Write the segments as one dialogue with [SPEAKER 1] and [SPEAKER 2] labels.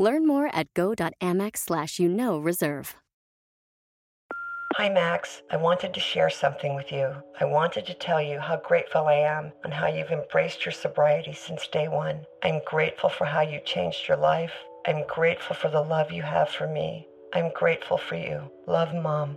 [SPEAKER 1] Learn more at go.amex slash you know reserve.
[SPEAKER 2] Hi, Max. I wanted to share something with you. I wanted to tell you how grateful I am and how you've embraced your sobriety since day one. I'm grateful for how you changed your life. I'm grateful for the love you have for me. I'm grateful for you. Love, Mom.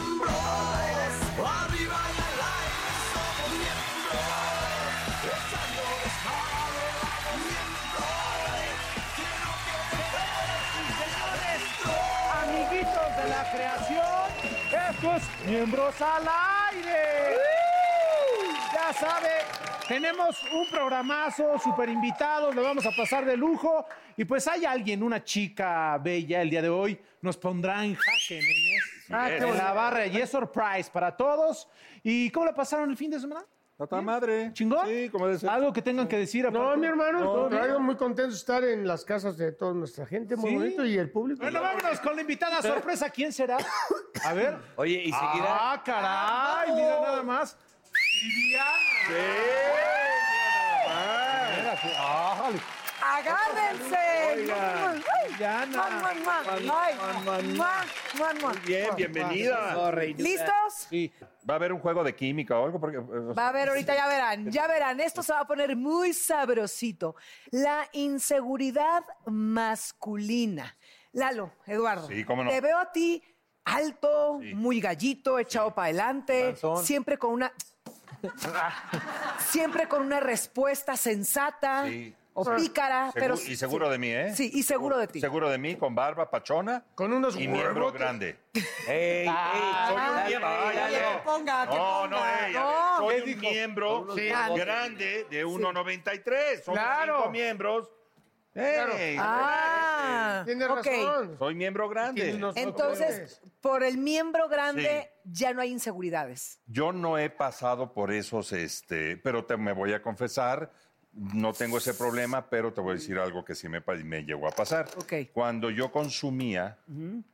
[SPEAKER 3] Amiguitos de la creación, esto es Miembros al Aire. Ya sabe, tenemos un programazo, super invitados, lo vamos a pasar de lujo. Y pues hay alguien, una chica bella el día de hoy, nos pondrá en jaque, nenes. en la barra y es surprise para todos. ¿Y cómo la pasaron el fin de semana?
[SPEAKER 4] No está madre.
[SPEAKER 3] ¿Chingón?
[SPEAKER 4] Sí, como debe ser.
[SPEAKER 3] Algo que tengan que decir.
[SPEAKER 5] No,
[SPEAKER 3] aparte?
[SPEAKER 5] mi hermano, al
[SPEAKER 4] No,
[SPEAKER 5] contrario, muy contento de estar en las casas de toda nuestra gente, muy
[SPEAKER 3] Sí.
[SPEAKER 5] bonito, y el público.
[SPEAKER 3] Bueno, vámonos con la invitada sorpresa. ¿Quién será? A ver.
[SPEAKER 6] Oye, y seguirá.
[SPEAKER 3] Ah, caray, mira nada más. Viviana. Mira que- ájale,
[SPEAKER 7] ¡Agárrense!
[SPEAKER 3] Viviana.
[SPEAKER 4] Bien, bienvenida.
[SPEAKER 7] ¿Listos?
[SPEAKER 3] Sí.
[SPEAKER 4] ¿Va a haber un juego de química o algo? Porque, eh,
[SPEAKER 7] Va a ver, ahorita ya verán, ya verán, esto se va a poner muy sabrosito. La inseguridad masculina. Lalo, Eduardo,
[SPEAKER 4] Sí, cómo no.
[SPEAKER 7] te veo a ti alto, muy gallito, echado para adelante,
[SPEAKER 4] Panzón.
[SPEAKER 7] siempre con una...
[SPEAKER 4] Ah,
[SPEAKER 7] siempre con una respuesta sensata
[SPEAKER 4] Sí.
[SPEAKER 7] o pícara,
[SPEAKER 4] segu-
[SPEAKER 7] pero...
[SPEAKER 4] y seguro de mí, ¿eh?
[SPEAKER 7] Sí, y seguro de ti.
[SPEAKER 4] Seguro de mí, con barba pachona.
[SPEAKER 5] Con unos
[SPEAKER 4] y miembro
[SPEAKER 5] huevotes.
[SPEAKER 4] grande.
[SPEAKER 6] ¡Ey, ey!
[SPEAKER 4] Soy un miembro.
[SPEAKER 7] ay,
[SPEAKER 4] Ah,
[SPEAKER 7] ay,
[SPEAKER 4] ya,
[SPEAKER 7] ay,
[SPEAKER 4] ya.
[SPEAKER 7] ponga, que
[SPEAKER 4] no, no,
[SPEAKER 7] ponga.
[SPEAKER 4] ey, a ver,
[SPEAKER 7] No.
[SPEAKER 4] Soy un miembro grande de 1.93. Somos
[SPEAKER 5] Claro.
[SPEAKER 4] cinco miembros. Ey,
[SPEAKER 7] Ah,
[SPEAKER 5] Tiene
[SPEAKER 7] ok.
[SPEAKER 5] razón.
[SPEAKER 4] Soy miembro grande.
[SPEAKER 5] Tiene unos
[SPEAKER 7] Entonces,
[SPEAKER 5] huevotes.
[SPEAKER 7] por el miembro grande ya no hay inseguridades.
[SPEAKER 4] Yo no he pasado por esos, este, pero te me voy a confesar, no tengo ese problema, pero te voy a decir algo que sí me, pa- me llegó a pasar.
[SPEAKER 7] Ok.
[SPEAKER 4] Cuando yo consumía,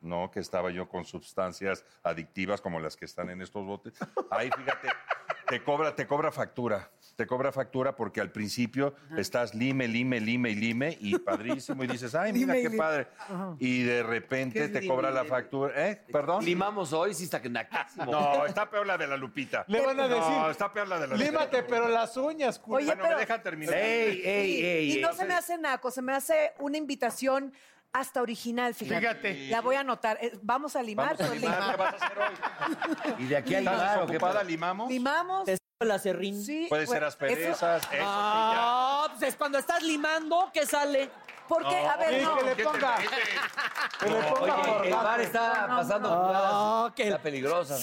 [SPEAKER 4] ¿no? Que estaba yo con sustancias adictivas como las que están en estos botes, ahí fíjate, te cobra, te cobra factura. Te cobra factura porque al principio estás lime, lime, lime y lime y padrísimo y dices, ay, mira
[SPEAKER 7] Lime y
[SPEAKER 4] qué
[SPEAKER 7] lime.
[SPEAKER 4] padre. Y de repente te cobra la factura. ¿Eh? ¿Perdón?
[SPEAKER 6] Limamos hoy, sí está que naquísimo.
[SPEAKER 4] No, está peor la de la Lupita.
[SPEAKER 3] Le van a decir.
[SPEAKER 4] No, está peor la de la Lupita.
[SPEAKER 3] Límate, pero las uñas, culo.
[SPEAKER 7] Oye,
[SPEAKER 4] Bueno,
[SPEAKER 7] pero-
[SPEAKER 4] me dejan terminar.
[SPEAKER 6] ¡Ey, ey, ey!
[SPEAKER 7] y
[SPEAKER 6] ey.
[SPEAKER 7] no se me hace naco, se me hace una invitación hasta original, fíjate.
[SPEAKER 5] Fíjate.
[SPEAKER 7] La voy a anotar. Eh, Vamos a limar,
[SPEAKER 4] Vamos a
[SPEAKER 7] pero
[SPEAKER 4] limar,
[SPEAKER 7] lima-
[SPEAKER 4] ¿qué vas a hacer hoy?
[SPEAKER 6] ¿Y de aquí al
[SPEAKER 4] ¿Estás
[SPEAKER 6] bar o qué
[SPEAKER 4] desocupada?
[SPEAKER 6] pasa?
[SPEAKER 4] ¿Limamos?
[SPEAKER 7] limamos.
[SPEAKER 8] Te saco la serrín.
[SPEAKER 7] Sí,
[SPEAKER 4] Puede ser
[SPEAKER 7] bueno, eso-
[SPEAKER 4] asperezas. Eso, sí, ya.
[SPEAKER 8] Ah, pues es cuando estás limando que sale.
[SPEAKER 7] Porque, a ver,
[SPEAKER 3] sí,
[SPEAKER 7] no.
[SPEAKER 3] que le
[SPEAKER 4] ¿Qué te
[SPEAKER 3] ponga.
[SPEAKER 4] parece?
[SPEAKER 3] Que le ponga
[SPEAKER 6] Oye, el
[SPEAKER 3] borracho.
[SPEAKER 6] bar está pasando
[SPEAKER 8] Ah,
[SPEAKER 6] jugadas.
[SPEAKER 8] que
[SPEAKER 6] Está peligrosa.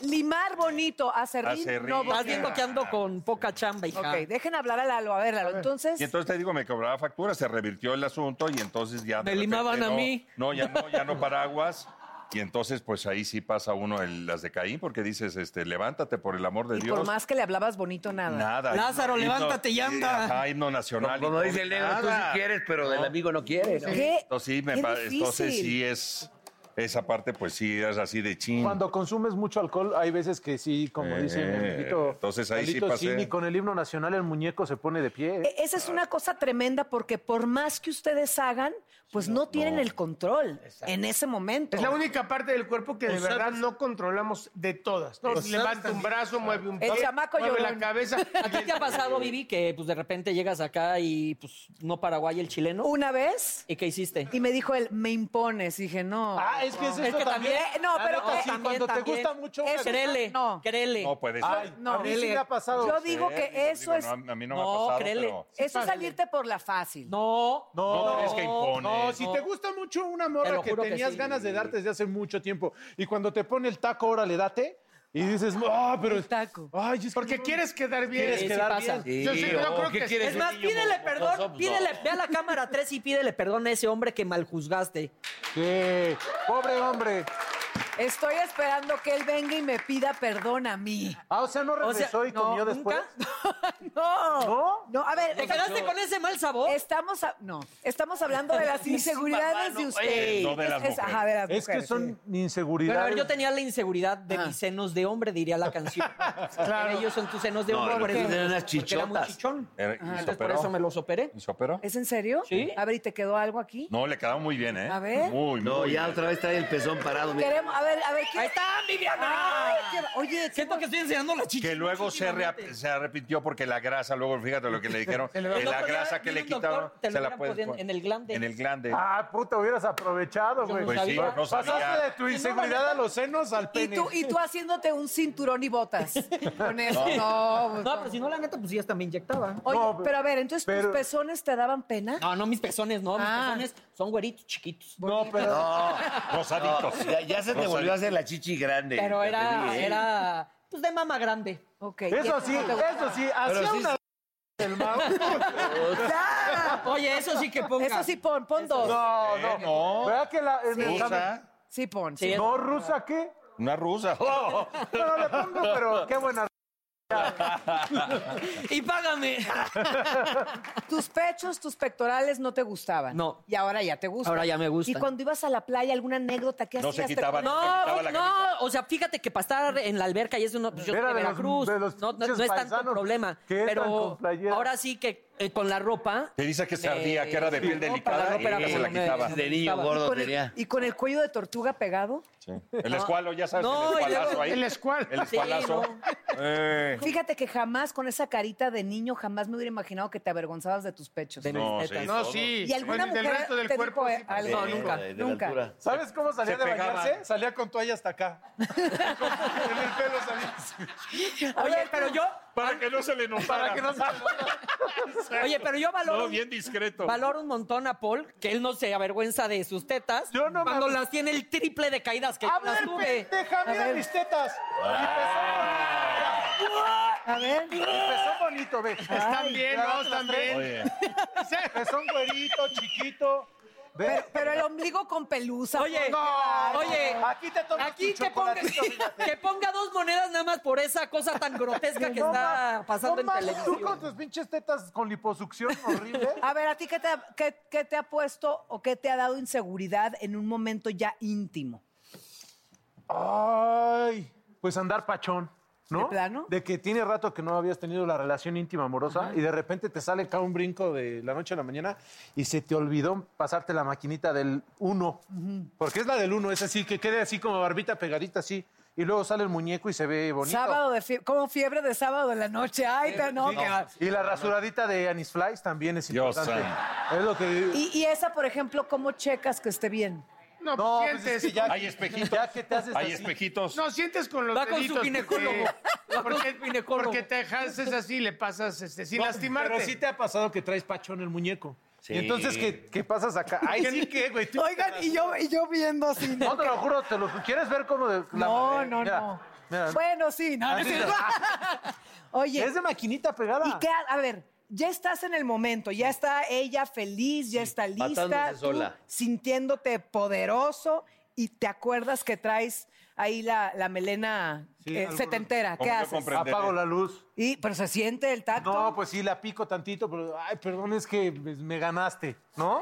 [SPEAKER 7] Limar bonito, acerrín,
[SPEAKER 4] Acerrín.
[SPEAKER 7] no
[SPEAKER 8] Estás
[SPEAKER 7] bonito.
[SPEAKER 8] viendo que ando con poca chamba, hija.
[SPEAKER 7] Ok, dejen hablar a Lalo. A ver, Lalo, entonces...
[SPEAKER 4] Y entonces te digo, me cobraba factura, se revirtió el asunto y entonces ya. de
[SPEAKER 8] Me
[SPEAKER 4] repente,
[SPEAKER 8] limaban a
[SPEAKER 4] no,
[SPEAKER 8] mí.
[SPEAKER 4] No, ya no, ya no paraguas. Y entonces, pues ahí sí pasa uno el- las de Caín, porque dices, este, levántate por el amor de
[SPEAKER 7] Y
[SPEAKER 4] Dios.
[SPEAKER 7] por más que le hablabas bonito, nada.
[SPEAKER 4] Nada.
[SPEAKER 8] Lázaro, levántate y anda.
[SPEAKER 4] Ajá, himno nacional.
[SPEAKER 6] Como
[SPEAKER 4] y
[SPEAKER 6] dice el negro, tú sí
[SPEAKER 4] nada.
[SPEAKER 6] quieres, pero del amigo no quieres.
[SPEAKER 7] ¿Qué?
[SPEAKER 4] Entonces sí, me
[SPEAKER 7] Qué
[SPEAKER 4] pa- entonces
[SPEAKER 7] difícil.
[SPEAKER 4] sí es esa parte, pues sí es así de ching.
[SPEAKER 3] Cuando consumes mucho alcohol, hay veces que sí, como
[SPEAKER 4] Eh,
[SPEAKER 3] dice mi amiguito.
[SPEAKER 4] entonces ahí sí
[SPEAKER 3] Carlitos
[SPEAKER 4] pasé.
[SPEAKER 3] Simi, con el himno nacional el muñeco se pone de pie. ¿eh?
[SPEAKER 7] E- Esa es una cosa tremenda porque por más que ustedes hagan, pues no, tienen el control en ese momento.
[SPEAKER 5] Es la única parte del cuerpo que de verdad
[SPEAKER 9] pues
[SPEAKER 5] no controlamos de todas. No, levanta un brazo, mueve un
[SPEAKER 7] El
[SPEAKER 5] pie,
[SPEAKER 7] chamaco
[SPEAKER 5] mueve
[SPEAKER 7] llorón.
[SPEAKER 5] la cabeza.
[SPEAKER 8] ¿A ti te ha pasado, Vivi, que pues de repente llegas acá y pues no Paraguay el chileno?
[SPEAKER 7] Una vez
[SPEAKER 8] ¿Y qué hiciste?
[SPEAKER 7] y me dijo él, me impones. Y dije, no.
[SPEAKER 3] Ah, es que es esto
[SPEAKER 8] que
[SPEAKER 3] también.
[SPEAKER 7] Eh, no, pero
[SPEAKER 8] Ah,
[SPEAKER 7] que-
[SPEAKER 3] sí, cuando te
[SPEAKER 8] también.
[SPEAKER 3] gusta mucho.
[SPEAKER 7] Es-
[SPEAKER 3] una-
[SPEAKER 8] Créele,
[SPEAKER 7] No.
[SPEAKER 8] créele.
[SPEAKER 4] No puede ser.
[SPEAKER 3] Ay,
[SPEAKER 7] No.
[SPEAKER 3] a mí sí me ha pasado.
[SPEAKER 7] Yo digo
[SPEAKER 4] Sí,
[SPEAKER 7] que eso
[SPEAKER 4] digo,
[SPEAKER 7] es,
[SPEAKER 4] no, a mí no, me
[SPEAKER 8] No,
[SPEAKER 4] ha pasado,
[SPEAKER 8] créele.
[SPEAKER 4] pero-
[SPEAKER 7] eso es salirte por la fácil.
[SPEAKER 8] no,
[SPEAKER 4] No, pero es que impones.
[SPEAKER 3] no,
[SPEAKER 9] No, si te gusta mucho una
[SPEAKER 8] Te
[SPEAKER 9] morra
[SPEAKER 8] lo
[SPEAKER 9] que
[SPEAKER 8] juro que
[SPEAKER 9] tenías
[SPEAKER 8] sí.
[SPEAKER 9] ganas de darte desde hace mucho tiempo y cuando te pone el taco, ahora le date y dices, ah, pero. El
[SPEAKER 7] taco.
[SPEAKER 9] Ay, es que
[SPEAKER 5] Porque
[SPEAKER 9] no-
[SPEAKER 5] quieres quedar bien.
[SPEAKER 9] Quieres
[SPEAKER 8] Sí, sí
[SPEAKER 9] quedar
[SPEAKER 8] pasa.
[SPEAKER 9] bien.
[SPEAKER 5] Yo sí, yo
[SPEAKER 6] o
[SPEAKER 5] creo
[SPEAKER 6] ¿qué
[SPEAKER 5] que-
[SPEAKER 6] quieres?
[SPEAKER 5] Es
[SPEAKER 8] Es más,
[SPEAKER 6] Niño
[SPEAKER 8] pídele
[SPEAKER 6] mocoso, pues,
[SPEAKER 8] perdón,
[SPEAKER 6] no.
[SPEAKER 8] pídele, ve a la cámara 3 y pídele perdón a ese hombre que mal juzgaste.
[SPEAKER 9] Sí, pobre hombre.
[SPEAKER 7] Estoy esperando que él venga y me pida perdón a mí.
[SPEAKER 9] Ah, o sea, no
[SPEAKER 8] O sea,
[SPEAKER 9] regresó y comió
[SPEAKER 8] no,
[SPEAKER 9] después.
[SPEAKER 8] nunca.
[SPEAKER 7] No.
[SPEAKER 9] ¿No?
[SPEAKER 7] a ver,
[SPEAKER 8] ¿Te quedaste con ese mal sabor?
[SPEAKER 7] Estamos, a- no, estamos hablando de las inseguridades de
[SPEAKER 9] eh,
[SPEAKER 7] ustedes.
[SPEAKER 4] No de las
[SPEAKER 7] Es- ajá, de las
[SPEAKER 9] Es que
[SPEAKER 7] mujeres,
[SPEAKER 9] son
[SPEAKER 8] Bueno, a
[SPEAKER 9] inseguridades. Ah.
[SPEAKER 8] ver, yo tenía la inseguridad de mis senos de hombre, diría la canción. claro. Ellos son tus senos de
[SPEAKER 6] No,
[SPEAKER 8] hombre.
[SPEAKER 6] pero
[SPEAKER 8] por eso-
[SPEAKER 6] tienen unas
[SPEAKER 8] porque era muy
[SPEAKER 6] chichotas.
[SPEAKER 8] chichón. Ah,
[SPEAKER 4] Era- y se
[SPEAKER 8] Entonces, por
[SPEAKER 4] operó.
[SPEAKER 8] eso me los operé.
[SPEAKER 4] ¿Y se operó?
[SPEAKER 7] ¿Es en serio?
[SPEAKER 8] Sí.
[SPEAKER 7] A ver, ¿y te quedó algo aquí?
[SPEAKER 4] No, le quedaba muy bien, ¿eh?
[SPEAKER 7] A ver.
[SPEAKER 4] Muy, muy
[SPEAKER 6] No, ya
[SPEAKER 4] bien.
[SPEAKER 6] otra vez trae el pezón parado. mira.
[SPEAKER 7] Queremos, a ver, a ver, ¿qué?
[SPEAKER 8] ¡Ahí están, Viviana!
[SPEAKER 7] Ay, qué va- Oye, ¿cómo-
[SPEAKER 8] Siento que estoy enseñando las chichas.
[SPEAKER 4] Que luego se, rea- se arrepintió porque la grasa, luego fíjate lo que le dijeron, que
[SPEAKER 8] El
[SPEAKER 4] la
[SPEAKER 8] otro día
[SPEAKER 4] grasa que
[SPEAKER 8] vino
[SPEAKER 4] le
[SPEAKER 8] un doctor,
[SPEAKER 4] quitaron
[SPEAKER 8] te
[SPEAKER 4] se
[SPEAKER 8] lo
[SPEAKER 4] la
[SPEAKER 8] hubieran
[SPEAKER 4] puedes
[SPEAKER 8] podido
[SPEAKER 4] poner
[SPEAKER 8] en el glande.
[SPEAKER 4] En el glande.
[SPEAKER 9] Ah, puta, hubieras aprovechado, güey.
[SPEAKER 4] pues sí,
[SPEAKER 8] sabía.
[SPEAKER 4] no
[SPEAKER 9] Pasaste de
[SPEAKER 4] sabía.
[SPEAKER 9] tu inseguridad a los senos al
[SPEAKER 7] ¿Y
[SPEAKER 9] pene.
[SPEAKER 7] tú, y tú haciéndote un cinturón y botas. Con eso, no. pues,
[SPEAKER 8] No, pero si no, la neta, pues sí, hasta me inyectaba.
[SPEAKER 7] Oye,
[SPEAKER 9] No, pero-
[SPEAKER 7] pero a ver, entonces
[SPEAKER 8] pues,
[SPEAKER 9] pero-
[SPEAKER 7] tus pezones te daban pena.
[SPEAKER 8] No, no, mis pezones, no.
[SPEAKER 7] Ah.
[SPEAKER 8] Mis pezones son güeritos, chiquitos.
[SPEAKER 9] No, pero.
[SPEAKER 4] Rosaditos.
[SPEAKER 6] Ya, ya se te volvió a hacer la chichi grande.
[SPEAKER 8] Pero
[SPEAKER 6] ya
[SPEAKER 8] era,
[SPEAKER 6] te dije. ¿eh?
[SPEAKER 8] era, pues, de mama grande.
[SPEAKER 7] Ok. ¿y
[SPEAKER 9] ¿eh? Eso
[SPEAKER 7] a ti
[SPEAKER 9] sí,
[SPEAKER 7] no te gustaba?
[SPEAKER 9] eso sí, hacía
[SPEAKER 6] sí-
[SPEAKER 9] una. El Mau.
[SPEAKER 8] Oye, eso sí que ponga.
[SPEAKER 7] Eso sí, pon, pon dos.
[SPEAKER 9] No, no.
[SPEAKER 4] Eh, no.
[SPEAKER 9] ¿Verdad que la. en el examen-
[SPEAKER 4] Rusa.
[SPEAKER 7] Sí, pon.
[SPEAKER 8] Sí,
[SPEAKER 7] sí.
[SPEAKER 9] ¿No rusa qué?
[SPEAKER 4] Una rusa. Oh.
[SPEAKER 9] No, no le pongo, pero qué buena.
[SPEAKER 8] Y págame.
[SPEAKER 7] Tus pechos, tus pectorales no te gustaban.
[SPEAKER 8] No.
[SPEAKER 7] Y ahora ya te gustan.
[SPEAKER 8] Ahora ya me gustan.
[SPEAKER 7] Y cuando ibas a la playa, alguna anécdota que
[SPEAKER 4] No
[SPEAKER 7] hacías.
[SPEAKER 4] se
[SPEAKER 7] ¿Te
[SPEAKER 4] quitaban.
[SPEAKER 7] acuerdas?
[SPEAKER 4] Se quitaba
[SPEAKER 8] No,
[SPEAKER 4] la
[SPEAKER 8] no, o sea, fíjate que para estar en la alberca y eso no, pues yo
[SPEAKER 9] Era
[SPEAKER 8] soy de
[SPEAKER 9] de los-
[SPEAKER 8] Veracruz,
[SPEAKER 9] de los
[SPEAKER 8] no, no-
[SPEAKER 9] pinches
[SPEAKER 8] no es tanto
[SPEAKER 9] paisanos
[SPEAKER 8] problema.
[SPEAKER 9] que entran con
[SPEAKER 8] Pero
[SPEAKER 9] playera.
[SPEAKER 8] ahora sí que eh, con la ropa.
[SPEAKER 4] Te dice que se ardía,
[SPEAKER 8] eh,
[SPEAKER 4] que era de
[SPEAKER 8] sí,
[SPEAKER 4] piel
[SPEAKER 8] no,
[SPEAKER 4] delicada
[SPEAKER 8] para la
[SPEAKER 4] y
[SPEAKER 8] ropa era
[SPEAKER 4] que se
[SPEAKER 8] como
[SPEAKER 4] la
[SPEAKER 8] me-
[SPEAKER 4] quitaba.
[SPEAKER 8] me
[SPEAKER 6] De niño
[SPEAKER 8] gustaba.
[SPEAKER 6] gordo
[SPEAKER 7] Con el-
[SPEAKER 6] tenía.
[SPEAKER 7] y con el cuello de tortuga pegado.
[SPEAKER 4] Sí. El escualo, ya sabes,
[SPEAKER 8] No,
[SPEAKER 4] el
[SPEAKER 8] y luego-
[SPEAKER 4] escualazo ahí.
[SPEAKER 5] El escual.
[SPEAKER 4] El escualazo.
[SPEAKER 8] no.
[SPEAKER 4] Eh.
[SPEAKER 7] Fíjate que jamás con esa carita de niño, jamás me hubiera imaginado que te avergonzabas de tus pechos.
[SPEAKER 8] De mis
[SPEAKER 4] No,
[SPEAKER 8] tetas.
[SPEAKER 4] sí.
[SPEAKER 5] No,
[SPEAKER 4] todo.
[SPEAKER 5] sí.
[SPEAKER 7] Y
[SPEAKER 5] Bueno,
[SPEAKER 7] alguna mujer
[SPEAKER 5] del resto del
[SPEAKER 7] te
[SPEAKER 5] cuerpo.
[SPEAKER 7] dijo,
[SPEAKER 5] sí,
[SPEAKER 7] eh, algo.
[SPEAKER 8] No, nunca,
[SPEAKER 6] de la
[SPEAKER 7] nunca.
[SPEAKER 6] altura.
[SPEAKER 9] ¿Sabes cómo salía
[SPEAKER 4] se
[SPEAKER 9] de
[SPEAKER 4] pegaban.
[SPEAKER 9] bañarse? Salía con toalla hasta acá. en el pelo salía así.
[SPEAKER 8] Oye, pero yo,
[SPEAKER 4] Para que no se le notara.
[SPEAKER 9] Para que no se.
[SPEAKER 8] oye, pero yo valoro.
[SPEAKER 4] No, bien discreto.
[SPEAKER 8] Valoro un montón a Paul, que él no se avergüenza de sus tetas.
[SPEAKER 9] Yo no me
[SPEAKER 8] cuando
[SPEAKER 9] aver-
[SPEAKER 8] las tiene el triple de caídas que yo
[SPEAKER 9] A
[SPEAKER 8] las
[SPEAKER 9] ver,
[SPEAKER 8] tuve.
[SPEAKER 9] pendeja, mira mis tetas. Y
[SPEAKER 7] A ver.
[SPEAKER 9] Empezó bonito, ve.
[SPEAKER 5] Ah. Están bien, ¿no? Están bien.
[SPEAKER 4] Oye,
[SPEAKER 7] eh.
[SPEAKER 9] Empezó un güerito, chiquito. Ve.
[SPEAKER 7] Pero, pero el ombligo con pelusa.
[SPEAKER 8] Oye,
[SPEAKER 7] por favor.
[SPEAKER 8] oye,
[SPEAKER 9] Aquí te tomas
[SPEAKER 8] aquí
[SPEAKER 9] tu
[SPEAKER 8] que ponga,
[SPEAKER 9] chocolatito, fíjate.
[SPEAKER 8] que ponga dos monedas nada más por esa cosa tan grotesca que
[SPEAKER 9] No
[SPEAKER 8] está
[SPEAKER 9] mames,
[SPEAKER 8] pasando
[SPEAKER 9] no
[SPEAKER 8] en
[SPEAKER 9] mames,
[SPEAKER 8] televisión.
[SPEAKER 9] Tú con tus pinches tetas con liposucción horrible.
[SPEAKER 7] A ver, ¿a ti qué te, ha- qué- qué te ha puesto o qué te ha dado inseguridad en un momento ya íntimo?
[SPEAKER 9] Ay, pues andar pachón. ¿No?
[SPEAKER 7] ¿De plano?
[SPEAKER 9] De que tiene rato que no habías tenido la relación íntima amorosa y de repente te sale acá un brinco de la noche a la mañana y se te olvidó pasarte la maquinita del 1. Porque es la del 1, es así, que quede así como barbita pegadita así. Y luego sale el muñeco y se ve bonito.
[SPEAKER 7] Sábado de fiebre, como fiebre de sábado en la noche. Ay, te- no, qué va-
[SPEAKER 9] Y la rasuradita de Anis Flies también es
[SPEAKER 4] Dios
[SPEAKER 9] importante. es lo que...
[SPEAKER 7] Y, y esa, por ejemplo, ¿cómo checas que esté bien?
[SPEAKER 5] No,
[SPEAKER 9] No, pues
[SPEAKER 5] sientes.
[SPEAKER 9] es que ya,
[SPEAKER 4] Hay espejitos.
[SPEAKER 9] ya que te haces
[SPEAKER 4] hay
[SPEAKER 9] así.
[SPEAKER 4] espejitos.
[SPEAKER 5] No, sientes con los
[SPEAKER 8] Va con su
[SPEAKER 5] deditos,
[SPEAKER 8] ginecólogo.
[SPEAKER 5] porque-
[SPEAKER 8] Va con
[SPEAKER 5] porque-
[SPEAKER 8] su ginecólogo.
[SPEAKER 5] Porque te dejas es así, le pasas este, sin
[SPEAKER 9] No,
[SPEAKER 5] lastimarte.
[SPEAKER 9] Pero sí te ha pasado que traes pachón el muñeco.
[SPEAKER 6] Sí.
[SPEAKER 9] Y entonces, ¿qué, qué pasas acá? Ay, sí, ¿qué, güey? Tú-
[SPEAKER 7] Oigan, y yo, y yo viendo así.
[SPEAKER 9] No, te lo juro, te lo quieres ver como de. la-
[SPEAKER 7] No, no,
[SPEAKER 9] Mira,
[SPEAKER 7] no.
[SPEAKER 9] mira.
[SPEAKER 7] Bueno, sí,
[SPEAKER 4] Ah,
[SPEAKER 7] no, no es
[SPEAKER 9] Así
[SPEAKER 7] cierto. Oye,
[SPEAKER 9] Es de maquinita pegada.
[SPEAKER 7] ¿y qué? ha- A ver, ya estás en el momento, ya está ella feliz, ya está lista,
[SPEAKER 6] matándose sola.
[SPEAKER 7] sintiéndote poderoso y te acuerdas que traes ahí la, la melena
[SPEAKER 9] Sí,
[SPEAKER 7] eh,
[SPEAKER 9] algo-
[SPEAKER 7] setentera.
[SPEAKER 4] como
[SPEAKER 7] ¿Qué
[SPEAKER 4] yo
[SPEAKER 7] haces?
[SPEAKER 4] compré.
[SPEAKER 9] Apago la luz.
[SPEAKER 7] Y, pero se siente el tacto.
[SPEAKER 9] No, pues sí, la pico tantito, pero. Ay, perdón, es que me, me ganaste, ¿no?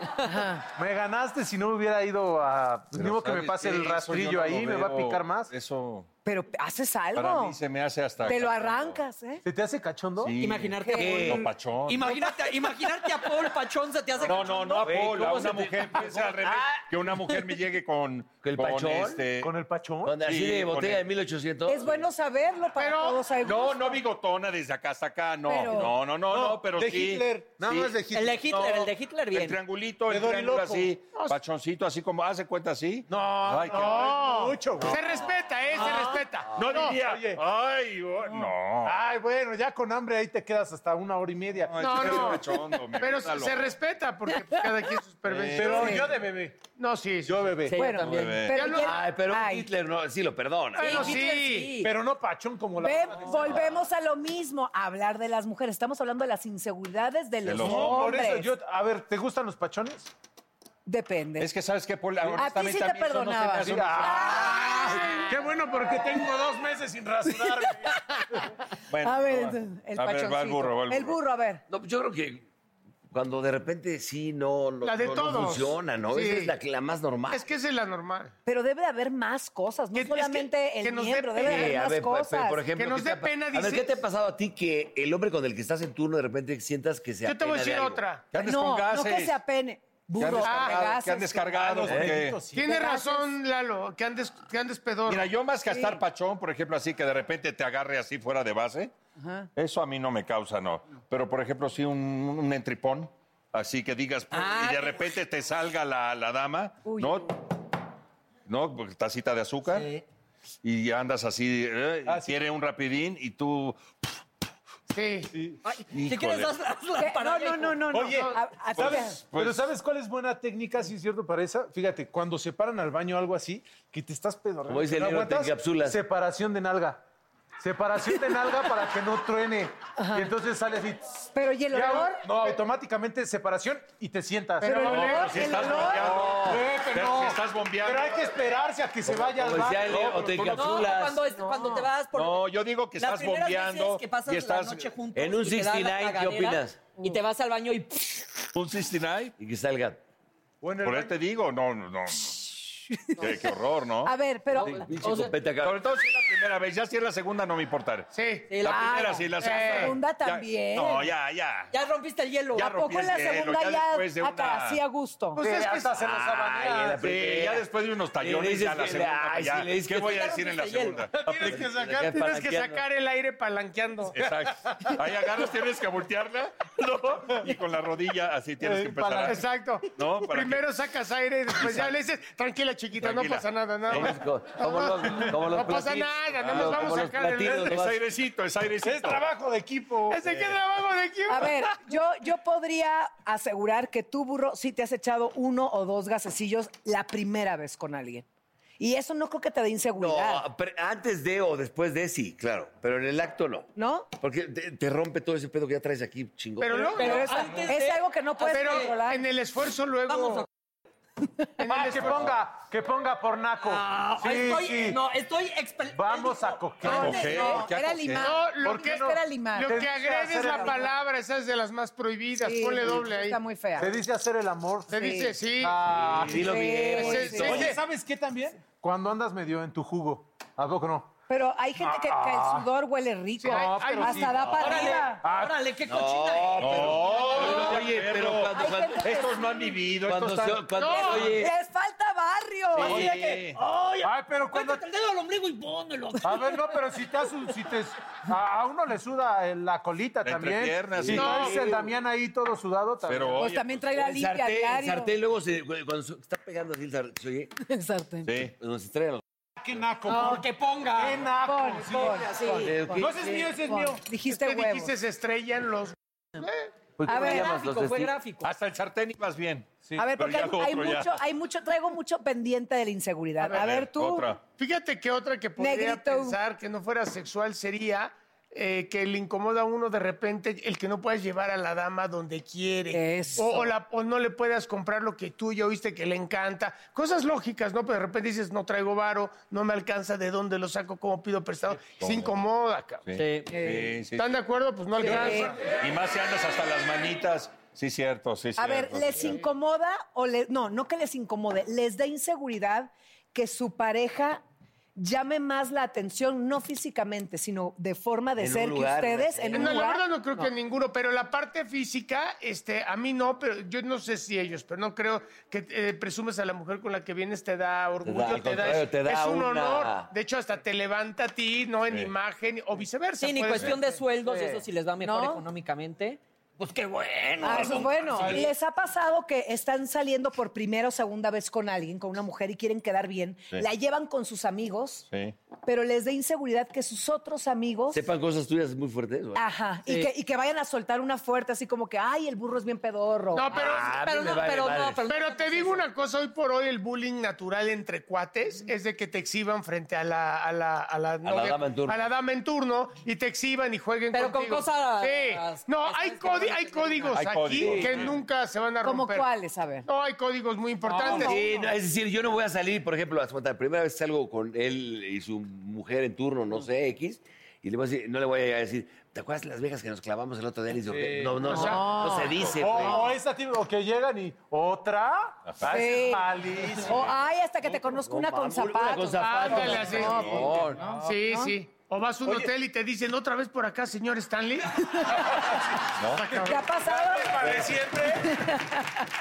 [SPEAKER 9] Me ganaste si no hubiera ido a. Pues, ni modo que me
[SPEAKER 4] ¿sabes
[SPEAKER 9] pase
[SPEAKER 4] qué?
[SPEAKER 9] el
[SPEAKER 4] Eso yo
[SPEAKER 9] rastrillo
[SPEAKER 4] no
[SPEAKER 9] ahí,
[SPEAKER 4] lo
[SPEAKER 9] me va a
[SPEAKER 4] veo.
[SPEAKER 9] picar más.
[SPEAKER 4] Eso
[SPEAKER 7] Pero haces algo.
[SPEAKER 4] para mí se me hace hasta.
[SPEAKER 7] Te lo
[SPEAKER 4] cachondo.
[SPEAKER 7] arrancas, ¿eh?
[SPEAKER 9] ¿Se te hace cachondo?
[SPEAKER 4] Sí.
[SPEAKER 8] Imaginarte a
[SPEAKER 4] No,
[SPEAKER 8] Paul.
[SPEAKER 4] pachón.
[SPEAKER 8] Imagínate, imaginarte a Paul Pachón se te hace.
[SPEAKER 4] No, no, no a
[SPEAKER 6] Güey,
[SPEAKER 4] Paul, a
[SPEAKER 6] ¿cómo
[SPEAKER 4] una
[SPEAKER 6] se te-
[SPEAKER 4] mujer. Piensa al revés. Que una mujer me llegue con.
[SPEAKER 6] ¿Con el pachón?
[SPEAKER 4] este-
[SPEAKER 9] ¿Con el pachón?
[SPEAKER 6] Con- Así
[SPEAKER 4] Sí,
[SPEAKER 6] de
[SPEAKER 4] con
[SPEAKER 6] botella de
[SPEAKER 4] el-
[SPEAKER 6] 1800.
[SPEAKER 7] Es bueno saberlo para todos. hay
[SPEAKER 4] No,
[SPEAKER 7] gustos.
[SPEAKER 4] no bigotona desde acá hasta acá, no.
[SPEAKER 7] Pero-
[SPEAKER 4] no, no, no, no, pero
[SPEAKER 9] de
[SPEAKER 4] sí.
[SPEAKER 9] Hitler. Nada
[SPEAKER 4] sí.
[SPEAKER 9] más de Hitler.
[SPEAKER 8] El de Hitler,
[SPEAKER 4] No,
[SPEAKER 8] el de Hitler bien.
[SPEAKER 4] El triangulito, el
[SPEAKER 9] De
[SPEAKER 4] triángulo
[SPEAKER 9] Doriloco.
[SPEAKER 4] así, pachoncito, así como, hace cuenta así.
[SPEAKER 9] No,
[SPEAKER 4] Ay, qué-
[SPEAKER 9] no. Mucho, güey.
[SPEAKER 5] Se respeta, ¿eh? Se
[SPEAKER 8] Ah.
[SPEAKER 5] respeta.
[SPEAKER 4] No, no,
[SPEAKER 9] diría, oye.
[SPEAKER 4] Ay, oh, no.
[SPEAKER 9] Ay, bueno, ya con hambre ahí te quedas hasta una hora y media.
[SPEAKER 4] Ay,
[SPEAKER 5] No,
[SPEAKER 4] qué
[SPEAKER 5] no.
[SPEAKER 4] cachondo, me
[SPEAKER 5] Pero
[SPEAKER 4] gusta
[SPEAKER 5] se,
[SPEAKER 4] lo-
[SPEAKER 5] se respeta porque pues, cada quien sus Pervención.
[SPEAKER 9] Pero yo de bebé.
[SPEAKER 5] No, sí. sí.
[SPEAKER 9] Yo bebé.
[SPEAKER 8] Sí,
[SPEAKER 7] Bueno,
[SPEAKER 8] yo también.
[SPEAKER 9] bebé.
[SPEAKER 7] pero
[SPEAKER 5] Ya lo-
[SPEAKER 7] ¿quién-
[SPEAKER 6] Ay, pero
[SPEAKER 7] Ay.
[SPEAKER 6] Hitler no, sí lo perdona.
[SPEAKER 5] Bueno, sí.
[SPEAKER 8] Hitler sí.
[SPEAKER 9] Pero no pachón como la.
[SPEAKER 7] Ve, volvemos a lo mismo, a hablar de las mujeres. Estamos hablando de las inseguridades de los
[SPEAKER 4] los-
[SPEAKER 9] No, por
[SPEAKER 7] hombres.
[SPEAKER 9] eso yo. A ver, ¿te gustan los pachones?
[SPEAKER 7] Depende.
[SPEAKER 9] Es que sabes que Paul,
[SPEAKER 7] a ti sí te perdonaba.
[SPEAKER 9] Qué bueno porque tengo dos meses sin rasurarme.
[SPEAKER 4] Bueno,
[SPEAKER 7] A ver,
[SPEAKER 4] va.
[SPEAKER 7] entonces, el
[SPEAKER 4] A ver, va el
[SPEAKER 7] pachoncito.
[SPEAKER 4] burro, va el burro.
[SPEAKER 7] a ver.
[SPEAKER 6] No, pues, yo creo que cuando de repente sí no, no,
[SPEAKER 5] La de
[SPEAKER 6] no- no
[SPEAKER 5] todos.
[SPEAKER 6] funciona, ¿no?
[SPEAKER 5] Sí.
[SPEAKER 6] Esa es la, que- la más normal.
[SPEAKER 5] Es que esa es la normal.
[SPEAKER 7] Pero debe de haber más cosas, no
[SPEAKER 5] Que- es que-
[SPEAKER 7] solamente
[SPEAKER 5] que
[SPEAKER 7] el
[SPEAKER 5] nos dé
[SPEAKER 7] miembro,
[SPEAKER 5] pena.
[SPEAKER 7] debe de haber
[SPEAKER 6] Eh, a
[SPEAKER 7] más
[SPEAKER 6] ver, pe-
[SPEAKER 7] cosas.
[SPEAKER 6] pero, por ejemplo,
[SPEAKER 5] Que nos
[SPEAKER 6] ¿qué
[SPEAKER 5] dé
[SPEAKER 6] te ha-
[SPEAKER 5] pena,
[SPEAKER 6] A ver, ¿qué
[SPEAKER 5] dices?
[SPEAKER 6] te ha pasado a ti que el hombre con el que estás en turno de repente sientas que se
[SPEAKER 5] Yo te voy a
[SPEAKER 6] apena de
[SPEAKER 5] decir
[SPEAKER 6] algo?
[SPEAKER 5] otra.
[SPEAKER 4] ¿Qué andes
[SPEAKER 7] no,
[SPEAKER 4] con gases?
[SPEAKER 7] no que se apene. Burro,
[SPEAKER 4] descargado,
[SPEAKER 7] de gases,
[SPEAKER 4] que han descargado,
[SPEAKER 7] claro. ¿Eh?
[SPEAKER 4] porque-
[SPEAKER 5] Tiene
[SPEAKER 7] Te das-
[SPEAKER 5] razón, Lalo, que andes, que andes pedor.
[SPEAKER 4] Mira, yo más que estar
[SPEAKER 7] Sí.
[SPEAKER 4] pachón, por ejemplo, así que de repente te agarre así fuera de base, eso a mí no me causa, no. Pero, por ejemplo, sí un, un entripón, así que digas, pum, y de repente te salga la, la dama,
[SPEAKER 7] Uy.
[SPEAKER 4] ¿no? ¿No? Porque Tacita de azúcar. Y andas así, eh, y quiere un rapidín y tú...
[SPEAKER 5] Sí.
[SPEAKER 8] Ay, si quieres,
[SPEAKER 4] Híjole.
[SPEAKER 8] haz la- haz la
[SPEAKER 7] ¿Qué? Eh, No,
[SPEAKER 8] parada.
[SPEAKER 7] no, no, no. no.
[SPEAKER 9] Oye,
[SPEAKER 7] A- a ti
[SPEAKER 9] ¿sabes?
[SPEAKER 4] Pues-
[SPEAKER 9] Pero ¿sabes cuál es buena técnica, si es cierto, para esa? Fíjate, cuando se paran al baño o algo así, que te estás pedorreando.
[SPEAKER 6] Como dice
[SPEAKER 9] que no
[SPEAKER 6] el libro, te
[SPEAKER 9] aguantas,
[SPEAKER 6] encapsulas.
[SPEAKER 9] Separación de nalga. Separación de nalga para que no truene. Y entonces sale así. tss,
[SPEAKER 7] te- Pero ¿y el
[SPEAKER 9] ya,
[SPEAKER 7] olor?
[SPEAKER 9] No, automáticamente separación y te sientas. pues,
[SPEAKER 7] Pero el
[SPEAKER 4] No,
[SPEAKER 7] olor,
[SPEAKER 4] pero si
[SPEAKER 7] el
[SPEAKER 4] estás
[SPEAKER 7] olor.
[SPEAKER 4] bombeando. Pero
[SPEAKER 9] Eh, no.
[SPEAKER 4] si estás bombeando.
[SPEAKER 9] Pero hay que esperarse a que se vaya al
[SPEAKER 6] Como decía
[SPEAKER 9] baño.
[SPEAKER 6] él, o te
[SPEAKER 8] No,
[SPEAKER 6] encapsulas.
[SPEAKER 8] cuando, es- este, cuando te vas por.
[SPEAKER 4] No, yo digo que
[SPEAKER 8] Las
[SPEAKER 4] estás
[SPEAKER 8] primeras
[SPEAKER 4] bombeando
[SPEAKER 8] veces que pasas
[SPEAKER 4] y estás...
[SPEAKER 8] la noche juntos
[SPEAKER 6] En un
[SPEAKER 8] y te da la
[SPEAKER 6] 69, ¿qué
[SPEAKER 8] cagadera,
[SPEAKER 6] opinas?
[SPEAKER 8] Y te vas al baño y
[SPEAKER 4] ¿Un 69?
[SPEAKER 6] Y que salga.
[SPEAKER 9] O en el
[SPEAKER 4] Por
[SPEAKER 9] baño.
[SPEAKER 4] eso te digo, no, no, no. qué, qué horror, ¿no?
[SPEAKER 7] A ver, pero
[SPEAKER 6] Pinche
[SPEAKER 8] o sea,
[SPEAKER 6] copete acá.
[SPEAKER 4] Sobre todo si es la primera vez, ya si es la segunda no me importa.
[SPEAKER 5] Sí.
[SPEAKER 8] Sí, Eh,
[SPEAKER 4] La
[SPEAKER 8] la-
[SPEAKER 4] primera sí, la segunda.
[SPEAKER 7] segunda
[SPEAKER 4] Ya-
[SPEAKER 7] también.
[SPEAKER 4] No, ya, ya.
[SPEAKER 8] ya rompiste el hielo.
[SPEAKER 4] Ya
[SPEAKER 7] ¿a poco en
[SPEAKER 4] rompí
[SPEAKER 7] la
[SPEAKER 4] el hielo,
[SPEAKER 7] segunda
[SPEAKER 4] ya
[SPEAKER 7] ya,
[SPEAKER 4] después de
[SPEAKER 7] acá,
[SPEAKER 4] una-
[SPEAKER 7] así a gusto?
[SPEAKER 9] Pues es que
[SPEAKER 6] hasta
[SPEAKER 9] se
[SPEAKER 4] ah.
[SPEAKER 9] las
[SPEAKER 6] Ay, en la
[SPEAKER 9] abanea.
[SPEAKER 4] Sí,
[SPEAKER 6] primera.
[SPEAKER 4] ya después de unos
[SPEAKER 6] Le
[SPEAKER 4] tallones,
[SPEAKER 6] dices
[SPEAKER 4] ya la
[SPEAKER 6] que le-
[SPEAKER 4] segunda.
[SPEAKER 6] ay,
[SPEAKER 4] ya.
[SPEAKER 6] sí, le dices
[SPEAKER 4] ¿Qué
[SPEAKER 6] que
[SPEAKER 4] voy a
[SPEAKER 6] te
[SPEAKER 4] decir en la
[SPEAKER 8] rompiste el
[SPEAKER 4] segunda?
[SPEAKER 5] Tienes que sacar,
[SPEAKER 6] quedas
[SPEAKER 5] tienes que
[SPEAKER 6] palanqueando.
[SPEAKER 5] sacar el aire palanqueando.
[SPEAKER 4] Exacto. Ahí agarras, tienes que voltearla, ¿no? Y con la rodilla así tienes que empezar. a-
[SPEAKER 5] Eh, Exacto.
[SPEAKER 4] No, ¿para
[SPEAKER 5] Primero sacas aire y después ya le dices, tranquila chiquita,
[SPEAKER 4] Tranquila.
[SPEAKER 5] no pasa nada, nada.
[SPEAKER 6] Como- como- como los- como los
[SPEAKER 5] no pasa
[SPEAKER 6] platinos.
[SPEAKER 5] nada, no
[SPEAKER 6] Ah,
[SPEAKER 5] nos
[SPEAKER 6] como
[SPEAKER 5] vamos a
[SPEAKER 6] los
[SPEAKER 5] sacar el
[SPEAKER 6] platinos,
[SPEAKER 5] dedo.
[SPEAKER 4] Es airecito, es airecito.
[SPEAKER 9] Es trabajo de equipo.
[SPEAKER 5] ¿Ese
[SPEAKER 6] eh,
[SPEAKER 5] qué trabajo de equipo?
[SPEAKER 7] A ver, yo, yo podría asegurar que tú, burro, sí te has echado uno o dos gasecillos la primera vez con alguien. Y eso no creo que te dé inseguridad,
[SPEAKER 6] No, pre- antes de o después de sí, claro. Pero en el acto no.
[SPEAKER 7] ¿no?
[SPEAKER 6] Porque te, te rompe todo ese pedo que ya traes aquí, chingón.
[SPEAKER 5] Pero luego,
[SPEAKER 7] Pero es,
[SPEAKER 8] antes
[SPEAKER 7] es
[SPEAKER 8] de-
[SPEAKER 7] algo que no puedes
[SPEAKER 5] pero
[SPEAKER 7] controlar.
[SPEAKER 5] en el esfuerzo luego.
[SPEAKER 8] Vamos a-
[SPEAKER 5] En
[SPEAKER 9] Ah,
[SPEAKER 5] el
[SPEAKER 9] que
[SPEAKER 5] esfuerzo-
[SPEAKER 9] ponga, que ponga por naco.
[SPEAKER 8] Ah,
[SPEAKER 9] Sí,
[SPEAKER 8] estoy,
[SPEAKER 9] sí.
[SPEAKER 8] No, estoy expel-
[SPEAKER 9] Vamos
[SPEAKER 8] él
[SPEAKER 9] a
[SPEAKER 8] dijo,
[SPEAKER 9] coger.
[SPEAKER 8] no,
[SPEAKER 4] Coger,
[SPEAKER 8] no,
[SPEAKER 4] ya
[SPEAKER 7] era
[SPEAKER 4] coger.
[SPEAKER 7] limar.
[SPEAKER 5] No, lo
[SPEAKER 9] ¿Por qué
[SPEAKER 5] que,
[SPEAKER 9] no?
[SPEAKER 7] Era limar.
[SPEAKER 5] lo
[SPEAKER 9] Te
[SPEAKER 5] que
[SPEAKER 9] dice
[SPEAKER 5] agrede
[SPEAKER 9] hacer
[SPEAKER 5] es la
[SPEAKER 9] el-
[SPEAKER 5] palabra, esa es de las más prohibidas.
[SPEAKER 7] Sí,
[SPEAKER 5] Ponle doble ahí.
[SPEAKER 7] Está muy fea.
[SPEAKER 9] Te dice hacer el amor.
[SPEAKER 5] Te dice, sí.
[SPEAKER 9] Ah,
[SPEAKER 6] Sí, lo miré,
[SPEAKER 7] Sí,
[SPEAKER 6] bonito.
[SPEAKER 5] sí, sí.
[SPEAKER 9] Oye, ¿sabes qué también? Cuando andas medio en tu jugo. ¿A poco no?
[SPEAKER 7] Pero hay gente que, que
[SPEAKER 6] Ah.
[SPEAKER 7] el sudor huele rico.
[SPEAKER 5] Sí, hay- hay-
[SPEAKER 7] hasta
[SPEAKER 5] sí.
[SPEAKER 7] da para
[SPEAKER 8] Órale,
[SPEAKER 7] arriba.
[SPEAKER 8] órale, qué cochina. eres.
[SPEAKER 4] No,
[SPEAKER 6] Oye, pero cuando,
[SPEAKER 7] Hay
[SPEAKER 6] cuando,
[SPEAKER 7] gente que
[SPEAKER 4] Estos no han vivido,
[SPEAKER 6] cuando
[SPEAKER 4] estos
[SPEAKER 6] se,
[SPEAKER 4] están-
[SPEAKER 6] cuando
[SPEAKER 5] No.
[SPEAKER 6] se oye.
[SPEAKER 7] Les falta barrio.
[SPEAKER 4] Sí.
[SPEAKER 7] Así de que-
[SPEAKER 9] Ay, pero cuando...
[SPEAKER 8] Cuéntate el dedo al ombligo y pónmelo.
[SPEAKER 9] A ver, no, pero si te, hace- si te- a, a uno le suda eh, la colita
[SPEAKER 4] La
[SPEAKER 9] también.
[SPEAKER 4] entrepierna,
[SPEAKER 9] Si
[SPEAKER 4] sí.
[SPEAKER 9] no,
[SPEAKER 4] No.
[SPEAKER 9] es el Damián ahí todo sudado también.
[SPEAKER 4] Pero
[SPEAKER 7] pues
[SPEAKER 4] oye,
[SPEAKER 7] también trae la
[SPEAKER 6] El
[SPEAKER 7] limpia
[SPEAKER 6] sartén, el
[SPEAKER 7] diario.
[SPEAKER 6] sartén luego se, cuando se está pegando así el sartén, se oye,
[SPEAKER 7] El sartén.
[SPEAKER 4] Sí.
[SPEAKER 6] cuando se trae al-
[SPEAKER 9] ¡Qué naco!
[SPEAKER 4] Ah,
[SPEAKER 8] No, que ponga.
[SPEAKER 9] ¡Qué
[SPEAKER 5] "Ah,
[SPEAKER 9] naco!
[SPEAKER 5] pues
[SPEAKER 7] Pon,
[SPEAKER 9] sí.
[SPEAKER 7] pon, pon,
[SPEAKER 6] Eh,
[SPEAKER 7] pon,
[SPEAKER 6] ¿qué?
[SPEAKER 9] No, ese es mío, ese es
[SPEAKER 7] pon.
[SPEAKER 9] mío.
[SPEAKER 7] Dijiste
[SPEAKER 5] ¿Qué
[SPEAKER 7] huevos.
[SPEAKER 5] dijiste? Se estrellan los.
[SPEAKER 6] Pues,
[SPEAKER 7] A
[SPEAKER 6] ¿cómo
[SPEAKER 7] ver,
[SPEAKER 6] llamas los
[SPEAKER 8] Gráfico, fue
[SPEAKER 6] esti-
[SPEAKER 8] gráfico.
[SPEAKER 4] Hasta el sartén ibas bien.
[SPEAKER 7] A ver,
[SPEAKER 4] Pero
[SPEAKER 7] porque
[SPEAKER 4] ya
[SPEAKER 7] hay,
[SPEAKER 4] lo
[SPEAKER 7] hay
[SPEAKER 4] otro ya.
[SPEAKER 7] mucho, hay mucho, traigo mucho pendiente de la inseguridad. A ver, tú.
[SPEAKER 4] Otra.
[SPEAKER 5] Fíjate que otra que podría
[SPEAKER 7] Negrito.
[SPEAKER 5] pensar que no fuera sexual sería eh, que le incomoda a uno de repente el que no puedas llevar a la dama donde quiere.
[SPEAKER 7] Eso.
[SPEAKER 5] O, o la- o no le puedas comprar lo que tú ya oíste que le encanta. Cosas lógicas, ¿no? Pero de repente dices, no traigo varo, no me alcanza, ¿de dónde lo saco? ¿Cómo pido prestado? Se incomoda, cabrón.
[SPEAKER 8] Sí.
[SPEAKER 4] Sí, sí.
[SPEAKER 5] ¿Están de acuerdo? Pues no alcanza.
[SPEAKER 4] Y más si andas hasta las manitas. Sí, cierto, sí,
[SPEAKER 7] A
[SPEAKER 4] cierto.
[SPEAKER 7] ver, ¿les incomoda o le, no, no que les incomode, les da inseguridad que su pareja llame más la atención, no físicamente, sino de forma de
[SPEAKER 6] En un
[SPEAKER 7] ser
[SPEAKER 6] lugar, eh,
[SPEAKER 7] que ustedes
[SPEAKER 6] güey.
[SPEAKER 7] en un
[SPEAKER 5] No, la
[SPEAKER 7] lugar-
[SPEAKER 5] verdad no creo que ninguno, pero la parte física, este, a mí no, pero yo no sé si ellos, pero no creo que eh, presumes a la mujer con la que vienes te da orgullo,
[SPEAKER 6] al
[SPEAKER 5] te, da,
[SPEAKER 6] contrario,
[SPEAKER 5] es,
[SPEAKER 6] te da
[SPEAKER 5] es un
[SPEAKER 6] una-
[SPEAKER 5] honor. De hecho, hasta te levanta a ti, no en
[SPEAKER 4] Sí.
[SPEAKER 5] imagen o viceversa.
[SPEAKER 8] Sí, ni
[SPEAKER 5] puede
[SPEAKER 8] cuestión
[SPEAKER 5] ser.
[SPEAKER 8] de sueldos, eso sí les va mejor
[SPEAKER 7] ¿No?
[SPEAKER 8] económicamente. Pues qué bueno.
[SPEAKER 7] Ah, eso es bueno. ¿Les ha pasado que están saliendo por primera o segunda vez con alguien, con una mujer y quieren quedar bien? La llevan con sus amigos,
[SPEAKER 4] Sí.
[SPEAKER 7] pero les dé inseguridad que sus otros amigos...
[SPEAKER 6] Sepan cosas tuyas muy fuertes. güey.
[SPEAKER 7] Ajá, y,
[SPEAKER 6] Sí.
[SPEAKER 7] que, y que vayan a soltar una fuerte así como que, ay, el burro es bien pedorro.
[SPEAKER 5] No, pero,
[SPEAKER 6] Ah, pero a mí no, me vale pero no, madres. pero no
[SPEAKER 5] Pero te digo una cosa, hoy por hoy el bullying natural entre cuates es de que te exhiban frente a la, a la, a la, novia-
[SPEAKER 6] dama en turno.
[SPEAKER 5] a la dama en turno y te exhiban y jueguen
[SPEAKER 8] Pero con
[SPEAKER 5] contigo.
[SPEAKER 8] cosas-
[SPEAKER 5] Sí. No, hay, codi- hay códigos
[SPEAKER 4] Hay
[SPEAKER 5] aquí
[SPEAKER 4] códigos,
[SPEAKER 5] que
[SPEAKER 4] sí.
[SPEAKER 5] nunca se van a
[SPEAKER 7] ¿Como
[SPEAKER 5] romper.
[SPEAKER 7] cuáles? A ver.
[SPEAKER 5] No, hay códigos muy importantes.
[SPEAKER 6] Sí, no, es decir, yo no voy a salir, por ejemplo, haz de cuenta, la primera vez salgo con él y su mujer en turno, no sé,
[SPEAKER 7] Mm.
[SPEAKER 6] X, y le voy a decir, no le voy a decir, ¿te acuerdas las viejas que nos clavamos el otro día? Y yo, No, no,
[SPEAKER 5] O
[SPEAKER 6] no,
[SPEAKER 5] sea,
[SPEAKER 7] Ah.
[SPEAKER 6] no se dice.
[SPEAKER 9] O,
[SPEAKER 6] güey.
[SPEAKER 9] o Oh, esa típica, o que llegan y otra. Ah, ese
[SPEAKER 7] Sí.
[SPEAKER 9] es malísimo.
[SPEAKER 7] O, ay, hasta que te conozco una con
[SPEAKER 6] Una
[SPEAKER 7] zapatos. pues,
[SPEAKER 6] con zapatos.
[SPEAKER 5] Ándale, así.
[SPEAKER 6] No, no.
[SPEAKER 5] Sí, sí. O vas a un hotel y te dicen otra vez por acá, señor Stanley.
[SPEAKER 7] ¿Te ha pasado?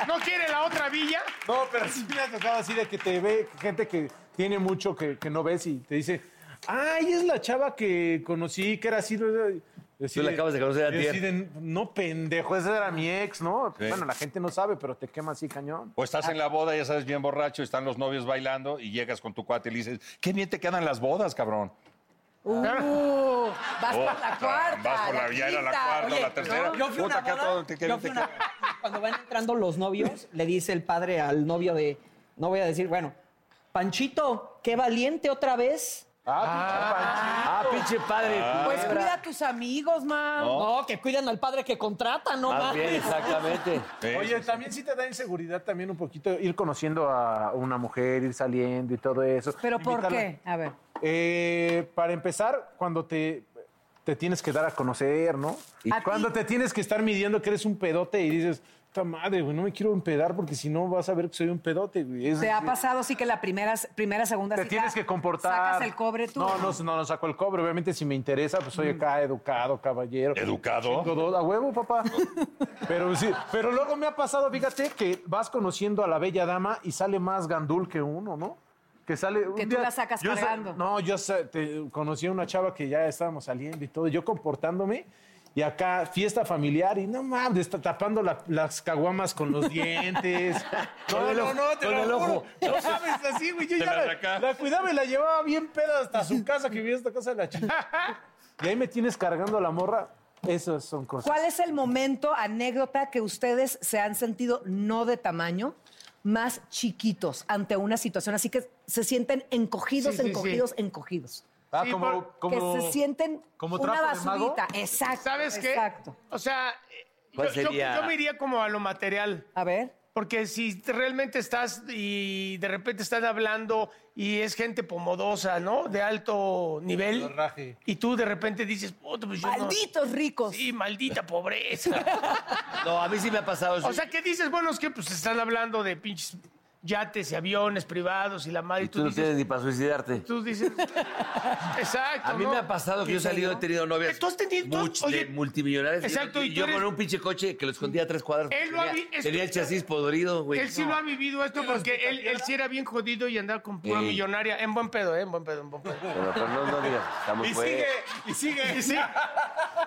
[SPEAKER 5] ¿No quiere la otra villa?
[SPEAKER 9] No, pero sí me ha tocado así de que te ve gente que tiene mucho que, que no ves y te dice, ay, es la chava que conocí, que era así. ¿no? Decide-
[SPEAKER 6] Tú la acabas de conocer antier.
[SPEAKER 9] deciden, no, pendejo, esa era mi ex, ¿no? Bueno, la gente no sabe, pero te quema así cañón.
[SPEAKER 4] O
[SPEAKER 7] Ah.
[SPEAKER 4] estás en la boda, ya sabes, bien borracho, están los novios bailando y llegas con tu cuate y le dices, qué bien te quedan las bodas, cabrón.
[SPEAKER 7] Uh, vas
[SPEAKER 4] Oh,
[SPEAKER 7] por la cuarta.
[SPEAKER 4] vas por la- ya era la
[SPEAKER 7] quinta.
[SPEAKER 4] cuarta,
[SPEAKER 7] Oye,
[SPEAKER 4] la tercera.
[SPEAKER 8] Yo fui a una
[SPEAKER 4] Puta, acá todo
[SPEAKER 8] boda,
[SPEAKER 4] te quiere-
[SPEAKER 8] yo fui
[SPEAKER 4] te
[SPEAKER 8] a una
[SPEAKER 4] quiere.
[SPEAKER 8] boda, y Cuando van entrando los novios, le dice el padre al novio de... No voy a decir, bueno, Panchito, qué valiente otra vez.
[SPEAKER 6] Ah, pinche padre.
[SPEAKER 7] Pues
[SPEAKER 6] culebra.
[SPEAKER 7] cuida a tus amigos, man.
[SPEAKER 8] No, que cuidan al padre que contrata, no
[SPEAKER 6] Más bien,
[SPEAKER 8] mames.
[SPEAKER 6] exactamente.
[SPEAKER 4] Sí,
[SPEAKER 9] Oye,
[SPEAKER 4] sí,
[SPEAKER 9] también sí te da inseguridad también un poquito ir conociendo a una mujer, ir saliendo y todo eso.
[SPEAKER 7] ¿Pero por
[SPEAKER 9] Invitarla.
[SPEAKER 7] qué? A ver.
[SPEAKER 9] Eh, para empezar, cuando te, te tienes que dar a conocer, ¿no? Y
[SPEAKER 7] ¿A
[SPEAKER 9] cuando
[SPEAKER 7] ti?
[SPEAKER 9] te tienes que estar midiendo que eres un pedote y dices, puta madre, güey, no me quiero empedar porque si no vas a ver que soy un pedote, güey. Es-
[SPEAKER 7] ¿Te ha pasado sí que la primera, primera segunda
[SPEAKER 9] Te
[SPEAKER 7] cita
[SPEAKER 9] tienes que comportar.
[SPEAKER 7] Sacas el cobre tú. Mm.
[SPEAKER 9] No, no, no, no saco el cobre. Obviamente, si me interesa, pues soy acá educado, caballero.
[SPEAKER 4] ¿Educado?
[SPEAKER 9] Todo, a huevo, papá. pero sí, pero luego me ha pasado, fíjate, que vas conociendo a la bella dama y sale más gandul que uno, ¿no? Que sale. un
[SPEAKER 7] Que tú la sacas
[SPEAKER 9] yo sa-
[SPEAKER 7] cargando.
[SPEAKER 9] no, yo sa- te- conocí a una chava que ya estábamos saliendo y todo, yo comportándome. Y acá, fiesta familiar, y no mames, está tapando la- las caguamas con los dientes.
[SPEAKER 6] Con el ojo, con el ojo.
[SPEAKER 9] No sabes, así, güey. Yo
[SPEAKER 4] Te
[SPEAKER 9] ya
[SPEAKER 4] la
[SPEAKER 9] la,
[SPEAKER 4] saca.
[SPEAKER 9] la cuidaba y la llevaba bien peda hasta su casa, que vivía hasta casa de la chica. Y ahí me tienes cargando a la morra. Esas son cosas.
[SPEAKER 7] ¿Cuál es el momento, anécdota, que ustedes se han sentido no de tamaño, más chiquitos ante una situación? Así que se sienten encogidos,
[SPEAKER 5] Sí, sí, sí.
[SPEAKER 7] encogidos, encogidos.
[SPEAKER 9] Ah,
[SPEAKER 5] Sí,
[SPEAKER 9] como,
[SPEAKER 5] por-
[SPEAKER 9] como-
[SPEAKER 7] que se sienten
[SPEAKER 9] como
[SPEAKER 7] una
[SPEAKER 9] trapo de mago.
[SPEAKER 7] basurita. Exacto.
[SPEAKER 5] ¿Sabes qué?
[SPEAKER 7] Exacto.
[SPEAKER 5] O sea, yo,
[SPEAKER 6] ¿Cuál
[SPEAKER 5] yo-
[SPEAKER 6] sería?
[SPEAKER 5] yo me iría como a lo material.
[SPEAKER 7] A ver.
[SPEAKER 5] Porque si te- realmente estás y de repente están hablando y es gente pomodosa, ¿no? De alto nivel.
[SPEAKER 9] Raje.
[SPEAKER 5] Y tú de repente dices, "Puta, pues yo no".
[SPEAKER 7] Malditos ricos.
[SPEAKER 5] Sí, maldita pobreza.
[SPEAKER 6] No, a mí sí me ha pasado eso.
[SPEAKER 5] o sea, ¿qué dices? Bueno, es que pues están hablando de pinches yates y aviones privados y la madre.
[SPEAKER 6] y
[SPEAKER 5] Y
[SPEAKER 6] tú
[SPEAKER 5] tú,
[SPEAKER 6] no
[SPEAKER 5] dices,
[SPEAKER 6] tienes ni para suicidarte.
[SPEAKER 5] tú dices, exacto.
[SPEAKER 6] A mí
[SPEAKER 5] ¿no? Eh,
[SPEAKER 6] me ha pasado que yo he salido, he tenido novias
[SPEAKER 5] Tú has tenido- tú-
[SPEAKER 6] much- de
[SPEAKER 5] oye,
[SPEAKER 6] multimillonarias.
[SPEAKER 5] exacto, y
[SPEAKER 6] y
[SPEAKER 5] tú
[SPEAKER 6] yo
[SPEAKER 5] eres-
[SPEAKER 6] con un pinche coche que lo escondía a tres cuadras.
[SPEAKER 5] Él lo ha
[SPEAKER 6] tenía,
[SPEAKER 5] vi- es-
[SPEAKER 6] tenía el chasis podrido, güey.
[SPEAKER 5] Él sí lo ha vivido esto porque él, él sí era bien jodido y andaba con pura
[SPEAKER 6] Ey.
[SPEAKER 5] millonaria. En buen pedo, ¿eh? En buen pedo, en buen pedo.
[SPEAKER 6] Pero, pero no, no digas, estamos
[SPEAKER 9] Y
[SPEAKER 6] fuera.
[SPEAKER 9] sigue, y sigue.
[SPEAKER 5] Sí, sí.
[SPEAKER 7] Pero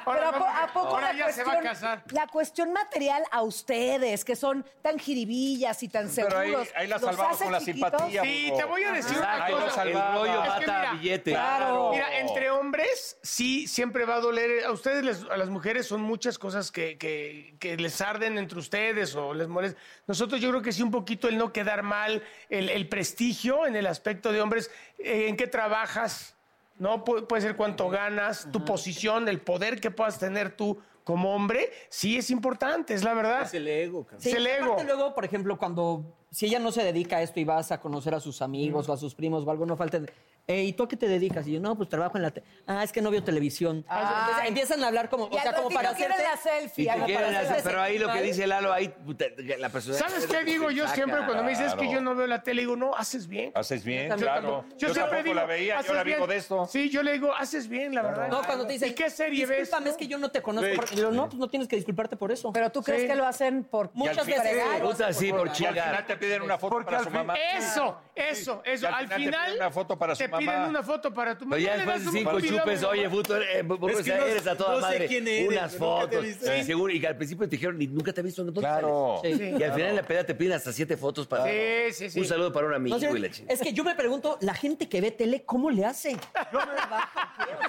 [SPEAKER 5] Ahora,
[SPEAKER 7] ¿a, po-
[SPEAKER 5] vamos,
[SPEAKER 7] a poco
[SPEAKER 5] ahora
[SPEAKER 7] la
[SPEAKER 5] ya se
[SPEAKER 7] cuestión,
[SPEAKER 5] va a casar.
[SPEAKER 7] La cuestión material a ustedes, que son tan jiribillas y tan seguros.
[SPEAKER 4] Pero ahí, ahí la
[SPEAKER 7] ¿los
[SPEAKER 4] salvamos
[SPEAKER 7] hace
[SPEAKER 4] con la
[SPEAKER 7] chiquitos?
[SPEAKER 4] simpatía.
[SPEAKER 5] Sí,
[SPEAKER 4] burro.
[SPEAKER 5] te voy a decir una
[SPEAKER 6] Exacto,
[SPEAKER 5] cosa.
[SPEAKER 6] el rollo
[SPEAKER 5] Es que
[SPEAKER 6] mata
[SPEAKER 5] mira,
[SPEAKER 6] billete.
[SPEAKER 7] Claro.
[SPEAKER 5] Mira, entre hombres sí siempre va a doler. A ustedes, les- a las mujeres, son muchas cosas que, que- que les arden entre ustedes o les molestan. Nosotros yo creo que sí un poquito el no quedar mal, el, el prestigio en el aspecto de hombres, eh, en qué trabajas, ¿no? Pu- puede ser cuánto ganas, tu posición, el poder que puedas tener tú como hombre, sí es importante, es la verdad.
[SPEAKER 9] el ego, cabrón.
[SPEAKER 5] Sí, es el ego.
[SPEAKER 8] aparte luego, por ejemplo, cuando si ella no se dedica a esto y vas a conocer a sus amigos o a sus primos o algo, no falta. "Eh, ¿Y tú a qué te dedicas? Y yo, no, pues trabajo en la... te-". ah, es que no veo televisión.
[SPEAKER 7] Ah.
[SPEAKER 8] Entonces, empiezan a hablar como...
[SPEAKER 7] Y
[SPEAKER 8] o sea,
[SPEAKER 7] al
[SPEAKER 8] como
[SPEAKER 7] ratito
[SPEAKER 8] para
[SPEAKER 7] quieren
[SPEAKER 8] hacerte...
[SPEAKER 7] la selfie.
[SPEAKER 6] Y
[SPEAKER 7] al
[SPEAKER 6] te quieren
[SPEAKER 7] ratito
[SPEAKER 6] hacer-
[SPEAKER 7] quieren
[SPEAKER 6] pero ahí lo que
[SPEAKER 8] ¿vale?
[SPEAKER 6] dice Lalo, ahí puta, la persona.
[SPEAKER 5] ¿Sabes qué digo? Yo siempre cuando me dices que yo no veo la tele, digo, no, haces bien.
[SPEAKER 4] Haces bien,
[SPEAKER 8] Yo
[SPEAKER 4] claro.
[SPEAKER 8] tampoco-
[SPEAKER 4] Yo, tampoco la veía, yo
[SPEAKER 5] haces
[SPEAKER 4] la vivo
[SPEAKER 5] bien.
[SPEAKER 4] de esto.
[SPEAKER 5] Sí, yo le digo, haces bien, la verdad.
[SPEAKER 8] No, cuando te dicen...
[SPEAKER 5] ¿Y qué serie ves?
[SPEAKER 8] Discúlpame, es que yo no te conozco.
[SPEAKER 9] Güey.
[SPEAKER 8] por-". Y yo, no, pues no tienes que disculparte por eso.
[SPEAKER 7] Pero tú crees
[SPEAKER 5] Sí.
[SPEAKER 7] que lo hacen por
[SPEAKER 8] Muchas
[SPEAKER 7] por
[SPEAKER 8] veces-
[SPEAKER 7] fregar,
[SPEAKER 6] Puta,
[SPEAKER 8] por
[SPEAKER 6] sí, por
[SPEAKER 8] favor.
[SPEAKER 4] Y al final
[SPEAKER 6] chingar.
[SPEAKER 4] te piden una foto para su mamá.
[SPEAKER 5] Eso, eso, eso.
[SPEAKER 4] al
[SPEAKER 5] Al
[SPEAKER 4] final te
[SPEAKER 5] final.
[SPEAKER 4] piden una foto para
[SPEAKER 5] te
[SPEAKER 4] su
[SPEAKER 5] piden
[SPEAKER 4] mamá.
[SPEAKER 5] una foto para tu mamá.
[SPEAKER 6] Pero ya
[SPEAKER 5] le
[SPEAKER 6] después
[SPEAKER 5] das
[SPEAKER 6] de
[SPEAKER 5] un
[SPEAKER 6] cinco
[SPEAKER 5] video a mi
[SPEAKER 6] chupes,
[SPEAKER 5] mamá.
[SPEAKER 6] oye, puto, eh,
[SPEAKER 4] pues,
[SPEAKER 6] Burro,
[SPEAKER 9] Es que
[SPEAKER 6] o sea,
[SPEAKER 9] no-
[SPEAKER 6] eres a toda
[SPEAKER 9] no sé
[SPEAKER 6] madre.
[SPEAKER 9] quién eres,
[SPEAKER 6] Unas
[SPEAKER 9] pero nunca te
[SPEAKER 6] fotos.
[SPEAKER 9] he visto.
[SPEAKER 6] sí, seguro, y que al principio te dijeron, ni nunca te he visto. ¿dónde
[SPEAKER 4] Claro.
[SPEAKER 6] sales?
[SPEAKER 8] Sí.
[SPEAKER 6] Y al final en la peda te piden hasta siete fotos para.
[SPEAKER 5] Sí, sí, sí.
[SPEAKER 6] Un saludo para un amigo
[SPEAKER 8] No, señor,
[SPEAKER 6] y la chingada.
[SPEAKER 8] es que yo me pregunto, la gente que ve tele, ¿cómo le hace? Yo no,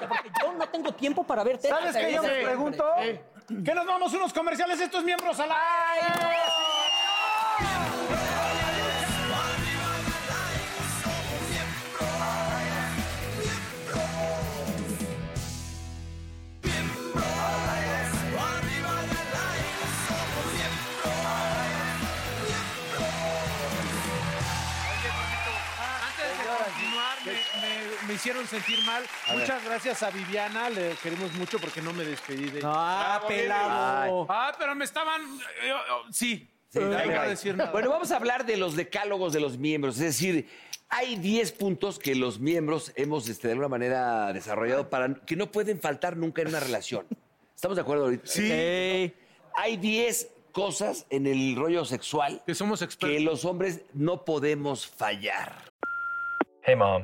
[SPEAKER 8] porque yo no tengo tiempo para ver tele.
[SPEAKER 3] ¿Sabes qué yo me
[SPEAKER 5] Sí.
[SPEAKER 3] pregunto? ¿Qué nos vamos unos comerciales estos miembros al aire?
[SPEAKER 9] Antes de continuar, me, me- me hicieron sentir mal. Muchas gracias a Viviana, le queremos mucho porque no me despedí de ella.
[SPEAKER 8] Ah, pelado.
[SPEAKER 9] Ah, pero me estaban. eh, eh, sí.
[SPEAKER 6] Sí,
[SPEAKER 9] no
[SPEAKER 6] dale,
[SPEAKER 9] iba a
[SPEAKER 6] bye.
[SPEAKER 9] decir nada.
[SPEAKER 6] Bueno, vamos a hablar de los decálogos de los miembros. Es decir, hay 10 puntos que los miembros hemos este, de alguna manera desarrollado para que no pueden faltar nunca en una relación. ¿Estamos de acuerdo ahorita? Sí. Hay 10 cosas en el rollo sexual
[SPEAKER 9] que somos
[SPEAKER 6] que
[SPEAKER 9] expertos.
[SPEAKER 6] los hombres no podemos fallar.
[SPEAKER 10] Hey, Mom.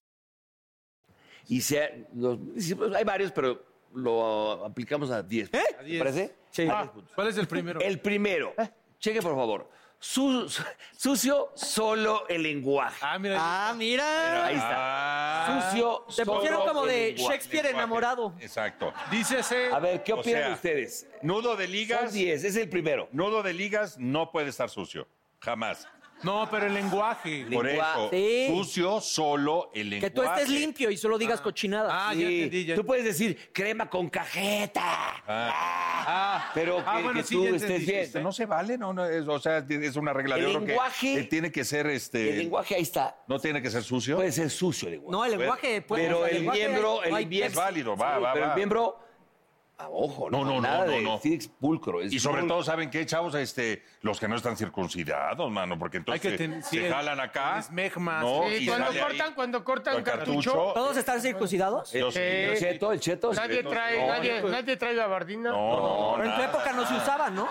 [SPEAKER 6] Y sea, los- hay varios, pero lo aplicamos a 10.
[SPEAKER 8] ¿Eh?
[SPEAKER 6] ¿Te parece?
[SPEAKER 8] Sí.
[SPEAKER 6] A 10 puntos.
[SPEAKER 9] Ah, ¿Cuál es el primero? ¿Eh?
[SPEAKER 6] El primero. Cheque, por favor. Su- su- sucio, solo el lenguaje.
[SPEAKER 9] Ah, mira. Ah.
[SPEAKER 8] Ah, mira.
[SPEAKER 6] Ahí está.
[SPEAKER 4] ah,
[SPEAKER 6] Sucio,
[SPEAKER 8] Te
[SPEAKER 6] solo
[SPEAKER 8] pusieron como
[SPEAKER 6] el
[SPEAKER 8] de
[SPEAKER 6] lenguaje.
[SPEAKER 8] Shakespeare enamorado.
[SPEAKER 4] Exacto.
[SPEAKER 9] Dícese.
[SPEAKER 6] A ver, ¿qué
[SPEAKER 4] O
[SPEAKER 6] opinan
[SPEAKER 4] sea,
[SPEAKER 6] ustedes?
[SPEAKER 4] Nudo de
[SPEAKER 6] Son
[SPEAKER 4] ligas.
[SPEAKER 6] 10, es el primero.
[SPEAKER 4] Nudo de ligas no puede estar sucio. Jamás.
[SPEAKER 9] No, pero el lenguaje.
[SPEAKER 4] Por eso,
[SPEAKER 8] Sí.
[SPEAKER 4] sucio solo el lenguaje.
[SPEAKER 8] Que tú estés limpio y solo digas cochinada.
[SPEAKER 9] Ah, ya
[SPEAKER 6] Sí.
[SPEAKER 9] entendí. Ya
[SPEAKER 6] Tú puedes decir crema con cajeta. Ah, pero que,
[SPEAKER 9] Ah,
[SPEAKER 6] que
[SPEAKER 9] bueno, sí,
[SPEAKER 6] tú
[SPEAKER 9] ya
[SPEAKER 6] estés
[SPEAKER 9] entendí.
[SPEAKER 6] bien.
[SPEAKER 4] Este, no se vale, no, no es, o sea, es una regla
[SPEAKER 6] El
[SPEAKER 4] de oro que-
[SPEAKER 6] lenguaje-
[SPEAKER 4] que tiene que ser este
[SPEAKER 6] El lenguaje ahí está.
[SPEAKER 4] no tiene que ser sucio.
[SPEAKER 6] Puede ser sucio el lenguaje.
[SPEAKER 8] No, el lenguaje puede
[SPEAKER 6] pero el
[SPEAKER 8] lenguaje-
[SPEAKER 6] miembro, el
[SPEAKER 8] no hay
[SPEAKER 6] miembro
[SPEAKER 4] es válido, va, va,
[SPEAKER 6] Pero
[SPEAKER 4] va.
[SPEAKER 6] el miembro, ah, ojo, no,
[SPEAKER 4] No, no, no,
[SPEAKER 6] nada
[SPEAKER 4] no,
[SPEAKER 6] de
[SPEAKER 4] no.
[SPEAKER 6] decir pulcro. es
[SPEAKER 4] y sobre
[SPEAKER 6] pulcro.
[SPEAKER 4] todo, ¿saben qué, chavos? Este, los que no están circuncidados, mano, porque
[SPEAKER 9] Hay
[SPEAKER 4] entonces
[SPEAKER 9] que
[SPEAKER 4] se,
[SPEAKER 9] ten- sí, el-
[SPEAKER 4] jalan acá.
[SPEAKER 9] el esmegma,
[SPEAKER 4] ¿no?
[SPEAKER 5] Sí,
[SPEAKER 4] Y
[SPEAKER 5] cuando
[SPEAKER 4] sale ahí
[SPEAKER 5] cortan, cuando cortan
[SPEAKER 4] con
[SPEAKER 5] cartucho.
[SPEAKER 4] cartucho.
[SPEAKER 8] ¿Todos están
[SPEAKER 6] Eh,
[SPEAKER 8] circuncidados?
[SPEAKER 4] Dios mío.
[SPEAKER 6] El
[SPEAKER 5] Sí.
[SPEAKER 6] cheto, el cheto.
[SPEAKER 5] Nadie
[SPEAKER 6] no,
[SPEAKER 5] trae,
[SPEAKER 6] no,
[SPEAKER 5] nadie, nadie trae gabardina.
[SPEAKER 4] No, no,
[SPEAKER 8] Pero en tu
[SPEAKER 4] nada.
[SPEAKER 8] época no se usaba, ¿no?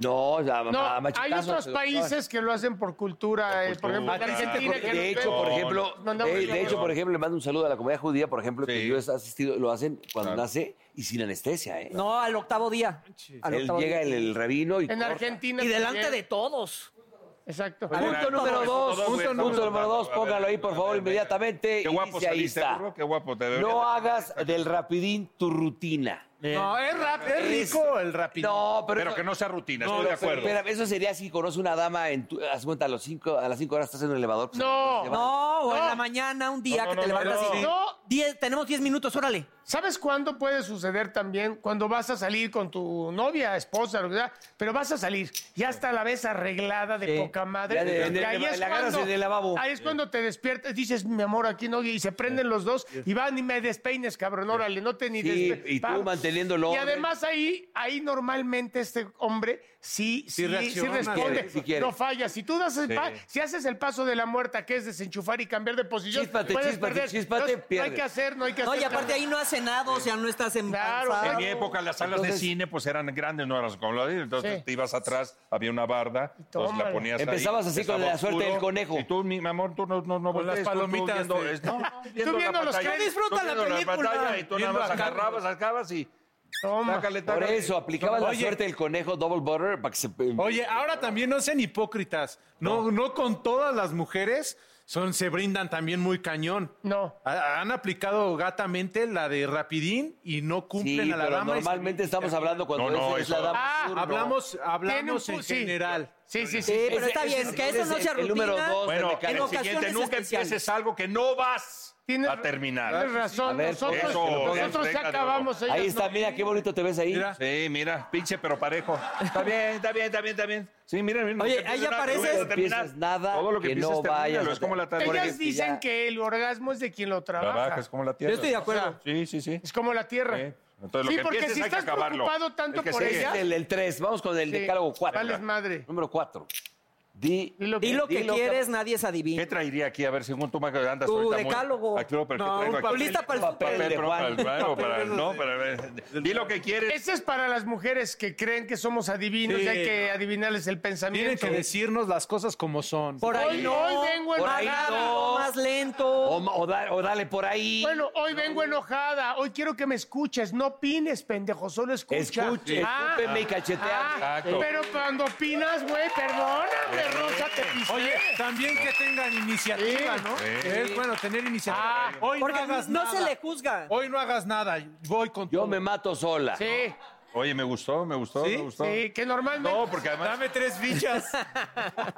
[SPEAKER 6] No, ya,
[SPEAKER 5] No,
[SPEAKER 6] mamá,
[SPEAKER 5] hay
[SPEAKER 6] machucazo,
[SPEAKER 5] otros
[SPEAKER 6] se lo-
[SPEAKER 5] países que lo hacen por cultura, eh, por ejemplo, en
[SPEAKER 4] cultura.
[SPEAKER 5] Argentina.
[SPEAKER 4] Sí,
[SPEAKER 5] que
[SPEAKER 6] De
[SPEAKER 5] nos
[SPEAKER 6] hecho,
[SPEAKER 5] ven.
[SPEAKER 6] por ejemplo, eh,
[SPEAKER 5] mandamos
[SPEAKER 6] de,
[SPEAKER 5] la
[SPEAKER 6] de hecho, por ejemplo, le mando un saludo a la comunidad judía, por ejemplo, que
[SPEAKER 4] Sí.
[SPEAKER 6] yo he asistido, lo hacen cuando
[SPEAKER 4] Claro.
[SPEAKER 6] nace y sin anestesia, ¿eh?
[SPEAKER 8] No, al octavo día. Al
[SPEAKER 6] Él
[SPEAKER 8] octavo
[SPEAKER 6] llega
[SPEAKER 8] día.
[SPEAKER 6] el, el rabino y.
[SPEAKER 5] En
[SPEAKER 6] corta.
[SPEAKER 5] Argentina.
[SPEAKER 8] Y delante de
[SPEAKER 5] también.
[SPEAKER 8] todos.
[SPEAKER 5] Exacto.
[SPEAKER 6] Punto número dos.
[SPEAKER 4] Todo, güey,
[SPEAKER 6] Punto,
[SPEAKER 4] estamos
[SPEAKER 6] punto número
[SPEAKER 4] tratando.
[SPEAKER 6] dos,
[SPEAKER 4] A ver,
[SPEAKER 6] póngalo ahí, por
[SPEAKER 4] venga,
[SPEAKER 6] favor,
[SPEAKER 4] venga.
[SPEAKER 6] inmediatamente.
[SPEAKER 4] Qué
[SPEAKER 6] y
[SPEAKER 4] guapo
[SPEAKER 6] dice, ahí
[SPEAKER 4] saliste,
[SPEAKER 6] está.
[SPEAKER 4] burro, qué guapo te veo.
[SPEAKER 6] No hagas del rapidín tu rutina.
[SPEAKER 9] No, es, rap- es rico el rapidito.
[SPEAKER 6] No, pero.
[SPEAKER 4] Pero
[SPEAKER 6] eso-
[SPEAKER 4] que no sea rutina,
[SPEAKER 6] No,
[SPEAKER 4] estoy Eh. de
[SPEAKER 6] pero-
[SPEAKER 4] acuerdo.
[SPEAKER 6] pero eso sería si conoce una dama en tu, haz cuenta, a, los cinco, a las 5 horas estás en un elevador. pues,
[SPEAKER 5] No,
[SPEAKER 6] se va-
[SPEAKER 8] No, o en
[SPEAKER 5] No.
[SPEAKER 8] la mañana, un día
[SPEAKER 4] No,
[SPEAKER 8] que
[SPEAKER 4] no,
[SPEAKER 8] te
[SPEAKER 4] no,
[SPEAKER 8] levantas
[SPEAKER 4] no,
[SPEAKER 8] y
[SPEAKER 5] no.
[SPEAKER 8] Diez- tenemos 10 minutos, órale.
[SPEAKER 5] ¿Sabes cuándo puede suceder también? Cuando vas a salir con tu novia, esposa, lo que sea, pero vas a salir. Ya está la vez arreglada de
[SPEAKER 8] Sí.
[SPEAKER 5] poca madre.
[SPEAKER 6] Ya de- en el
[SPEAKER 5] y ahí
[SPEAKER 6] lava-
[SPEAKER 5] es
[SPEAKER 6] la agarras
[SPEAKER 5] cuando-
[SPEAKER 6] en el lavabo.
[SPEAKER 5] Ahí es cuando te despiertas, dices, mi amor, aquí no, y se prenden los dos, y van y me despeines, cabrón, órale, no te ni
[SPEAKER 6] Sí,
[SPEAKER 5] despe-
[SPEAKER 6] y tú
[SPEAKER 5] Vamos.
[SPEAKER 6] manteniendo el
[SPEAKER 5] Y
[SPEAKER 6] orden.
[SPEAKER 5] además ahí, ahí normalmente este hombre sí, sí, sí
[SPEAKER 9] reacciona,
[SPEAKER 5] responde.
[SPEAKER 6] quiere, sí quiere.
[SPEAKER 5] No falla. Si tú das el pa- si haces el paso de la muerta, que es desenchufar y cambiar de posición,
[SPEAKER 6] Chíspate,
[SPEAKER 5] puedes
[SPEAKER 6] chíspate,
[SPEAKER 5] perder.
[SPEAKER 6] chíspate,
[SPEAKER 5] Entonces, no hay
[SPEAKER 6] pierdes.
[SPEAKER 5] que hacer, no hay que
[SPEAKER 8] No,
[SPEAKER 5] hacer.
[SPEAKER 8] y aparte
[SPEAKER 5] nada.
[SPEAKER 8] ahí no has cenado, o sea, no estás en
[SPEAKER 5] Claro,
[SPEAKER 8] cansado.
[SPEAKER 4] En mi
[SPEAKER 5] Claro.
[SPEAKER 4] época las salas
[SPEAKER 6] Entonces-
[SPEAKER 4] de cine pues eran grandes, no eran como la de entonces
[SPEAKER 5] Sí.
[SPEAKER 4] te ibas atrás, había una barda, entonces Pues la
[SPEAKER 5] tómala.
[SPEAKER 4] ponías ahí,
[SPEAKER 6] Empezabas así con
[SPEAKER 4] estaba
[SPEAKER 6] la suerte del conejo.
[SPEAKER 4] Y tú, mi mi amor, tú no no no
[SPEAKER 9] Con
[SPEAKER 4] voltees,
[SPEAKER 9] las
[SPEAKER 4] tú- tú
[SPEAKER 9] palomitas
[SPEAKER 4] viendo-
[SPEAKER 9] de-
[SPEAKER 4] es- no, no,
[SPEAKER 5] viendo
[SPEAKER 4] la
[SPEAKER 5] los
[SPEAKER 4] pantalla,
[SPEAKER 5] que-
[SPEAKER 8] disfruta
[SPEAKER 4] tú
[SPEAKER 8] la
[SPEAKER 4] viendo
[SPEAKER 8] película.
[SPEAKER 4] pantalla y tú nada
[SPEAKER 9] Viendo
[SPEAKER 4] más
[SPEAKER 9] acá.
[SPEAKER 4] agarrabas, sacabas y
[SPEAKER 3] Sácale,
[SPEAKER 6] Por
[SPEAKER 3] sácale.
[SPEAKER 6] eso, aplicaba la
[SPEAKER 9] Oye.
[SPEAKER 6] suerte del conejo double butter para que se...
[SPEAKER 9] Oye,
[SPEAKER 4] ah,
[SPEAKER 9] ahora también no sean hipócritas. No, no, con todas las mujeres son, se brindan también muy cañón.
[SPEAKER 5] No.
[SPEAKER 9] Han aplicado gatamente la de rapidín y no cumplen
[SPEAKER 6] Sí,
[SPEAKER 9] a la
[SPEAKER 6] pero
[SPEAKER 9] dama. y se
[SPEAKER 6] normalmente
[SPEAKER 9] brindan.
[SPEAKER 6] estamos hablando cuando No, no, es- es la eso- dama
[SPEAKER 9] Ah,
[SPEAKER 6] sur, no.
[SPEAKER 9] hablamos,
[SPEAKER 6] Tiene un
[SPEAKER 9] hablamos
[SPEAKER 6] pu-
[SPEAKER 9] en
[SPEAKER 6] sí.
[SPEAKER 9] general.
[SPEAKER 5] Sí, sí,
[SPEAKER 6] sí.
[SPEAKER 8] pero está bien, que eso no sea
[SPEAKER 6] el número
[SPEAKER 8] rutina.
[SPEAKER 6] dos
[SPEAKER 4] Bueno,
[SPEAKER 6] de
[SPEAKER 4] en
[SPEAKER 6] Mecánica.
[SPEAKER 4] el siguiente nunca empieces algo que no vas
[SPEAKER 5] Tienes-
[SPEAKER 4] a terminar.
[SPEAKER 5] tienes razón, A ver, nosotros-
[SPEAKER 4] Eso,
[SPEAKER 5] nosotros
[SPEAKER 4] es,
[SPEAKER 5] ya
[SPEAKER 4] venga,
[SPEAKER 5] acabamos,
[SPEAKER 4] luego.
[SPEAKER 5] ellas Ahí está, no.
[SPEAKER 6] mira qué bonito te ves ahí.
[SPEAKER 4] Sí, mira, pinche pero parejo. Está bien, está bien, está bien, está bien. Sí, mira, mira.
[SPEAKER 6] Oye,
[SPEAKER 4] nunca
[SPEAKER 6] ahí
[SPEAKER 4] empiezas nada, nunca vas a
[SPEAKER 6] apareces- No empiezas
[SPEAKER 4] terminar.
[SPEAKER 6] nada
[SPEAKER 4] Todo lo que,
[SPEAKER 6] que
[SPEAKER 4] empiezas,
[SPEAKER 6] no vayas
[SPEAKER 4] termínalo,
[SPEAKER 6] a
[SPEAKER 4] Es como la tarea.
[SPEAKER 5] Ellas dicen que el orgasmo es de quien lo trabaja.
[SPEAKER 4] Trabajas como la tierra. sí, sí, sí.
[SPEAKER 5] Es como la tierra.
[SPEAKER 4] Entonces, lo
[SPEAKER 5] sí,
[SPEAKER 4] que
[SPEAKER 5] porque
[SPEAKER 4] empieces
[SPEAKER 5] si
[SPEAKER 4] hay que
[SPEAKER 5] estás
[SPEAKER 4] acabarlo.
[SPEAKER 5] preocupado tanto
[SPEAKER 4] El que
[SPEAKER 5] por
[SPEAKER 4] sigue.
[SPEAKER 5] ella.
[SPEAKER 6] El 3, vamos con el
[SPEAKER 5] Sí.
[SPEAKER 6] decálogo 4.
[SPEAKER 5] Vales madre.
[SPEAKER 6] Número 4. Di,
[SPEAKER 5] lo
[SPEAKER 8] Di lo que quieres, nadie se adivina.
[SPEAKER 4] ¿Qué traería aquí? A ver, según tú, Maca, andas
[SPEAKER 8] Tu
[SPEAKER 4] ahorita muy-
[SPEAKER 8] decálogo.
[SPEAKER 4] Aquí, pero ¿qué
[SPEAKER 8] No,
[SPEAKER 4] traigo
[SPEAKER 8] un
[SPEAKER 4] aquí?
[SPEAKER 8] papel- lista para el
[SPEAKER 4] papel de
[SPEAKER 8] súper. de Juan.
[SPEAKER 4] Juan. Bueno,
[SPEAKER 8] Papel
[SPEAKER 4] para,
[SPEAKER 8] de-
[SPEAKER 4] no, para ver. Di lo que quieres.
[SPEAKER 5] Ese es para las mujeres que creen que somos adivinos
[SPEAKER 9] Sí,
[SPEAKER 5] y hay que adivinarles el pensamiento.
[SPEAKER 9] Tienen que decirnos las cosas como son.
[SPEAKER 8] Por ahí
[SPEAKER 5] hoy,
[SPEAKER 8] no.
[SPEAKER 5] hoy vengo
[SPEAKER 8] por ahí
[SPEAKER 5] enojada.
[SPEAKER 8] no. Más lento.
[SPEAKER 6] O, ma- o da- o dale por ahí.
[SPEAKER 5] Bueno, hoy vengo enojada. Hoy quiero que me escuches. No opines, pendejo. Solo escucha. Ah,
[SPEAKER 6] Escuche, escúpeme y cacheteame. Exacto.
[SPEAKER 5] Pero cuando opinas, güey, perdóname, Rosa, te pisé.
[SPEAKER 9] Oye, también que tengan iniciativa,
[SPEAKER 5] Sí.
[SPEAKER 9] ¿no?
[SPEAKER 5] Sí.
[SPEAKER 9] Es bueno tener iniciativa.
[SPEAKER 5] Ah,
[SPEAKER 9] Hoy
[SPEAKER 8] Porque
[SPEAKER 9] no hagas
[SPEAKER 8] no
[SPEAKER 9] nada.
[SPEAKER 8] se le juzga.
[SPEAKER 9] Hoy no hagas nada. Voy con
[SPEAKER 6] Yo
[SPEAKER 9] todo.
[SPEAKER 6] me mato sola.
[SPEAKER 5] Sí,
[SPEAKER 4] Oye, me gustó, me gustó,
[SPEAKER 9] ¿Sí?
[SPEAKER 4] me gustó.
[SPEAKER 5] sí, que normalmente...
[SPEAKER 4] No, porque además.
[SPEAKER 9] Dame tres fichas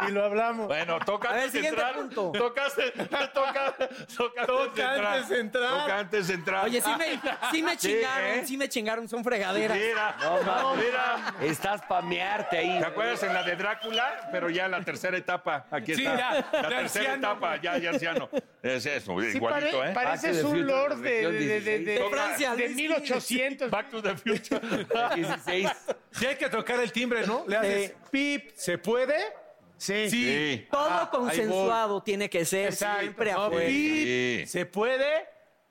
[SPEAKER 9] y lo hablamos.
[SPEAKER 4] Bueno, toca
[SPEAKER 8] A ver,
[SPEAKER 4] antes de
[SPEAKER 8] siguiente
[SPEAKER 4] entrar.
[SPEAKER 8] punto.
[SPEAKER 4] Tocas, toca, toca,
[SPEAKER 9] Toca antes de entrar.
[SPEAKER 4] Toca antes de entrar.
[SPEAKER 8] Oye, sí me, sí
[SPEAKER 4] Sí,
[SPEAKER 8] me chingaron,
[SPEAKER 4] ¿eh?
[SPEAKER 8] sí me chingaron, son fregaderas.
[SPEAKER 4] Mira, mira.
[SPEAKER 6] Estás pamearte ahí.
[SPEAKER 4] ¿Te acuerdas en la de Drácula? Pero ya la tercera etapa. Aquí
[SPEAKER 9] Sí,
[SPEAKER 4] está.
[SPEAKER 9] ya,
[SPEAKER 4] la
[SPEAKER 9] de
[SPEAKER 4] tercera
[SPEAKER 9] anciano.
[SPEAKER 4] etapa, ya, ya anciano. Es eso,
[SPEAKER 5] Sí,
[SPEAKER 4] igualito,
[SPEAKER 5] pare-
[SPEAKER 4] ¿eh?
[SPEAKER 6] Back to
[SPEAKER 5] pareces
[SPEAKER 6] the
[SPEAKER 5] un
[SPEAKER 6] Future,
[SPEAKER 5] lord de,
[SPEAKER 6] región
[SPEAKER 5] de, de, de,
[SPEAKER 6] 16.
[SPEAKER 5] de-
[SPEAKER 8] De Francia,
[SPEAKER 5] de
[SPEAKER 8] Luis
[SPEAKER 5] 1800.
[SPEAKER 4] Back to the future.
[SPEAKER 6] 16.
[SPEAKER 9] Si hay que tocar el timbre, ¿no? Le haces pip, ¿se puede?
[SPEAKER 5] Sí.
[SPEAKER 4] Sí.
[SPEAKER 8] Todo
[SPEAKER 9] Ah, ahí
[SPEAKER 8] consensuado tiene que ser
[SPEAKER 9] Exacto.
[SPEAKER 8] siempre
[SPEAKER 9] No, pues,
[SPEAKER 8] a fuerza.
[SPEAKER 9] pip,
[SPEAKER 4] Sí.
[SPEAKER 9] ¿se puede?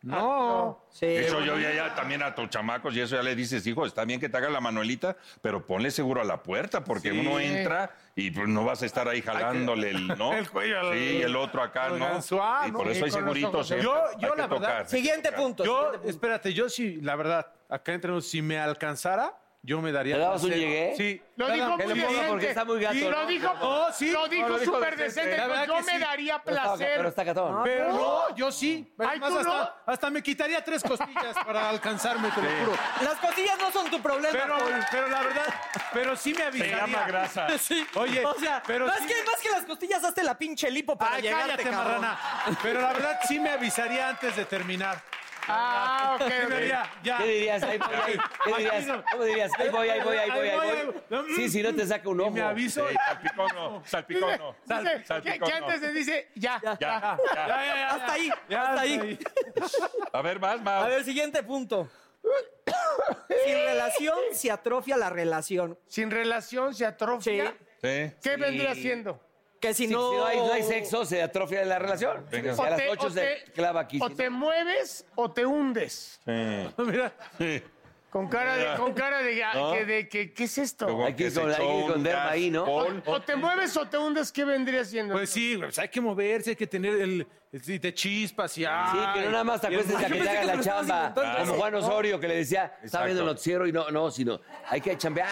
[SPEAKER 9] No.
[SPEAKER 8] Sí.
[SPEAKER 4] Eso yo ya, ya también a tus chamacos y eso ya le dices, hijo, está bien que te haga la manuelita, pero ponle seguro a la puerta porque uno entra y pues, no vas a estar ahí jalándole el, ¿no?
[SPEAKER 9] El cuello al-
[SPEAKER 4] Sí, el otro acá,
[SPEAKER 9] al
[SPEAKER 4] ¿no?
[SPEAKER 9] ganzúa,
[SPEAKER 4] Y
[SPEAKER 9] ¿no?
[SPEAKER 4] por
[SPEAKER 9] Sí,
[SPEAKER 4] eso hay
[SPEAKER 5] con los
[SPEAKER 4] seguritos.
[SPEAKER 5] ojos.
[SPEAKER 4] siempre.
[SPEAKER 9] Yo-
[SPEAKER 4] Hay
[SPEAKER 9] yo
[SPEAKER 4] que
[SPEAKER 9] la verdad-
[SPEAKER 4] tocar, hay que
[SPEAKER 8] Siguiente
[SPEAKER 4] tocar.
[SPEAKER 8] punto.
[SPEAKER 9] Yo,
[SPEAKER 8] siguiente punto.
[SPEAKER 9] espérate, yo sí, la verdad, acá entre nosotros, si me alcanzara, yo me daría.
[SPEAKER 6] ¿Te dabas un
[SPEAKER 9] placer.
[SPEAKER 6] llegué?
[SPEAKER 9] Sí.
[SPEAKER 5] Lo
[SPEAKER 9] Cada-
[SPEAKER 5] dijo muy
[SPEAKER 6] que le ponga
[SPEAKER 5] decente.
[SPEAKER 6] porque está muy gato,
[SPEAKER 5] Sí,
[SPEAKER 6] ¿no?
[SPEAKER 5] Lo dijo,
[SPEAKER 9] No, sí.
[SPEAKER 5] lo
[SPEAKER 9] No,
[SPEAKER 5] dijo
[SPEAKER 9] lo dijo
[SPEAKER 5] súper
[SPEAKER 9] decente.
[SPEAKER 5] decente.
[SPEAKER 9] La
[SPEAKER 5] pues
[SPEAKER 9] verdad
[SPEAKER 5] yo
[SPEAKER 9] que
[SPEAKER 5] me
[SPEAKER 9] sí.
[SPEAKER 5] daría
[SPEAKER 6] Pero está-
[SPEAKER 5] placer.
[SPEAKER 6] Pero está catón.
[SPEAKER 9] Pero no, yo sí. Es
[SPEAKER 5] Ay,
[SPEAKER 9] más,
[SPEAKER 5] ¿tú no?
[SPEAKER 9] hasta, hasta me quitaría tres costillas para alcanzarme, te lo juro.
[SPEAKER 8] Las cosillas no son tu problema,
[SPEAKER 9] Pero,
[SPEAKER 8] Paul.
[SPEAKER 9] pero la verdad, pero sí me
[SPEAKER 4] Se
[SPEAKER 9] avisaría.
[SPEAKER 4] llama grasa.
[SPEAKER 8] Sí.
[SPEAKER 9] Oye,
[SPEAKER 8] o sea,
[SPEAKER 9] pero
[SPEAKER 8] más,
[SPEAKER 9] sí-
[SPEAKER 8] que, más que las costillas, hazte la pinche lipo para
[SPEAKER 9] Ay,
[SPEAKER 8] llegarte,
[SPEAKER 9] Ah, cállate,
[SPEAKER 8] cabrón.
[SPEAKER 9] marrana. Pero la verdad, sí me avisaría antes de terminar.
[SPEAKER 5] Ah, ok.
[SPEAKER 9] Sí me
[SPEAKER 5] ok.
[SPEAKER 9] diría, ya.
[SPEAKER 6] ¿Qué dirías? Ahí voy, ahí. ¿Qué dirías? ¿Cómo dirías? Ahí voy, ahí voy, ahí voy, ahí
[SPEAKER 5] Mm.
[SPEAKER 6] voy. Sí, si no te saca un
[SPEAKER 9] Y
[SPEAKER 6] ojo.
[SPEAKER 9] me aviso.
[SPEAKER 4] Sí, salpicón no, salpicón no.
[SPEAKER 5] Dice-
[SPEAKER 4] sal-
[SPEAKER 5] dice que,
[SPEAKER 4] salpicón
[SPEAKER 5] que
[SPEAKER 4] no.
[SPEAKER 5] antes se dice ya.
[SPEAKER 4] Ya, ya.
[SPEAKER 8] Hasta ahí, hasta ahí.
[SPEAKER 4] A ver, más,
[SPEAKER 8] A
[SPEAKER 4] más.
[SPEAKER 8] ver, siguiente punto. Sin relación se atrofia la relación.
[SPEAKER 5] Sin relación se atrofia.
[SPEAKER 8] Sí.
[SPEAKER 4] Ah, Sí.
[SPEAKER 5] ¿Qué vendría siendo?
[SPEAKER 8] Que si
[SPEAKER 6] Si
[SPEAKER 8] no...
[SPEAKER 6] no hay, no hay sexo, se atrofia la relación.
[SPEAKER 4] Venga.
[SPEAKER 6] Si a las
[SPEAKER 5] te-
[SPEAKER 6] 8 se
[SPEAKER 5] te-
[SPEAKER 6] clava aquí.
[SPEAKER 5] O
[SPEAKER 6] si no-
[SPEAKER 5] te mueves o te hundes.
[SPEAKER 9] Mira,
[SPEAKER 5] Con cara de, con cara de,
[SPEAKER 4] ¿No?
[SPEAKER 5] que- de que, ¿qué es esto?
[SPEAKER 4] Luego
[SPEAKER 6] Aquí
[SPEAKER 4] que se
[SPEAKER 6] con- hay
[SPEAKER 4] echó
[SPEAKER 6] que
[SPEAKER 4] un
[SPEAKER 6] esconderme
[SPEAKER 4] gas,
[SPEAKER 6] ahí, ¿no?
[SPEAKER 5] O,
[SPEAKER 4] Paul.
[SPEAKER 5] o te mueves o te hundes, ¿qué vendría siendo?
[SPEAKER 9] pues sí, pues hay que moverse, hay que tener el. Si te chispas y.
[SPEAKER 6] Sí,
[SPEAKER 9] ay,
[SPEAKER 6] que no nada más te
[SPEAKER 9] y
[SPEAKER 6] acuestes
[SPEAKER 9] el-
[SPEAKER 6] a que
[SPEAKER 9] Yo
[SPEAKER 6] te
[SPEAKER 9] pensé
[SPEAKER 6] haga
[SPEAKER 9] te
[SPEAKER 6] la
[SPEAKER 9] lo estabas
[SPEAKER 6] chamba.
[SPEAKER 9] inventando.
[SPEAKER 6] Como Juan Osorio, que le decía, está
[SPEAKER 4] Exacto.
[SPEAKER 6] viendo el noticiero y no, no, sino hay que chambear.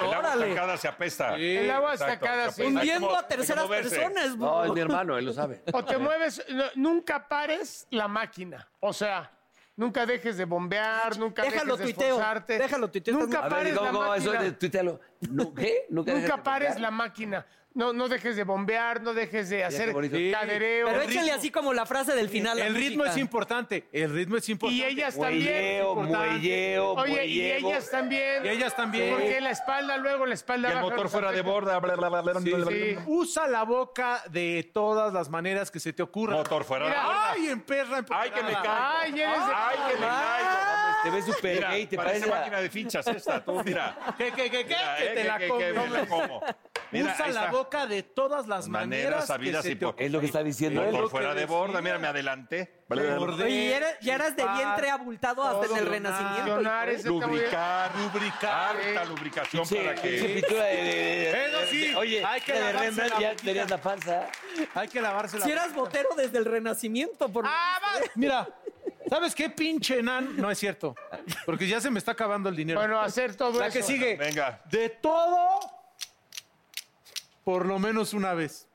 [SPEAKER 4] El agua
[SPEAKER 8] Órale.
[SPEAKER 4] estancada se apesta.
[SPEAKER 5] el agua sacada así.
[SPEAKER 4] se apesta. Hay que
[SPEAKER 8] Hundiendo
[SPEAKER 4] mo-
[SPEAKER 8] a terceras
[SPEAKER 4] hay que moverse.
[SPEAKER 8] personas,
[SPEAKER 6] No,
[SPEAKER 8] bro.
[SPEAKER 6] es mi hermano, él lo sabe.
[SPEAKER 5] O te mueves, no, nunca pares la máquina. O sea, nunca dejes de bombear, nunca
[SPEAKER 8] Déjalo
[SPEAKER 5] dejes de
[SPEAKER 8] tuiteo,
[SPEAKER 5] esforzarte.
[SPEAKER 8] déjalo tuiteo, estás
[SPEAKER 5] Nunca
[SPEAKER 6] A ver,
[SPEAKER 5] pares
[SPEAKER 6] ¿cómo,
[SPEAKER 5] la
[SPEAKER 6] cómo? Eso,
[SPEAKER 5] máquina.
[SPEAKER 6] de- tuitealo. ¿Nu- ¿Qué? Nunca, dejes de
[SPEAKER 5] Nunca pares
[SPEAKER 6] tocar.
[SPEAKER 5] la máquina. No, no dejes de bombear, no dejes de hacer
[SPEAKER 6] bonito.
[SPEAKER 5] cadereo.
[SPEAKER 8] Pero
[SPEAKER 5] ritmo.
[SPEAKER 8] échale así como la frase del final. la
[SPEAKER 9] El ritmo
[SPEAKER 8] música.
[SPEAKER 9] es importante. El ritmo es
[SPEAKER 5] Y
[SPEAKER 9] importante.
[SPEAKER 5] ellas también.
[SPEAKER 6] Muelleo,
[SPEAKER 9] importante.
[SPEAKER 6] muelleo,
[SPEAKER 5] Oye, y
[SPEAKER 6] muelleo.
[SPEAKER 5] ellas también.
[SPEAKER 9] Y ellas también.
[SPEAKER 5] Porque la espalda luego, la
[SPEAKER 4] Y
[SPEAKER 5] espalda
[SPEAKER 4] el
[SPEAKER 5] baja,
[SPEAKER 4] motor
[SPEAKER 5] los
[SPEAKER 4] fuera de
[SPEAKER 5] afecta.
[SPEAKER 4] borda. bla, bla, bla, bla, bla, bla,
[SPEAKER 5] sí.
[SPEAKER 4] bla.
[SPEAKER 9] Usa la boca de todas las maneras que se te ocurra.
[SPEAKER 4] Motor fuera de
[SPEAKER 5] Mira,
[SPEAKER 4] borda.
[SPEAKER 9] ¡Ay, en perra! En
[SPEAKER 4] ¡Ay, que me
[SPEAKER 9] perra.
[SPEAKER 4] caigo!
[SPEAKER 5] Ay, eres de-
[SPEAKER 4] ¡Ay, que me caigo!
[SPEAKER 6] Te ves súper
[SPEAKER 4] Mira,
[SPEAKER 6] gay, te
[SPEAKER 4] parece
[SPEAKER 6] parece...
[SPEAKER 4] máquina de fichas esta, tú, mira.
[SPEAKER 9] ¿Qué, qué, qué, qué?
[SPEAKER 4] Mira,
[SPEAKER 9] que
[SPEAKER 4] eh,
[SPEAKER 9] te
[SPEAKER 4] que-
[SPEAKER 9] la
[SPEAKER 4] que- que
[SPEAKER 9] comes.
[SPEAKER 4] me la como. Mira,
[SPEAKER 9] Usa
[SPEAKER 4] ahí
[SPEAKER 9] la
[SPEAKER 4] está.
[SPEAKER 9] boneras, de todas las maneras,
[SPEAKER 4] Maneras habidas
[SPEAKER 9] que se
[SPEAKER 4] y
[SPEAKER 9] te
[SPEAKER 4] Eh, por...
[SPEAKER 6] Es lo que está diciendo él.
[SPEAKER 4] Motor fuera de
[SPEAKER 9] decía.
[SPEAKER 4] borda, mira, me adelanté. Bla, bla, bla.
[SPEAKER 9] ocurra.
[SPEAKER 8] Oye, ya, era- ya eras de
[SPEAKER 9] Chupar,
[SPEAKER 8] vientre abultado hasta en el
[SPEAKER 9] todo,
[SPEAKER 8] Renacimiento. hijo,
[SPEAKER 5] Accionar
[SPEAKER 8] ¿eh?
[SPEAKER 5] ese
[SPEAKER 4] Lubricar,
[SPEAKER 9] Lubricar.
[SPEAKER 4] Harta lubricación
[SPEAKER 6] Sí,
[SPEAKER 4] para
[SPEAKER 6] sí,
[SPEAKER 4] que...
[SPEAKER 6] pintura de... de- de-
[SPEAKER 9] Pero
[SPEAKER 6] de-
[SPEAKER 9] sí,
[SPEAKER 6] Oye,
[SPEAKER 9] hay que
[SPEAKER 6] la de
[SPEAKER 9] lavarse
[SPEAKER 6] Rembrandt
[SPEAKER 9] la
[SPEAKER 6] ya
[SPEAKER 9] boquita.
[SPEAKER 6] tenías la panza.
[SPEAKER 9] Hay que lavarse la
[SPEAKER 8] Si eras botero desde el Renacimiento, por
[SPEAKER 5] Ah, va.
[SPEAKER 9] Mira, ¿Sabes qué pinche enano? No es cierto. Porque ya se me está acabando el dinero.
[SPEAKER 5] Bueno, hacer todo
[SPEAKER 9] La
[SPEAKER 5] eso.
[SPEAKER 9] que sigue.
[SPEAKER 4] Venga.
[SPEAKER 9] De todo, por lo menos una vez.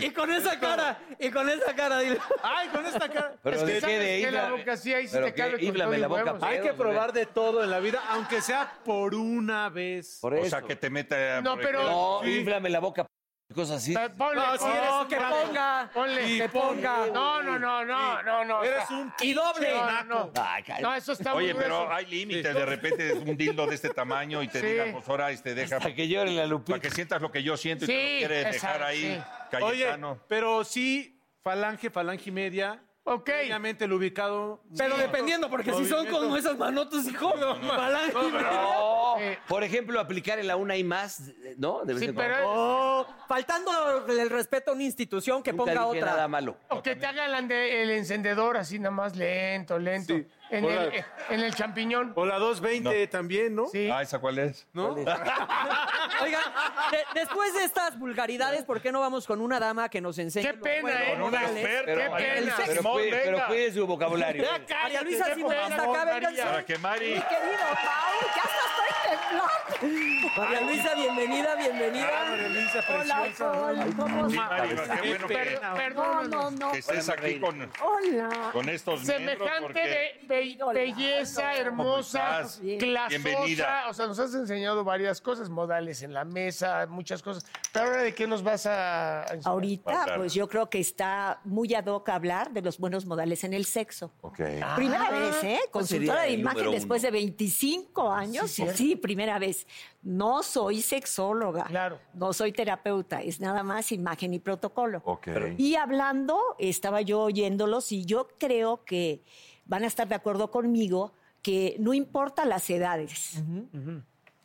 [SPEAKER 8] Y con esa cara, y con esa cara, dile.
[SPEAKER 4] Ah,
[SPEAKER 9] Ay, con esta cara.
[SPEAKER 6] Pero
[SPEAKER 5] es que
[SPEAKER 6] de
[SPEAKER 5] sabes
[SPEAKER 6] qué, de
[SPEAKER 5] que la
[SPEAKER 6] íblame.
[SPEAKER 5] boca sí, ahí sí
[SPEAKER 6] Pero
[SPEAKER 5] te
[SPEAKER 6] que
[SPEAKER 5] cabe con
[SPEAKER 6] íblame
[SPEAKER 5] todo y
[SPEAKER 6] la boca,
[SPEAKER 5] huevos.
[SPEAKER 6] pues.
[SPEAKER 9] Hay que
[SPEAKER 6] Pedos,
[SPEAKER 9] probar de todo en la vida, aunque sea por una vez.
[SPEAKER 6] Por
[SPEAKER 4] O
[SPEAKER 6] eso.
[SPEAKER 4] sea, que te mete...
[SPEAKER 5] No,
[SPEAKER 4] por
[SPEAKER 5] pero-
[SPEAKER 4] ejemplo,
[SPEAKER 6] No,
[SPEAKER 9] Sí.
[SPEAKER 6] inflame la boca, p- cosas así.
[SPEAKER 5] Pa- Ponle,
[SPEAKER 9] No, si eres
[SPEAKER 5] oh,
[SPEAKER 9] un
[SPEAKER 5] que
[SPEAKER 9] mamón.
[SPEAKER 5] ponga. Ponle,
[SPEAKER 9] Sí,
[SPEAKER 5] que ponga.
[SPEAKER 9] ponle.
[SPEAKER 5] No, no, no, no, no, no. o
[SPEAKER 9] Eres
[SPEAKER 5] sea,
[SPEAKER 9] un
[SPEAKER 8] Y doble.
[SPEAKER 5] No, no, no.
[SPEAKER 6] Ay, cállate.
[SPEAKER 5] No, eso está muy
[SPEAKER 4] Oye,
[SPEAKER 5] grueso.
[SPEAKER 4] pero hay límites. De repente es un dildo de este tamaño y te
[SPEAKER 5] Sí.
[SPEAKER 4] diga, pues ahora este deja...
[SPEAKER 6] Hasta que llore la
[SPEAKER 4] Para
[SPEAKER 6] lupita.
[SPEAKER 4] que sientas lo que yo siento y te
[SPEAKER 5] Sí,
[SPEAKER 4] lo quieres dejar
[SPEAKER 5] exacto,
[SPEAKER 4] ahí,
[SPEAKER 5] sí.
[SPEAKER 9] Oye,
[SPEAKER 4] Cayetano.
[SPEAKER 9] pero sí, falange, falange y media.
[SPEAKER 5] Ok.
[SPEAKER 9] Obviamente lo ubicado.
[SPEAKER 8] Pero dependiendo, porque si son como esas manotas, hijo, falange y media.
[SPEAKER 6] No.
[SPEAKER 5] Sí.
[SPEAKER 6] Por ejemplo, aplicar en la una y más, ¿no? De vez
[SPEAKER 5] Sí,
[SPEAKER 6] en
[SPEAKER 5] pero
[SPEAKER 6] cuando.
[SPEAKER 8] Oh, faltando el respeto a una institución que
[SPEAKER 6] Nunca
[SPEAKER 8] ponga
[SPEAKER 6] dije
[SPEAKER 8] otra.
[SPEAKER 6] nada malo.
[SPEAKER 5] O que te hagan la de- el encendedor así nada más lento, lento.
[SPEAKER 9] Sí.
[SPEAKER 5] En,
[SPEAKER 9] Hola.
[SPEAKER 5] el, eh, en el champiñón.
[SPEAKER 9] O la 220 también, ¿no?
[SPEAKER 5] Sí.
[SPEAKER 4] Ah, ¿esa cuál es?
[SPEAKER 9] ¿No?
[SPEAKER 8] Oigan, de- después de estas vulgaridades, ¿por qué no vamos con una dama que nos enseñe?
[SPEAKER 5] Qué
[SPEAKER 8] los
[SPEAKER 5] pena,
[SPEAKER 8] buenos
[SPEAKER 5] ¿eh?
[SPEAKER 4] Con una
[SPEAKER 8] modales?
[SPEAKER 4] experta.
[SPEAKER 5] Qué pena.
[SPEAKER 8] sexo.
[SPEAKER 6] Pero,
[SPEAKER 4] Simón,
[SPEAKER 6] cuide, pero
[SPEAKER 4] venga.
[SPEAKER 6] cuide su vocabulario.
[SPEAKER 8] María Luisa Simón está acá, vénganse.
[SPEAKER 4] Para que Mari...
[SPEAKER 7] Mi querido Paul, ya hasta estoy temblando.
[SPEAKER 8] María Luisa, bienvenida,
[SPEAKER 9] Ah,
[SPEAKER 8] bienvenida.
[SPEAKER 9] María Luisa,
[SPEAKER 7] Hola,
[SPEAKER 9] preciosa.
[SPEAKER 7] Paul, ¿cómo
[SPEAKER 4] Sí,
[SPEAKER 7] estás?
[SPEAKER 4] Mari, qué bueno que,
[SPEAKER 5] Per-
[SPEAKER 7] No,
[SPEAKER 5] perdónanos.
[SPEAKER 7] no, no.
[SPEAKER 4] que estés aquí con,
[SPEAKER 7] Hola.
[SPEAKER 4] con estos miembros
[SPEAKER 5] Semejante
[SPEAKER 4] porque...
[SPEAKER 5] be- be-
[SPEAKER 7] Hola.
[SPEAKER 5] belleza, hermosa,
[SPEAKER 4] estás?
[SPEAKER 5] clasosa.
[SPEAKER 4] Bienvenida.
[SPEAKER 5] O sea, nos has enseñado varias cosas, modales en la mesa, muchas cosas. Pero ahora, ¿de qué nos vas a a enseñar?
[SPEAKER 11] Ahorita,
[SPEAKER 4] Bárbara.
[SPEAKER 11] pues yo creo que está muy ad hoc hablar de los buenos modales en el sexo.
[SPEAKER 4] Ok.
[SPEAKER 7] Ah,
[SPEAKER 11] Primera vez, ¿eh?
[SPEAKER 6] ¿Cuál pues sería
[SPEAKER 11] Consultora de
[SPEAKER 6] el
[SPEAKER 11] imagen
[SPEAKER 6] número
[SPEAKER 11] después
[SPEAKER 6] uno?
[SPEAKER 11] de 25 años. Sí, primera vez. No soy sexóloga.
[SPEAKER 5] Claro.
[SPEAKER 11] No soy terapeuta. Es nada más imagen y protocolo.
[SPEAKER 4] Ok.
[SPEAKER 11] Y hablando, estaba yo oyéndolos y yo creo que van a estar de acuerdo conmigo que no importa las edades.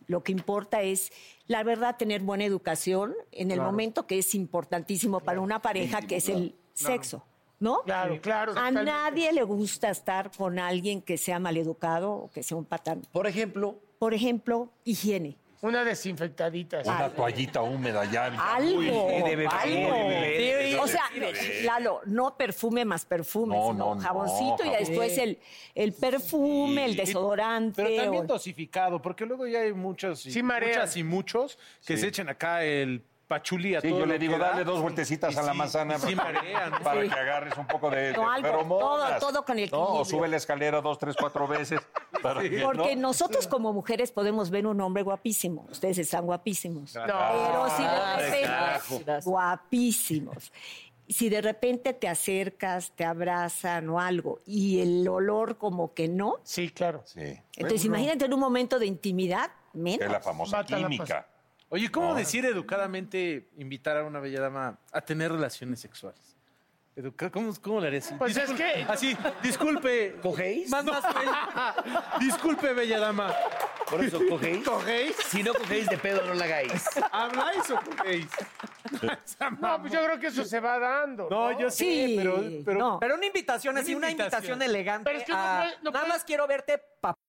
[SPEAKER 11] Lo que importa es, la verdad, tener buena educación en el momento que es importantísimo para una pareja, que es el sexo, ¿no?
[SPEAKER 5] Claro, Sí. claro,
[SPEAKER 11] A
[SPEAKER 5] totalmente.
[SPEAKER 11] nadie le gusta estar con alguien que sea maleducado o que sea un patán.
[SPEAKER 6] Por ejemplo,
[SPEAKER 11] Por ejemplo, higiene.
[SPEAKER 5] Una desinfectadita. sí.
[SPEAKER 4] Una toallita húmeda ya.
[SPEAKER 11] Algo,
[SPEAKER 6] y de beber,
[SPEAKER 11] algo.
[SPEAKER 6] y de beber,
[SPEAKER 11] Sí,
[SPEAKER 6] de
[SPEAKER 11] o sea,
[SPEAKER 4] beber.
[SPEAKER 11] Lalo, no perfume más perfume,
[SPEAKER 4] No,
[SPEAKER 11] sino
[SPEAKER 4] no, no,
[SPEAKER 11] jaboncito y
[SPEAKER 4] jabón.
[SPEAKER 11] después el, el perfume, el desodorante.
[SPEAKER 9] Pero también
[SPEAKER 11] o-
[SPEAKER 9] dosificado, porque luego ya hay muchos y,
[SPEAKER 5] Sí, marea.
[SPEAKER 9] muchas y muchos que se echen acá el pachulí a
[SPEAKER 4] Sí,
[SPEAKER 9] todo
[SPEAKER 4] yo
[SPEAKER 9] lo
[SPEAKER 4] le digo,
[SPEAKER 9] que da.
[SPEAKER 4] dale dos vueltecitas
[SPEAKER 9] Y
[SPEAKER 4] a la
[SPEAKER 9] sí,
[SPEAKER 4] manzana
[SPEAKER 9] y sí marea, ¿no?
[SPEAKER 4] para que agarres un poco de,
[SPEAKER 11] No,
[SPEAKER 4] de
[SPEAKER 11] algo,
[SPEAKER 4] feromonas.
[SPEAKER 11] todo- todo con el
[SPEAKER 4] No,
[SPEAKER 11] equilibrio.
[SPEAKER 4] o sube la escalera dos, tres, cuatro veces. para que,
[SPEAKER 11] Porque
[SPEAKER 4] ¿no?
[SPEAKER 11] nosotros como mujeres podemos ver un hombre guapísimo. Ustedes están guapísimos. Pero si de
[SPEAKER 4] Ah,
[SPEAKER 11] repente, guapísimos. Si de repente te acercas, te abrazan o algo y el olor como que no,
[SPEAKER 5] Sí, claro.
[SPEAKER 4] Sí.
[SPEAKER 11] entonces imagínate en un momento de intimidad,
[SPEAKER 4] Que es
[SPEAKER 11] menos.
[SPEAKER 4] la famosa
[SPEAKER 5] Mata la
[SPEAKER 4] química.
[SPEAKER 9] Oye, ¿cómo decir educadamente invitar a una bella dama a tener relaciones sexuales? Educa- ¿Cómo, ¿Cómo le harías?
[SPEAKER 5] Pues es que-
[SPEAKER 9] Así, disculpe.
[SPEAKER 6] ¿cogéis?
[SPEAKER 9] Más, más, disculpe, bella dama.
[SPEAKER 6] Por eso, ¿cogéis?
[SPEAKER 9] ¿Cogéis?
[SPEAKER 6] Si no cogéis de pedo, no la hagáis.
[SPEAKER 9] ¿Habláis o cogéis?
[SPEAKER 5] No, pues yo creo que eso se va dando.
[SPEAKER 9] No, yo sé,
[SPEAKER 11] Oh, Sí,
[SPEAKER 9] pero, pero
[SPEAKER 11] no.
[SPEAKER 8] Pero una invitación así,
[SPEAKER 9] Una
[SPEAKER 8] una
[SPEAKER 9] invitación.
[SPEAKER 8] invitación elegante.
[SPEAKER 5] Pero es que no
[SPEAKER 8] a,
[SPEAKER 5] puede- no
[SPEAKER 8] nada
[SPEAKER 5] puede-
[SPEAKER 8] más quiero verte, papá.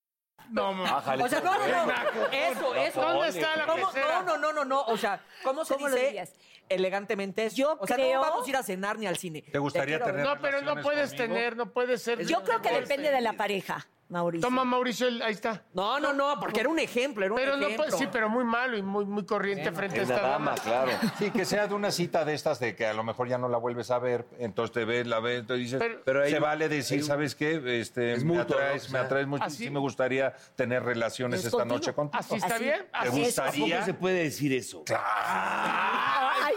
[SPEAKER 9] No, mamá.
[SPEAKER 8] O sea, no, no, no. Eso, eso.
[SPEAKER 5] ¿Dónde está la
[SPEAKER 8] ¿Cómo?
[SPEAKER 5] pecera?
[SPEAKER 8] No, no, no, no, no. O sea, ¿cómo se
[SPEAKER 11] ¿Cómo lo
[SPEAKER 8] dice
[SPEAKER 11] dirías?
[SPEAKER 8] elegantemente eso?
[SPEAKER 11] Yo
[SPEAKER 8] o sea,
[SPEAKER 11] creo-
[SPEAKER 8] no vamos a ir a cenar ni al cine.
[SPEAKER 4] ¿Te gustaría
[SPEAKER 8] quiero ver.
[SPEAKER 4] tener
[SPEAKER 5] No, pero no
[SPEAKER 4] relaciones
[SPEAKER 5] puedes
[SPEAKER 4] conmigo?
[SPEAKER 5] tener, no puedes ser.
[SPEAKER 11] Yo creo que depende de la pareja, Mauricio.
[SPEAKER 5] Toma, Mauricio, el- ahí está.
[SPEAKER 8] No, no, no, porque era un ejemplo, era un
[SPEAKER 5] Pero no
[SPEAKER 8] ejemplo.
[SPEAKER 5] puedes, sí, pero muy malo y muy, muy corriente frente a
[SPEAKER 6] Es la
[SPEAKER 5] esta dama.
[SPEAKER 6] dama, claro.
[SPEAKER 4] Sí, que sea de una cita de estas de que a lo mejor ya no la vuelves a ver, entonces te ves, la ves, entonces dices,
[SPEAKER 5] Pero-
[SPEAKER 6] Pero hay
[SPEAKER 4] se
[SPEAKER 6] un-
[SPEAKER 4] vale decir, ¿sabes qué? Este,
[SPEAKER 6] Es
[SPEAKER 4] me
[SPEAKER 6] mutuo,
[SPEAKER 4] atraes,
[SPEAKER 6] ¿no? O
[SPEAKER 4] me
[SPEAKER 6] sea,
[SPEAKER 4] atraes mucho, y
[SPEAKER 5] así-
[SPEAKER 4] sí me gustaría tener relaciones
[SPEAKER 11] Es
[SPEAKER 4] esta
[SPEAKER 11] contigo.
[SPEAKER 4] noche contigo.
[SPEAKER 5] ¿Así está
[SPEAKER 11] Así.
[SPEAKER 5] bien?
[SPEAKER 4] ¿Te
[SPEAKER 5] Así
[SPEAKER 11] gusta?
[SPEAKER 6] ¿Cómo
[SPEAKER 4] gustaría?
[SPEAKER 6] se puede decir eso?
[SPEAKER 11] Ay,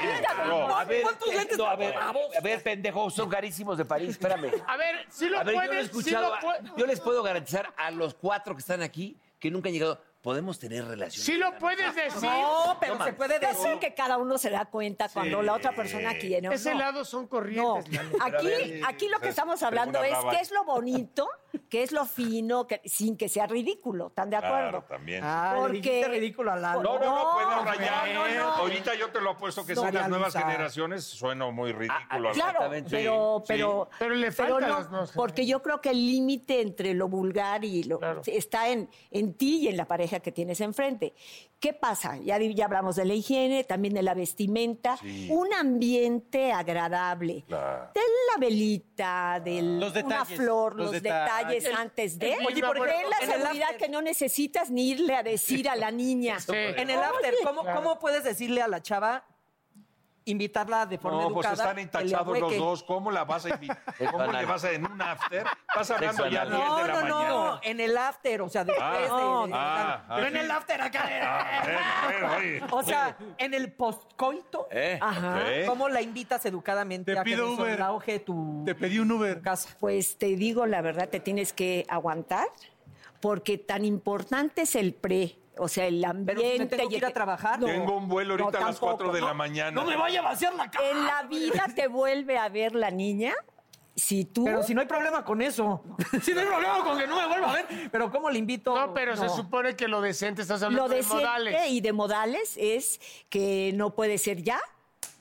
[SPEAKER 11] ayúdame,
[SPEAKER 4] no.
[SPEAKER 11] no,
[SPEAKER 6] A ver,
[SPEAKER 8] ¿Cuántos lentes
[SPEAKER 6] no, a
[SPEAKER 8] te
[SPEAKER 6] ver,
[SPEAKER 8] ponemos?
[SPEAKER 6] a ver, pendejo, son carísimos de París, espérame.
[SPEAKER 5] A ver, si lo
[SPEAKER 6] A ver, yo no he
[SPEAKER 5] puedes, sí
[SPEAKER 6] escuchado.
[SPEAKER 5] lo
[SPEAKER 6] a-
[SPEAKER 5] puedes.
[SPEAKER 6] Yo les puedo garantizar a los cuatro que están aquí que nunca han llegado. Podemos tener relaciones.
[SPEAKER 5] Sí lo puedes decir.
[SPEAKER 8] No, pero
[SPEAKER 6] Toma.
[SPEAKER 8] se puede
[SPEAKER 11] Yo
[SPEAKER 8] decir.
[SPEAKER 11] creo que cada uno se da cuenta cuando la otra persona quiere. o
[SPEAKER 5] Ese
[SPEAKER 11] no.
[SPEAKER 5] lado son
[SPEAKER 11] No,
[SPEAKER 5] corrientes. Lalo.
[SPEAKER 11] aquí,
[SPEAKER 4] ver,
[SPEAKER 11] aquí lo que
[SPEAKER 4] eh,
[SPEAKER 11] estamos
[SPEAKER 4] según
[SPEAKER 11] hablando es
[SPEAKER 4] hablaba.
[SPEAKER 11] qué es lo bonito, qué es lo fino, que- sin que sea ridículo, ¿están de acuerdo?
[SPEAKER 4] Claro, también.
[SPEAKER 8] Ah,
[SPEAKER 11] Porque-
[SPEAKER 8] le dijiste ridículo al lado.
[SPEAKER 4] No, no, no, puedo
[SPEAKER 11] hombre,
[SPEAKER 4] rayar.
[SPEAKER 11] no, no.
[SPEAKER 4] Ahorita yo te lo apuesto que
[SPEAKER 8] No,
[SPEAKER 4] son las
[SPEAKER 8] ya,
[SPEAKER 4] nuevas
[SPEAKER 8] Luisa.
[SPEAKER 4] generaciones, sueno muy ridículo.
[SPEAKER 6] ah,
[SPEAKER 11] Claro,
[SPEAKER 6] Exactamente.
[SPEAKER 11] pero,
[SPEAKER 4] Sí,
[SPEAKER 11] pero,
[SPEAKER 5] Pero le faltan
[SPEAKER 11] no,
[SPEAKER 5] las dos.
[SPEAKER 11] porque yo creo que el límite entre lo vulgar y lo
[SPEAKER 5] Claro.
[SPEAKER 11] está en, en ti y en la pareja que tienes enfrente. ¿Qué pasa? Ya, di- ya hablamos de la higiene, también de la vestimenta,
[SPEAKER 8] Sí.
[SPEAKER 11] un ambiente agradable. De la velita, de
[SPEAKER 8] Ah.
[SPEAKER 11] una
[SPEAKER 8] Los detalles,
[SPEAKER 11] flor,
[SPEAKER 8] los
[SPEAKER 11] los,
[SPEAKER 8] detalles.
[SPEAKER 11] detalles
[SPEAKER 8] El-
[SPEAKER 11] antes de.
[SPEAKER 8] el- Oye, por
[SPEAKER 11] Ten
[SPEAKER 8] ejemplo, en
[SPEAKER 11] la
[SPEAKER 8] el
[SPEAKER 11] seguridad que no necesitas ni irle a decir a la niña.
[SPEAKER 8] En el after,
[SPEAKER 11] Oye,
[SPEAKER 8] ¿cómo, cómo puedes decirle a la chava, invitarla de forma
[SPEAKER 4] No,
[SPEAKER 8] educada?
[SPEAKER 4] pues están
[SPEAKER 8] que le
[SPEAKER 4] entachados los
[SPEAKER 8] ahueque?
[SPEAKER 4] dos. ¿Cómo la vas a invi- ¿Cómo
[SPEAKER 8] banal.
[SPEAKER 4] le vas a en un after? Vas hablando
[SPEAKER 8] No,
[SPEAKER 4] ya a 10 de la
[SPEAKER 8] no,
[SPEAKER 4] mañana.
[SPEAKER 8] no, en el after, o sea, después
[SPEAKER 4] Ah,
[SPEAKER 8] de...
[SPEAKER 4] ah,
[SPEAKER 8] de-
[SPEAKER 4] ah,
[SPEAKER 8] pero en
[SPEAKER 4] sí.
[SPEAKER 8] el after acá.
[SPEAKER 4] eh, oye.
[SPEAKER 8] O sea, en el postcoito,
[SPEAKER 4] Eh,
[SPEAKER 8] ajá,
[SPEAKER 4] ok.
[SPEAKER 8] ¿cómo la invitas educadamente a
[SPEAKER 11] pido
[SPEAKER 8] que
[SPEAKER 11] Uber.
[SPEAKER 8] desauge tu... Te
[SPEAKER 9] pedí un Uber.
[SPEAKER 8] Casa.
[SPEAKER 11] Pues te digo la verdad, te tienes que aguantar, porque tan importante es el pre, o sea, el ambiente.
[SPEAKER 8] me tengo que ir a trabajar.
[SPEAKER 4] Tengo un vuelo ahorita a las 4 de la mañana.
[SPEAKER 8] vaciar la
[SPEAKER 11] cara. En la vida te vuelve a ver la niña. Si tú...
[SPEAKER 8] Pero si no hay problema con eso. si no hay problema con que no me vuelva a ver. Pero ¿cómo le invito? No,
[SPEAKER 5] Pero se supone que lo decente estás hablando
[SPEAKER 11] Lo
[SPEAKER 5] de
[SPEAKER 11] de
[SPEAKER 5] modales.
[SPEAKER 11] siempre y de modales es que no puede ser ya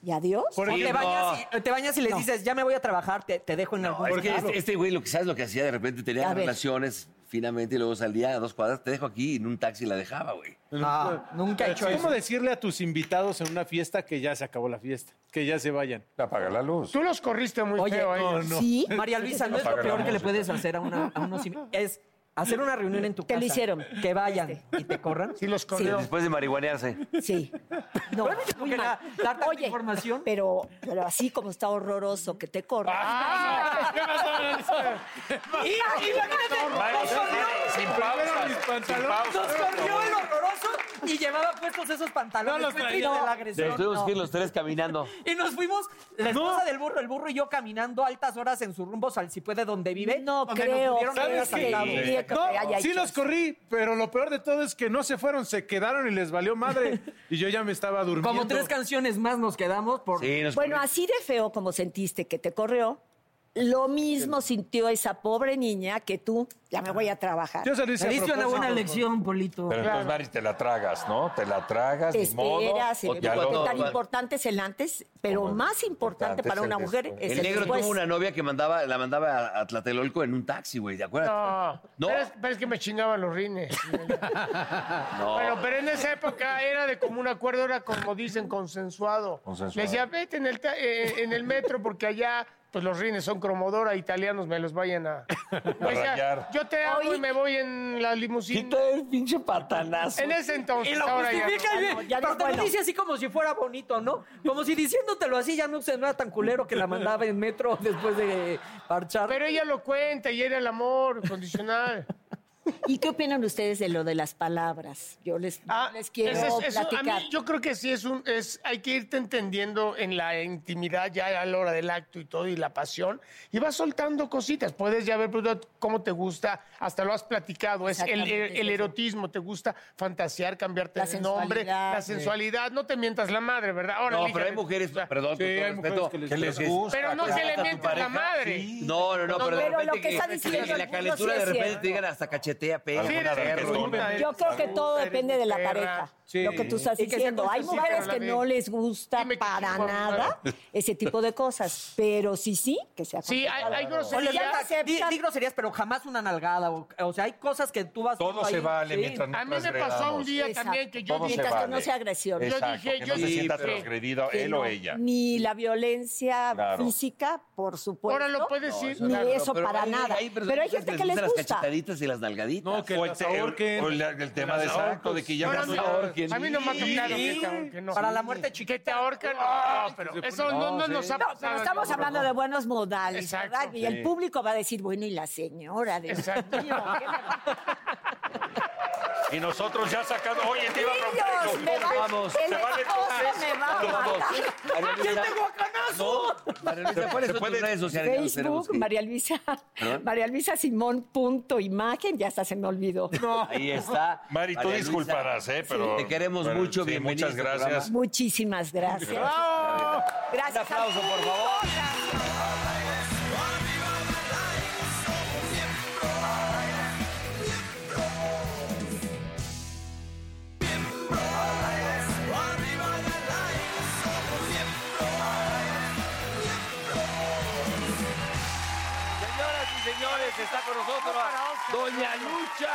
[SPEAKER 11] y adiós.
[SPEAKER 8] O te, bañas y, te bañas y les
[SPEAKER 11] No.
[SPEAKER 8] dices, ya me voy a trabajar, te, te dejo en algún
[SPEAKER 6] Porque este, este güey, lo que sabes lo que hacía, de repente tenía
[SPEAKER 8] A ver.
[SPEAKER 6] relaciones finalmente y luego salía a dos cuadras, te dejo aquí y en un taxi la dejaba, güey.
[SPEAKER 8] Ah, nunca he hecho
[SPEAKER 9] ¿Cómo
[SPEAKER 8] eso.
[SPEAKER 9] decirle a tus invitados en una fiesta que ya se acabó la fiesta? Que ya se vayan.
[SPEAKER 4] Apaga la luz.
[SPEAKER 5] Tú los corriste muy
[SPEAKER 8] Oye,
[SPEAKER 5] feo, ¿eh?
[SPEAKER 9] no, no.
[SPEAKER 8] Sí. María Luisa, no es lo
[SPEAKER 9] Apaga la
[SPEAKER 8] peor que le
[SPEAKER 9] música.
[SPEAKER 8] puedes hacer a, una, a unos invi- Es hacer una reunión en tu
[SPEAKER 11] Te
[SPEAKER 8] casa.
[SPEAKER 11] lo hicieron.
[SPEAKER 8] Que vayan y te corran.
[SPEAKER 5] Sí, los
[SPEAKER 6] Sí, Después de marihuanearse.
[SPEAKER 11] Sí. No, muy mal. Oye, Pero, pero así como está horroroso que te corra.
[SPEAKER 5] Ah,
[SPEAKER 8] Y- imagínate, nos corrió.
[SPEAKER 4] Sin pausas,
[SPEAKER 8] Nos
[SPEAKER 4] sin pausas.
[SPEAKER 8] corrió el horroroso y llevaba puestos esos pantalones.
[SPEAKER 6] No los
[SPEAKER 8] Fue
[SPEAKER 6] traía.
[SPEAKER 8] triste la agresión.
[SPEAKER 6] Nos tuvimos
[SPEAKER 8] No.
[SPEAKER 6] que ir los tres caminando.
[SPEAKER 8] Y nos fuimos, la esposa del burro, el burro y yo caminando altas horas en su rumbo, sal si puede, donde vive. No
[SPEAKER 11] creo,
[SPEAKER 9] ¿Sabes qué? No, sí los corrí, pero lo peor de todo es que no se fueron, se quedaron y les valió madre. Y yo ya me estaba durmiendo.
[SPEAKER 8] Como tres canciones más nos quedamos por...
[SPEAKER 11] bueno, así de feo como sentiste que te corrió, lo mismo sintió esa pobre niña que tú, ya me voy a trabajar.
[SPEAKER 8] Me diste una buena lección, Polito.
[SPEAKER 4] Pero entonces, Mari, te la tragas, ¿no? Te la tragas,
[SPEAKER 11] Te
[SPEAKER 4] ni modo.
[SPEAKER 11] esperas,
[SPEAKER 4] O
[SPEAKER 11] el-
[SPEAKER 4] ya
[SPEAKER 11] porque
[SPEAKER 4] lo-
[SPEAKER 11] tan importante es el antes, pero más importante para una mujer es el,
[SPEAKER 6] El negro
[SPEAKER 11] después.
[SPEAKER 6] tuvo una novia que mandaba, la mandaba a Tlatelolco en un taxi, güey, ¿de acuerdo?
[SPEAKER 5] No,
[SPEAKER 6] No.
[SPEAKER 5] Pero, es, pero es que me chingaban los rines.
[SPEAKER 6] No.
[SPEAKER 5] Bueno, pero en esa época era de común acuerdo, era como dicen, consensuado.
[SPEAKER 4] Consensuado.
[SPEAKER 5] Le decía, vete en el, ta- eh, en el metro porque allá pues los rines son cromodora, italianos me los vayan a...
[SPEAKER 4] A rayar.
[SPEAKER 5] Yo te hago y me voy en la limusina. Quita
[SPEAKER 6] el pinche patanazo.
[SPEAKER 5] En ese entonces,
[SPEAKER 8] Y lo
[SPEAKER 5] ahora ya
[SPEAKER 8] justifica
[SPEAKER 5] no.
[SPEAKER 8] bien.
[SPEAKER 5] Ah, no, ya
[SPEAKER 8] pero
[SPEAKER 5] no,
[SPEAKER 8] te
[SPEAKER 5] bueno.
[SPEAKER 8] lo dice así como si fuera bonito, ¿no? Como si diciéndotelo así ya no se no era tan culero que la mandaba en metro después de parchar.
[SPEAKER 5] Pero ella lo cuenta y era el amor condicional.
[SPEAKER 11] ¿Y qué opinan ustedes de lo de las palabras? Yo les, les quiero
[SPEAKER 5] Ese es- Ah, eso, a
[SPEAKER 11] platicar.
[SPEAKER 5] mí yo creo que sí es un es hay que irte entendiendo en la intimidad ya a la hora del acto y todo y la pasión y vas soltando cositas puedes ya ver pero, cómo te gusta hasta lo has platicado es el, el- el erotismo te gusta fantasear cambiarte
[SPEAKER 11] La
[SPEAKER 5] de nombre
[SPEAKER 11] sensualidad.
[SPEAKER 5] la sensualidad no te mientas la madre verdad ahora
[SPEAKER 6] No,
[SPEAKER 5] hija
[SPEAKER 6] pero hay
[SPEAKER 5] de-
[SPEAKER 6] mujeres, perdón,
[SPEAKER 5] Sí,
[SPEAKER 6] con todo
[SPEAKER 5] hay
[SPEAKER 6] respeto,
[SPEAKER 5] mujeres que les gusta,
[SPEAKER 6] Pero
[SPEAKER 5] Pero no
[SPEAKER 6] no
[SPEAKER 5] que
[SPEAKER 6] se
[SPEAKER 5] le
[SPEAKER 6] le
[SPEAKER 5] mienten la
[SPEAKER 6] mienten la
[SPEAKER 5] madre.
[SPEAKER 6] madre. No, no, no,
[SPEAKER 5] No,
[SPEAKER 6] pero de
[SPEAKER 5] pero
[SPEAKER 6] repente
[SPEAKER 5] lo que está diciendo el
[SPEAKER 6] en la
[SPEAKER 5] burro
[SPEAKER 6] calentura
[SPEAKER 5] sí
[SPEAKER 6] de
[SPEAKER 5] es
[SPEAKER 6] repente
[SPEAKER 5] cierto.
[SPEAKER 6] te digan hasta cachetea, pega.
[SPEAKER 5] Sí, eres perruna,
[SPEAKER 11] Yo creo que todo depende de la pareja.
[SPEAKER 6] Sí.
[SPEAKER 11] Lo que tú estás
[SPEAKER 6] Y que sea
[SPEAKER 11] diciendo. Hay
[SPEAKER 6] consciente,
[SPEAKER 11] mujeres
[SPEAKER 6] habla
[SPEAKER 11] que
[SPEAKER 6] bien.
[SPEAKER 11] no les gusta para
[SPEAKER 6] chingón,
[SPEAKER 11] nada ese tipo de cosas. Pero sí, sí, que sea
[SPEAKER 5] Sí, hay- hay groserías.
[SPEAKER 8] O le llamas- di, di groserías, pero jamás una nalgada. O, o sea, hay cosas que tú vas...
[SPEAKER 4] Todo se vale mientras no
[SPEAKER 5] A mí me pasó un día
[SPEAKER 11] Exacto.
[SPEAKER 5] también que yo
[SPEAKER 4] Todo se
[SPEAKER 5] dije...
[SPEAKER 4] Mientras que no vale. sea agresión. Exacto,
[SPEAKER 5] yo dije...
[SPEAKER 4] que
[SPEAKER 5] yo
[SPEAKER 4] no se
[SPEAKER 5] dije-
[SPEAKER 4] sienta
[SPEAKER 5] pero-
[SPEAKER 4] transgredido
[SPEAKER 5] que
[SPEAKER 4] él o
[SPEAKER 5] no.
[SPEAKER 4] ella.
[SPEAKER 11] Ni la violencia
[SPEAKER 4] Claro.
[SPEAKER 11] física, por supuesto.
[SPEAKER 5] Ahora lo puedes decir.
[SPEAKER 11] Ni eso para nada. pero hay gente que les
[SPEAKER 6] las
[SPEAKER 11] gusta.
[SPEAKER 6] cachetaditas y las nalgaditas. No,
[SPEAKER 4] que O el- las ahorquen. o el- el tema de exacto, de que ya Ahora, no mira, ahorquen.
[SPEAKER 5] A mí no me ha tocado que te ahorquen, no.
[SPEAKER 8] Para la muerte
[SPEAKER 5] chiquita. Que te ahorcan. No, Ah, pero eso no, no nos ha
[SPEAKER 11] No,
[SPEAKER 5] pasado.
[SPEAKER 11] pero estamos hablando de buenos modales,
[SPEAKER 5] Exacto.
[SPEAKER 11] ¿verdad? Y
[SPEAKER 5] Sí.
[SPEAKER 11] el público va a decir, bueno, y la señora. Dios mío, qué
[SPEAKER 4] Y nosotros ya sacando. Oye, te iba a romper.
[SPEAKER 11] Niños,
[SPEAKER 4] eso.
[SPEAKER 11] me va-
[SPEAKER 4] Vamos.
[SPEAKER 11] el
[SPEAKER 4] Se vale
[SPEAKER 11] esposo
[SPEAKER 4] todo.
[SPEAKER 11] me va a
[SPEAKER 4] Vamos.
[SPEAKER 11] matar.
[SPEAKER 4] María Luisa.
[SPEAKER 11] ¡Este guacanazo!
[SPEAKER 6] No, María Luisa, ¿cuáles son tus redes sociales? Ya los tenemos
[SPEAKER 11] Facebook,
[SPEAKER 6] que-
[SPEAKER 11] María Luisa,
[SPEAKER 6] ¿Perdón?
[SPEAKER 11] María Luisa Simón punto imagen, ya hasta se me olvidó.
[SPEAKER 6] Ahí está.
[SPEAKER 4] Mari, tú
[SPEAKER 6] María Luisa,
[SPEAKER 4] disculparás, ¿eh? Pero,
[SPEAKER 6] Te queremos mucho,
[SPEAKER 4] bien.
[SPEAKER 6] bienvenida
[SPEAKER 4] Muchas
[SPEAKER 6] a este
[SPEAKER 4] gracias.
[SPEAKER 11] Muchísimas gracias. Gracias.
[SPEAKER 6] Un aplauso,
[SPEAKER 11] al
[SPEAKER 6] por
[SPEAKER 11] público.
[SPEAKER 6] favor. Señoras y señores, está con nosotros Doña Lucha.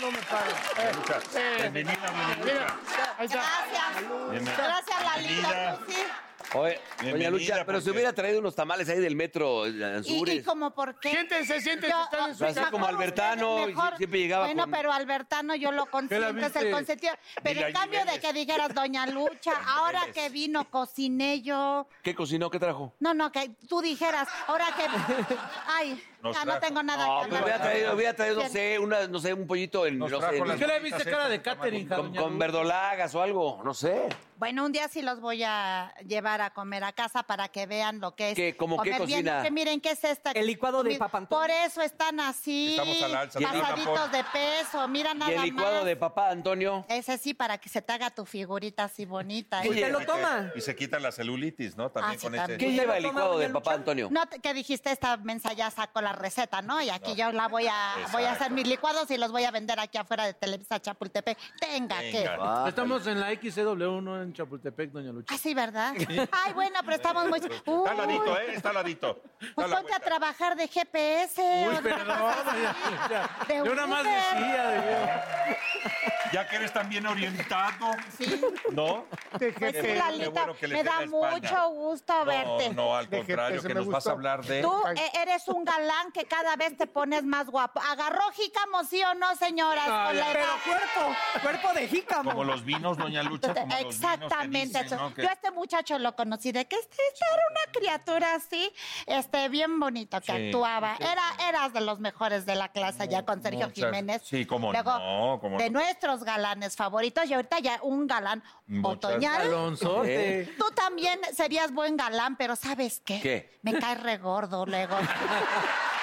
[SPEAKER 3] No me paga.
[SPEAKER 4] Bienvenida, bienvenida.
[SPEAKER 12] Gracias. Gracias, Lalita. pues sí.
[SPEAKER 6] Oye, doña
[SPEAKER 4] Bienvenida,
[SPEAKER 6] Lucha, pero se
[SPEAKER 4] porque-
[SPEAKER 6] hubiera traído unos tamales ahí del metro eh,
[SPEAKER 12] Y, y
[SPEAKER 6] Anzures.
[SPEAKER 12] como por qué. Siéntense, siéntense. Están
[SPEAKER 6] su Así casa. como Albertano, y siempre llegaba
[SPEAKER 12] Bueno,
[SPEAKER 6] con-
[SPEAKER 12] pero Albertano yo lo consiento, es el
[SPEAKER 6] viste?
[SPEAKER 12] consentido. Pero
[SPEAKER 6] Mira,
[SPEAKER 12] en cambio de
[SPEAKER 6] Jiménez.
[SPEAKER 12] que dijeras, Doña Lucha, ahora que vino, cociné yo.
[SPEAKER 6] ¿Qué cocinó? ¿Qué trajo?
[SPEAKER 12] No, no, que tú dijeras, ahora que. Ay,
[SPEAKER 6] Nos
[SPEAKER 12] ya Ah, no
[SPEAKER 6] trajo.
[SPEAKER 12] tengo nada
[SPEAKER 6] No,
[SPEAKER 12] que
[SPEAKER 6] pero
[SPEAKER 12] hablar.
[SPEAKER 6] hubiera traído, hubiera traído, no
[SPEAKER 12] Bien.
[SPEAKER 6] sé, una, no sé, un pollito en, no sé.
[SPEAKER 9] trajo
[SPEAKER 6] en-
[SPEAKER 9] las ¿Qué le viste bolitas cara de esas, catering,
[SPEAKER 6] Con- Con,
[SPEAKER 9] doña Lucha?
[SPEAKER 6] verdolagas o algo, no sé.
[SPEAKER 12] Bueno, un día sí los voy a llevar a comer a casa para que vean lo que es.
[SPEAKER 6] ¿Qué? ¿Cómo qué
[SPEAKER 12] comer bien,
[SPEAKER 6] cocina?
[SPEAKER 12] que miren qué es esta. El licuado de papantón. Por eso están así.
[SPEAKER 6] Estamos al alza, también,
[SPEAKER 12] Pasaditos
[SPEAKER 6] Japón.
[SPEAKER 12] de peso. Mira
[SPEAKER 6] Y
[SPEAKER 12] nada
[SPEAKER 6] el licuado
[SPEAKER 12] más.
[SPEAKER 6] de papá Antonio.
[SPEAKER 12] Ese sí, para que se te haga tu figurita así bonita.
[SPEAKER 6] Pues
[SPEAKER 12] ¿eh?
[SPEAKER 4] Oye, y Y se quita la celulitis, ¿no? También
[SPEAKER 12] Ah, sí,
[SPEAKER 4] con
[SPEAKER 12] también.
[SPEAKER 4] ese.
[SPEAKER 12] ¿Qué lleva el licuado de
[SPEAKER 4] papá Antonio?
[SPEAKER 12] No, te- que dijiste, esta mensa ya sacó la receta, ¿no? Y aquí yo la voy a voy a hacer
[SPEAKER 9] Exacto.
[SPEAKER 12] mis licuados y los voy a vender aquí afuera de Televisa Chapultepec. Tenga, que.
[SPEAKER 9] Estamos en la XCW, no en Chapultepec, doña Lucha.
[SPEAKER 12] Ah, sí, ¿verdad? Ay, bueno, pero estamos muy... Uy,
[SPEAKER 4] Está al ladito, ¿eh? Está al ladito.
[SPEAKER 12] Pues ponte a trabajar de GPS. o de cosas así. De
[SPEAKER 4] Yo nada más
[SPEAKER 12] Uber.
[SPEAKER 4] decía, Ya que eres tan bien orientado.
[SPEAKER 12] Sí.
[SPEAKER 4] ¿no?
[SPEAKER 12] Pues sí,
[SPEAKER 4] Qué
[SPEAKER 12] Lalita,
[SPEAKER 4] bueno que le
[SPEAKER 12] me
[SPEAKER 4] dé
[SPEAKER 12] da
[SPEAKER 4] la espalda.
[SPEAKER 12] mucho gusto
[SPEAKER 4] No,
[SPEAKER 12] verte.
[SPEAKER 4] no, al De contrario, GPS, que me nos vas a gustó. hablar de-
[SPEAKER 12] Tú eh, eres un galán que cada vez te pones más guapo. ¿Agarró jícamo, sí o no, señoras?
[SPEAKER 4] Ah,
[SPEAKER 12] con la
[SPEAKER 4] pero
[SPEAKER 12] edad? cuerpo, cuerpo de jícamo.
[SPEAKER 4] Como los vinos, doña Lucha. como los vinos que
[SPEAKER 12] Exactamente.
[SPEAKER 4] dicen, ¿no? Que-
[SPEAKER 12] Yo a este muchacho lo conocí de que este, este era una criatura así, este, bien bonito, que
[SPEAKER 4] Sí,
[SPEAKER 12] actuaba. Era, eras de los mejores de la clase ya con Sergio
[SPEAKER 4] Muchas-
[SPEAKER 12] Jiménez.
[SPEAKER 4] Sí, cómo
[SPEAKER 12] Luego,
[SPEAKER 4] no, cómo
[SPEAKER 12] de
[SPEAKER 4] no.
[SPEAKER 12] nuestros galanes favoritos y ahorita ya un galán
[SPEAKER 4] Muchas-
[SPEAKER 12] otoñal.
[SPEAKER 4] Alonsote.
[SPEAKER 12] Tú también serías buen galán, pero ¿sabes qué?
[SPEAKER 6] ¿Qué?
[SPEAKER 12] Me cae regordo luego.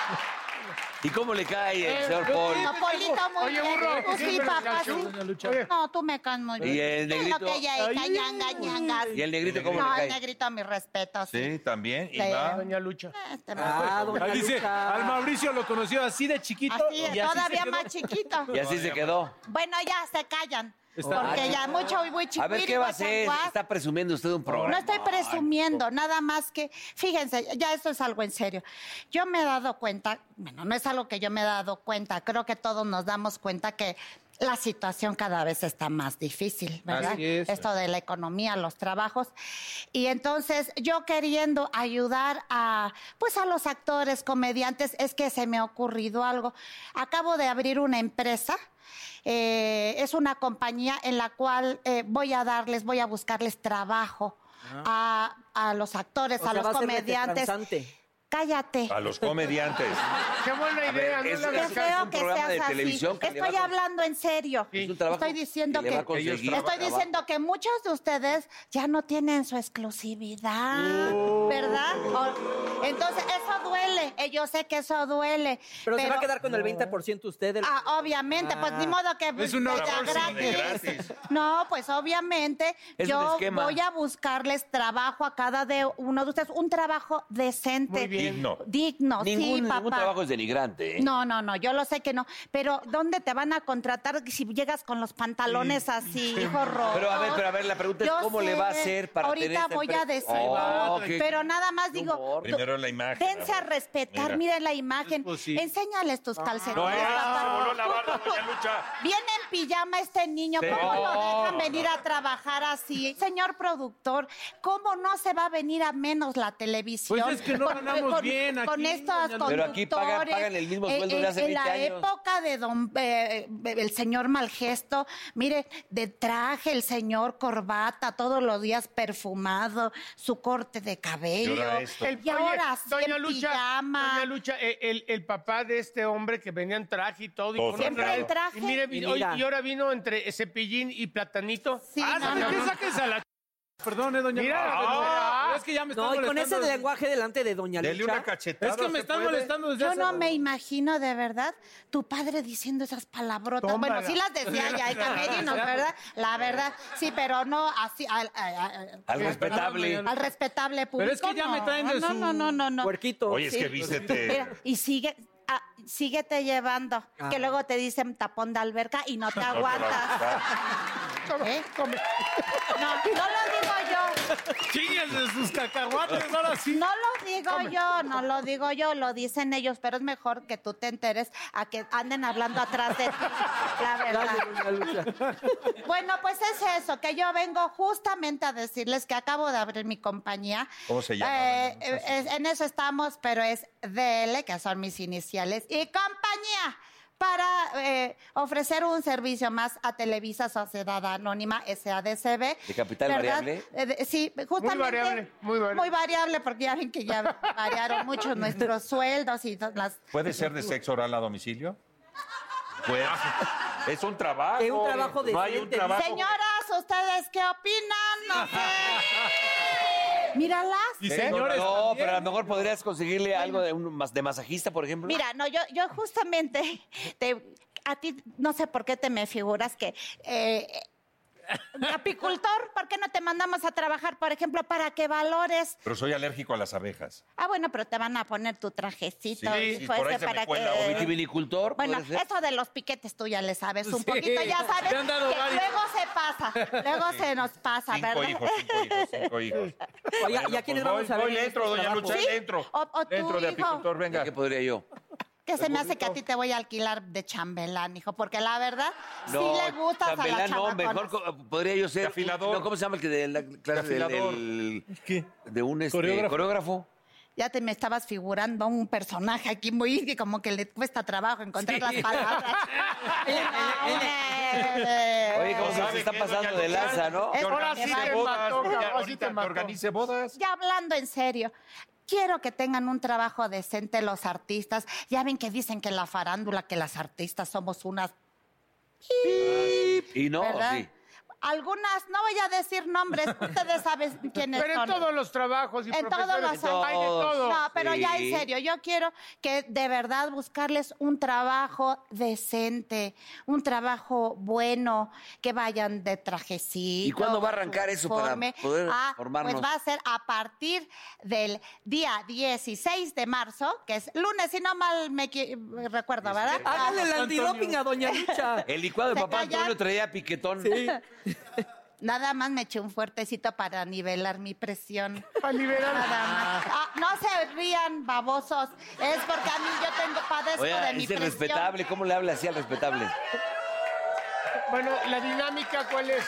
[SPEAKER 6] ¿Y cómo le cae el señor Paul?
[SPEAKER 12] No, Polito, muy
[SPEAKER 5] Oye,
[SPEAKER 12] bien.
[SPEAKER 5] burro,
[SPEAKER 12] Tú sí,
[SPEAKER 5] siempre
[SPEAKER 12] papá,
[SPEAKER 5] los gancho,
[SPEAKER 12] sí.
[SPEAKER 5] doña Lucha.
[SPEAKER 12] No, tú me caes muy
[SPEAKER 6] ¿Y
[SPEAKER 12] bien.
[SPEAKER 6] el
[SPEAKER 12] Es
[SPEAKER 6] negrito?
[SPEAKER 12] Lo que ella es, ñanga, ñangas.
[SPEAKER 6] ¿Y el negrito cómo
[SPEAKER 12] No,
[SPEAKER 6] le
[SPEAKER 12] el
[SPEAKER 6] cae?
[SPEAKER 12] negrito, mi respeto.
[SPEAKER 4] Sí, también. Y
[SPEAKER 12] Sí.
[SPEAKER 4] va.
[SPEAKER 5] Doña Lucha.
[SPEAKER 12] Ah,
[SPEAKER 9] Ahí dice, al Mauricio lo conoció así de chiquito.
[SPEAKER 12] Así,
[SPEAKER 9] y así
[SPEAKER 12] todavía
[SPEAKER 9] se quedó.
[SPEAKER 12] más chiquito.
[SPEAKER 6] Y así se quedó.
[SPEAKER 12] Bueno, ya se callan.
[SPEAKER 6] Está-
[SPEAKER 12] Porque ya mucho muy chiquito.
[SPEAKER 6] A ver, ¿qué va a hacer? Está presumiendo usted un programa.
[SPEAKER 12] No estoy presumiendo, nada más que, fíjense, ya esto es algo en serio. Yo me he dado cuenta, bueno, no es algo que yo me he dado cuenta, creo que todos nos damos cuenta que la situación cada vez está más difícil, ¿verdad?
[SPEAKER 13] Así es.
[SPEAKER 12] Esto de la economía, los trabajos. Y entonces yo queriendo ayudar a, pues a los actores, comediantes, es que se me ha ocurrido algo. Acabo de abrir una empresa. eh, es una compañía en la cual eh, voy a darles, voy a buscarles trabajo a, a los actores,
[SPEAKER 8] O
[SPEAKER 12] a
[SPEAKER 8] sea, va
[SPEAKER 12] los
[SPEAKER 8] a ser
[SPEAKER 12] comediantes.
[SPEAKER 8] retransante.
[SPEAKER 12] Cállate.
[SPEAKER 4] A los comediantes.
[SPEAKER 12] Qué buena
[SPEAKER 4] A ver, idea, no es- le hagas
[SPEAKER 12] Qué
[SPEAKER 4] caso.
[SPEAKER 12] feo
[SPEAKER 4] es un
[SPEAKER 12] que
[SPEAKER 4] programa
[SPEAKER 12] seas
[SPEAKER 4] de
[SPEAKER 12] así.
[SPEAKER 4] televisión que le va
[SPEAKER 12] Estoy
[SPEAKER 4] a-
[SPEAKER 12] hablando en serio.
[SPEAKER 4] Es un trabajo
[SPEAKER 12] Estoy diciendo
[SPEAKER 4] que le
[SPEAKER 12] que,
[SPEAKER 4] va a conseguir
[SPEAKER 12] estoy
[SPEAKER 4] trabajo.
[SPEAKER 12] diciendo que muchos de ustedes ya no tienen su exclusividad,
[SPEAKER 4] Uh.
[SPEAKER 12] ¿verdad? O- entonces eso duele. Eh, Yo sé que eso duele.
[SPEAKER 8] Pero, se va a quedar con el 20% usted. del-
[SPEAKER 12] Ah, obviamente, pues ni modo que
[SPEAKER 8] Es un
[SPEAKER 12] que sea
[SPEAKER 8] outsourcing de
[SPEAKER 12] No, pues obviamente
[SPEAKER 8] Es un
[SPEAKER 12] yo
[SPEAKER 8] esquema.
[SPEAKER 12] voy a buscarles trabajo a cada de uno de ustedes, un trabajo decente,
[SPEAKER 6] Muy bien. Digno.
[SPEAKER 12] digno,
[SPEAKER 6] ningún,
[SPEAKER 12] sí, papá.
[SPEAKER 6] ningún trabajo es denigrante. ¿eh?
[SPEAKER 12] No, no, no, yo lo sé que no. Pero ¿dónde te van a contratar si llegas con los pantalones así, hijo rojo?
[SPEAKER 6] Pero a ver, pero a ver, la pregunta es cómo le va a hacer para
[SPEAKER 12] Ahorita
[SPEAKER 6] tener esta
[SPEAKER 12] voy a
[SPEAKER 6] empresa?
[SPEAKER 12] decir,
[SPEAKER 6] Oh, qué-
[SPEAKER 12] pero nada más digo, tú-
[SPEAKER 4] Primero la imagen.
[SPEAKER 12] dense a respetar,
[SPEAKER 4] Mira.
[SPEAKER 12] miren la imagen,
[SPEAKER 4] Es posible.
[SPEAKER 12] enséñales tus
[SPEAKER 6] Ah.
[SPEAKER 12] calcetines.
[SPEAKER 4] No,
[SPEAKER 12] papá.
[SPEAKER 4] ya se ah, voló la barba, doña Lucha.
[SPEAKER 12] Viene en pijama este niño,
[SPEAKER 4] Sí.
[SPEAKER 12] ¿cómo lo
[SPEAKER 4] No,
[SPEAKER 9] Oh,
[SPEAKER 12] dejan
[SPEAKER 4] no,
[SPEAKER 12] venir
[SPEAKER 4] no.
[SPEAKER 12] a trabajar así? Señor productor, ¿cómo no se va a venir a menos la televisión?
[SPEAKER 9] Pues es que no ganamos bien aquí,
[SPEAKER 12] Con estos
[SPEAKER 9] doña Lucha. Pero aquí pagan-
[SPEAKER 12] conductores, eh,
[SPEAKER 9] pagan el mismo sueldo de
[SPEAKER 12] en-
[SPEAKER 9] hace
[SPEAKER 12] en
[SPEAKER 9] 20
[SPEAKER 12] la
[SPEAKER 9] años.
[SPEAKER 12] época de don eh, el señor Malgesto, mire, de traje el señor corbata todos los días perfumado, su corte de cabello.
[SPEAKER 5] El-
[SPEAKER 12] y ahora
[SPEAKER 5] oye,
[SPEAKER 12] sí
[SPEAKER 5] Doña
[SPEAKER 12] en
[SPEAKER 5] Lucha,
[SPEAKER 12] pijama.
[SPEAKER 5] Doña Lucha, eh, el, el papá de este hombre que venía en traje y todo. y
[SPEAKER 12] Todo
[SPEAKER 5] con
[SPEAKER 12] Siempre
[SPEAKER 5] otra-
[SPEAKER 12] en traje.
[SPEAKER 5] Y, mire,
[SPEAKER 12] Y
[SPEAKER 5] hoy-
[SPEAKER 12] mira.
[SPEAKER 5] y ahora vino entre cepillín y platanito. ah,
[SPEAKER 9] no, no, no.
[SPEAKER 5] a la...
[SPEAKER 9] Perdone, eh, doña
[SPEAKER 5] Mira,
[SPEAKER 9] Lucha,
[SPEAKER 5] Ah, no,
[SPEAKER 9] pero- pero es que ya me están
[SPEAKER 8] No, y con ese
[SPEAKER 9] molestando.
[SPEAKER 8] lenguaje delante de Doña Lucha.
[SPEAKER 9] Dele una cachetada,
[SPEAKER 8] Es que me
[SPEAKER 9] ¿se
[SPEAKER 8] están
[SPEAKER 9] puede?
[SPEAKER 8] molestando desde
[SPEAKER 12] Yo
[SPEAKER 8] hace
[SPEAKER 12] no me imagino de verdad tu padre diciendo esas palabrotas.
[SPEAKER 8] Tómala.
[SPEAKER 12] Bueno, sí las decía ya el camerino, ¿verdad? La verdad, sí, pero no así. Al, al- al-
[SPEAKER 6] Al respetable.
[SPEAKER 12] Al respetable público.
[SPEAKER 6] Pero es que ya
[SPEAKER 12] no.
[SPEAKER 6] me traen de
[SPEAKER 12] No,
[SPEAKER 6] su
[SPEAKER 12] no, no, no, no.
[SPEAKER 6] puerquito. Oye, es que vístete.
[SPEAKER 12] Mira, y sigue. ah, síguete llevando,
[SPEAKER 6] Ah.
[SPEAKER 12] que luego te dicen tapón de alberca y no te aguantas. ¿Eh? No, no lo digo yo.
[SPEAKER 3] de sus cacahuates, ahora sí.
[SPEAKER 12] No lo digo yo, no lo digo yo, lo dicen ellos, pero es mejor que tú te enteres a que anden hablando atrás de ti, la verdad. Bueno, pues es eso, que yo vengo justamente a decirles que acabo de abrir mi compañía.
[SPEAKER 4] ¿Cómo se llama?
[SPEAKER 12] Eh, es- en eso estamos, pero es DL, que son mis iniciales, y compañía para eh, ofrecer un servicio más a Televisa Sociedad Anónima, SADCB.
[SPEAKER 6] ¿De capital
[SPEAKER 12] ¿Verdad?
[SPEAKER 6] variable?
[SPEAKER 12] Eh, de- sí, justamente.
[SPEAKER 5] variable, muy variable.
[SPEAKER 12] variable, porque ya ven que ya variaron mucho nuestros sueldos y to- las...
[SPEAKER 4] ¿Puede ser de sexo oral a domicilio? Pues, es un trabajo.
[SPEAKER 12] De un
[SPEAKER 14] trabajo
[SPEAKER 4] No hay un trabajo.
[SPEAKER 12] Señoras, ¿ustedes qué opinan? No sé. Míralas.
[SPEAKER 6] Pero- No, pero a lo mejor podrías conseguirle algo de, un, mas- de masajista, por ejemplo.
[SPEAKER 12] Mira, no, yo, yo justamente, te- a ti no sé por qué te me figuras que... eh, apicultor, ¿por qué no te mandamos a trabajar, por ejemplo, para que valores?
[SPEAKER 4] Pero soy alérgico a las abejas.
[SPEAKER 12] Ah, bueno, pero te van a poner tu trajecito.
[SPEAKER 4] Sí,
[SPEAKER 12] hijo
[SPEAKER 4] por ahí se
[SPEAKER 12] ese,
[SPEAKER 4] me
[SPEAKER 12] para
[SPEAKER 4] cuela,
[SPEAKER 12] que-
[SPEAKER 4] o vitivinicultor,
[SPEAKER 12] Bueno,
[SPEAKER 4] podría ser.
[SPEAKER 12] eso de los piquetes tú ya le sabes un
[SPEAKER 4] Sí.
[SPEAKER 12] poquito, ya sabes
[SPEAKER 4] Me
[SPEAKER 12] que
[SPEAKER 4] han dado varios.
[SPEAKER 12] luego se pasa, luego
[SPEAKER 4] Sí.
[SPEAKER 12] se nos pasa,
[SPEAKER 4] Cinco
[SPEAKER 12] ¿verdad?
[SPEAKER 4] hijos, cinco hijos, cinco hijos.
[SPEAKER 14] Oiga,
[SPEAKER 4] Bueno,
[SPEAKER 14] ¿y a quiénes
[SPEAKER 4] pues
[SPEAKER 14] vamos a
[SPEAKER 4] voy-
[SPEAKER 14] ver
[SPEAKER 4] Voy
[SPEAKER 14] en este
[SPEAKER 4] dentro,
[SPEAKER 14] estos
[SPEAKER 4] doña
[SPEAKER 14] trabajos?
[SPEAKER 4] Lucha,
[SPEAKER 14] ¿Sí?
[SPEAKER 4] dentro.
[SPEAKER 12] O- o tú,
[SPEAKER 4] dentro de
[SPEAKER 12] hijo.
[SPEAKER 4] apicultor, venga. ¿Qué
[SPEAKER 6] podría yo?
[SPEAKER 12] Que se me hace que a ti te voy a alquilar de chambelán, hijo, porque la verdad sí le gustas a la
[SPEAKER 6] chambelán, no,
[SPEAKER 12] chamaconas.
[SPEAKER 6] mejor co- podría yo ser. un- No, ¿Cómo se llama el que de la clase del-
[SPEAKER 4] afilador.
[SPEAKER 6] del- De un este,
[SPEAKER 4] Coreógrafo.
[SPEAKER 6] coreógrafo.
[SPEAKER 12] Ya te me estabas figurando un personaje aquí muy que como que le cuesta trabajo encontrar las palabras. Eh.
[SPEAKER 6] Oye, ¿cómo se,
[SPEAKER 4] ¿Sabe
[SPEAKER 6] está
[SPEAKER 4] qué, doña
[SPEAKER 6] pasando de
[SPEAKER 4] Lucha?
[SPEAKER 6] lanza, no?
[SPEAKER 12] Es Ahora sí te mató,
[SPEAKER 4] doña,
[SPEAKER 12] ahora sí
[SPEAKER 4] ahorita
[SPEAKER 12] te mató.
[SPEAKER 4] organice bodas.
[SPEAKER 12] Ya hablando en serio, quiero que tengan un trabajo decente los artistas. Ya ven que dicen que la farándula, que las artistas somos unas...
[SPEAKER 6] Y no,
[SPEAKER 12] ¿Verdad?
[SPEAKER 6] sí.
[SPEAKER 12] Algunas, no voy a decir nombres, ustedes saben quiénes
[SPEAKER 5] Pero en
[SPEAKER 12] son.
[SPEAKER 5] todos los trabajos y
[SPEAKER 12] en todos
[SPEAKER 5] profesiones
[SPEAKER 12] los ámbitos.
[SPEAKER 5] hay de todo.
[SPEAKER 12] No, pero ya en
[SPEAKER 5] Sí.
[SPEAKER 12] serio, yo quiero que de verdad buscarles un trabajo decente, un trabajo bueno, que vayan de trajecito.
[SPEAKER 6] ¿Y cuándo va a arrancar eso para
[SPEAKER 12] uniforme.
[SPEAKER 6] poder
[SPEAKER 12] Ah,
[SPEAKER 6] formarnos?
[SPEAKER 12] Pues va a ser a partir del día 16 de marzo, que es lunes, si no mal me equi- recuerdo, ¿verdad?
[SPEAKER 14] Hágale el
[SPEAKER 12] Ah,
[SPEAKER 14] antidoping a doña Lucha.
[SPEAKER 6] El licuado de
[SPEAKER 12] Se
[SPEAKER 6] papá
[SPEAKER 12] callan.
[SPEAKER 6] Antonio traía piquetón.
[SPEAKER 12] Nada más me eché un fuertecito para nivelar mi presión. Para nivelar. Nada más. Ah, no se rían, babosos. Es porque a mí yo tengo padezco de
[SPEAKER 6] Oye,
[SPEAKER 12] mi
[SPEAKER 6] ese
[SPEAKER 12] presión.
[SPEAKER 6] respetable, ¿cómo le habla así al respetable?
[SPEAKER 12] Bueno, ¿la dinámica cuál es?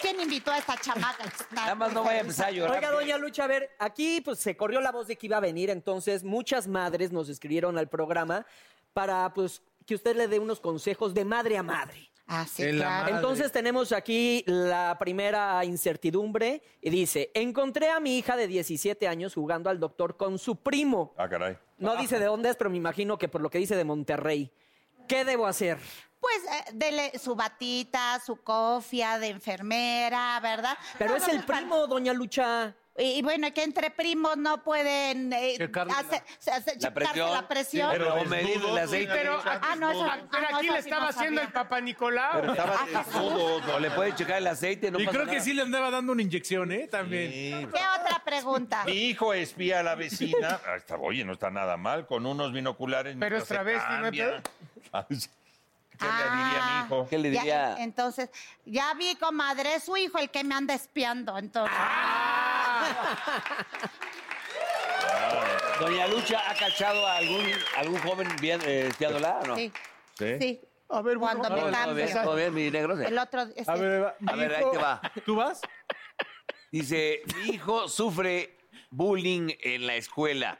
[SPEAKER 12] ¿Quién invitó a esta chamaca? Nada
[SPEAKER 6] más no vaya a empezar a llorar.
[SPEAKER 14] Oiga, doña Lucha, a ver, aquí pues se corrió la voz de que iba a venir, entonces muchas madres nos escribieron al programa para pues que usted le dé unos consejos de madre a madre.
[SPEAKER 12] Ah,
[SPEAKER 14] sí,
[SPEAKER 8] De la claro. madre.
[SPEAKER 14] Entonces tenemos aquí la primera incertidumbre y dice, encontré a mi hija de 17 años jugando al doctor con su primo.
[SPEAKER 4] Ah, caray.
[SPEAKER 14] No dice de dónde es, pero me imagino que por lo que dice de Monterrey. ¿Qué debo hacer?
[SPEAKER 12] Pues eh, dele su batita, su cofia de enfermera, ¿verdad? Pero es el primo,
[SPEAKER 14] doña Lucha.
[SPEAKER 12] Y, y bueno, que entre primos no pueden eh,
[SPEAKER 14] Checarle
[SPEAKER 12] hacer- hacer- checarse
[SPEAKER 6] presión.
[SPEAKER 12] la presión.
[SPEAKER 6] Sí, pero Pero desnudo, medirle el aceite.
[SPEAKER 5] Sí, pero
[SPEAKER 12] ah, no, eso,
[SPEAKER 5] aquí- pero
[SPEAKER 12] ah, no,
[SPEAKER 5] aquí
[SPEAKER 12] eso
[SPEAKER 5] le
[SPEAKER 12] sí
[SPEAKER 5] estaba
[SPEAKER 12] no
[SPEAKER 5] haciendo el
[SPEAKER 12] sabía.
[SPEAKER 5] papá Nicolau.
[SPEAKER 6] Pero estaba desnudo. O le puede checar el aceite, no
[SPEAKER 9] y
[SPEAKER 6] pasa
[SPEAKER 9] creo que
[SPEAKER 6] nada.
[SPEAKER 9] sí le andaba dando una inyección, ¿eh? También.
[SPEAKER 12] ¿Qué otra pregunta?
[SPEAKER 4] Mi hijo espía a la vecina. Ah, está- oye, no está nada mal, con unos binoculares.
[SPEAKER 12] Pero es travesti, ¿no hay pedo?
[SPEAKER 4] ¿Qué le diría a mi hijo?
[SPEAKER 6] ¿Qué le
[SPEAKER 12] Ah, Ya, en- entonces, ya vi, comadre, es su hijo el que me anda espiando, entonces.
[SPEAKER 6] Ah, Doña Lucha ha cachado a algún, algún joven bien eh, espiándola, ¿o no?
[SPEAKER 12] Sí,
[SPEAKER 6] ¿Sí?
[SPEAKER 12] sí.
[SPEAKER 9] ¿Eh? A ver,
[SPEAKER 12] Cuando
[SPEAKER 6] No,
[SPEAKER 12] me
[SPEAKER 6] no, todo bien,
[SPEAKER 12] cambio.
[SPEAKER 6] todo bien, mi negro.
[SPEAKER 12] El otro... este-
[SPEAKER 6] A ver,
[SPEAKER 9] va-
[SPEAKER 6] a ver, ahí
[SPEAKER 9] hijo-
[SPEAKER 6] te va.
[SPEAKER 9] ¿Tú vas?
[SPEAKER 6] Dice, mi hijo sufre bullying en la escuela.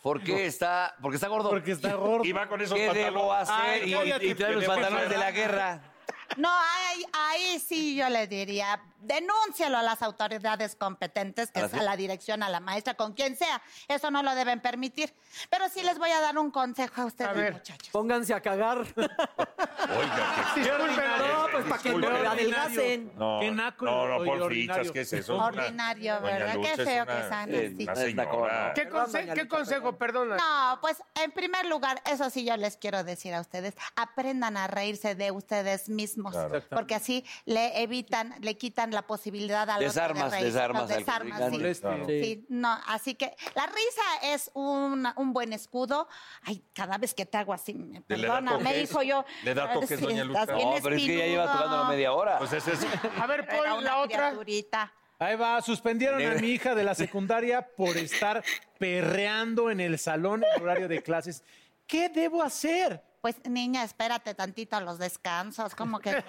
[SPEAKER 6] ¿Por qué
[SPEAKER 4] Pues No.
[SPEAKER 6] está? Porque está gordo. Porque
[SPEAKER 9] está gordo.
[SPEAKER 6] Y va
[SPEAKER 4] con esos
[SPEAKER 6] ¿Qué
[SPEAKER 4] pantalones.
[SPEAKER 6] debo hacer?
[SPEAKER 4] Ay,
[SPEAKER 6] Y-
[SPEAKER 4] cállate,
[SPEAKER 6] y, trae los
[SPEAKER 4] pendejo,
[SPEAKER 6] pantalones de la
[SPEAKER 4] ¿verdad?
[SPEAKER 6] guerra.
[SPEAKER 12] No, ahí, ahí sí yo le diría, denúncialo a las autoridades competentes, que
[SPEAKER 6] ¿Ah,
[SPEAKER 12] es
[SPEAKER 6] sí?
[SPEAKER 12] a la dirección, a la maestra, con quien sea. Eso no lo deben permitir. Pero sí les voy a dar un consejo a ustedes, muchachos.
[SPEAKER 14] Pónganse a cagar.
[SPEAKER 4] Oiga, qué
[SPEAKER 14] No, pues para que no
[SPEAKER 4] Disculpen.
[SPEAKER 14] adelgacen.
[SPEAKER 4] No,
[SPEAKER 14] Qué
[SPEAKER 4] no,
[SPEAKER 14] naco
[SPEAKER 4] no,
[SPEAKER 14] y
[SPEAKER 4] por
[SPEAKER 14] ordinario.
[SPEAKER 4] fichas, ¿qué es eso?
[SPEAKER 12] Ordinario,
[SPEAKER 4] Doña
[SPEAKER 12] ¿verdad?
[SPEAKER 4] Lucha
[SPEAKER 12] Qué
[SPEAKER 4] es
[SPEAKER 12] feo
[SPEAKER 4] una- eh,
[SPEAKER 12] que sean así.
[SPEAKER 4] Una señora.
[SPEAKER 5] ¿Qué, conse- qué consejo, perdona?
[SPEAKER 12] No, pues en primer lugar, eso sí yo les quiero decir a ustedes, aprendan a reírse de ustedes mismos,
[SPEAKER 6] Claro. Exactamente.
[SPEAKER 12] porque así le evitan, le quitan la posibilidad al
[SPEAKER 6] Desarmas,
[SPEAKER 12] otro de reír.
[SPEAKER 6] desarmas
[SPEAKER 12] Los
[SPEAKER 6] al
[SPEAKER 12] desarmas,
[SPEAKER 6] contrincante.
[SPEAKER 12] sí.
[SPEAKER 6] Claro.
[SPEAKER 12] Sí, no, así que la risa es una- un buen escudo. Ay, cada vez que te hago así, me
[SPEAKER 4] ¿Le da
[SPEAKER 12] perdona, me
[SPEAKER 4] toques?
[SPEAKER 12] dijo yo.
[SPEAKER 4] ¿Le da toques,
[SPEAKER 12] sí,
[SPEAKER 4] doña Pues Lucha?
[SPEAKER 12] estás bien
[SPEAKER 6] No, pero es que ya lleva
[SPEAKER 12] espinudo.
[SPEAKER 6] tocando la media hora.
[SPEAKER 4] Pues ese es...
[SPEAKER 12] Era una criaturita.
[SPEAKER 9] Ahí va, suspendieron a
[SPEAKER 3] Negra.
[SPEAKER 9] mi hija de la secundaria por estar perreando en el salón en horario de clases. ¿Qué debo hacer?
[SPEAKER 12] Pues, niña, espérate tantito a los descansos, como que el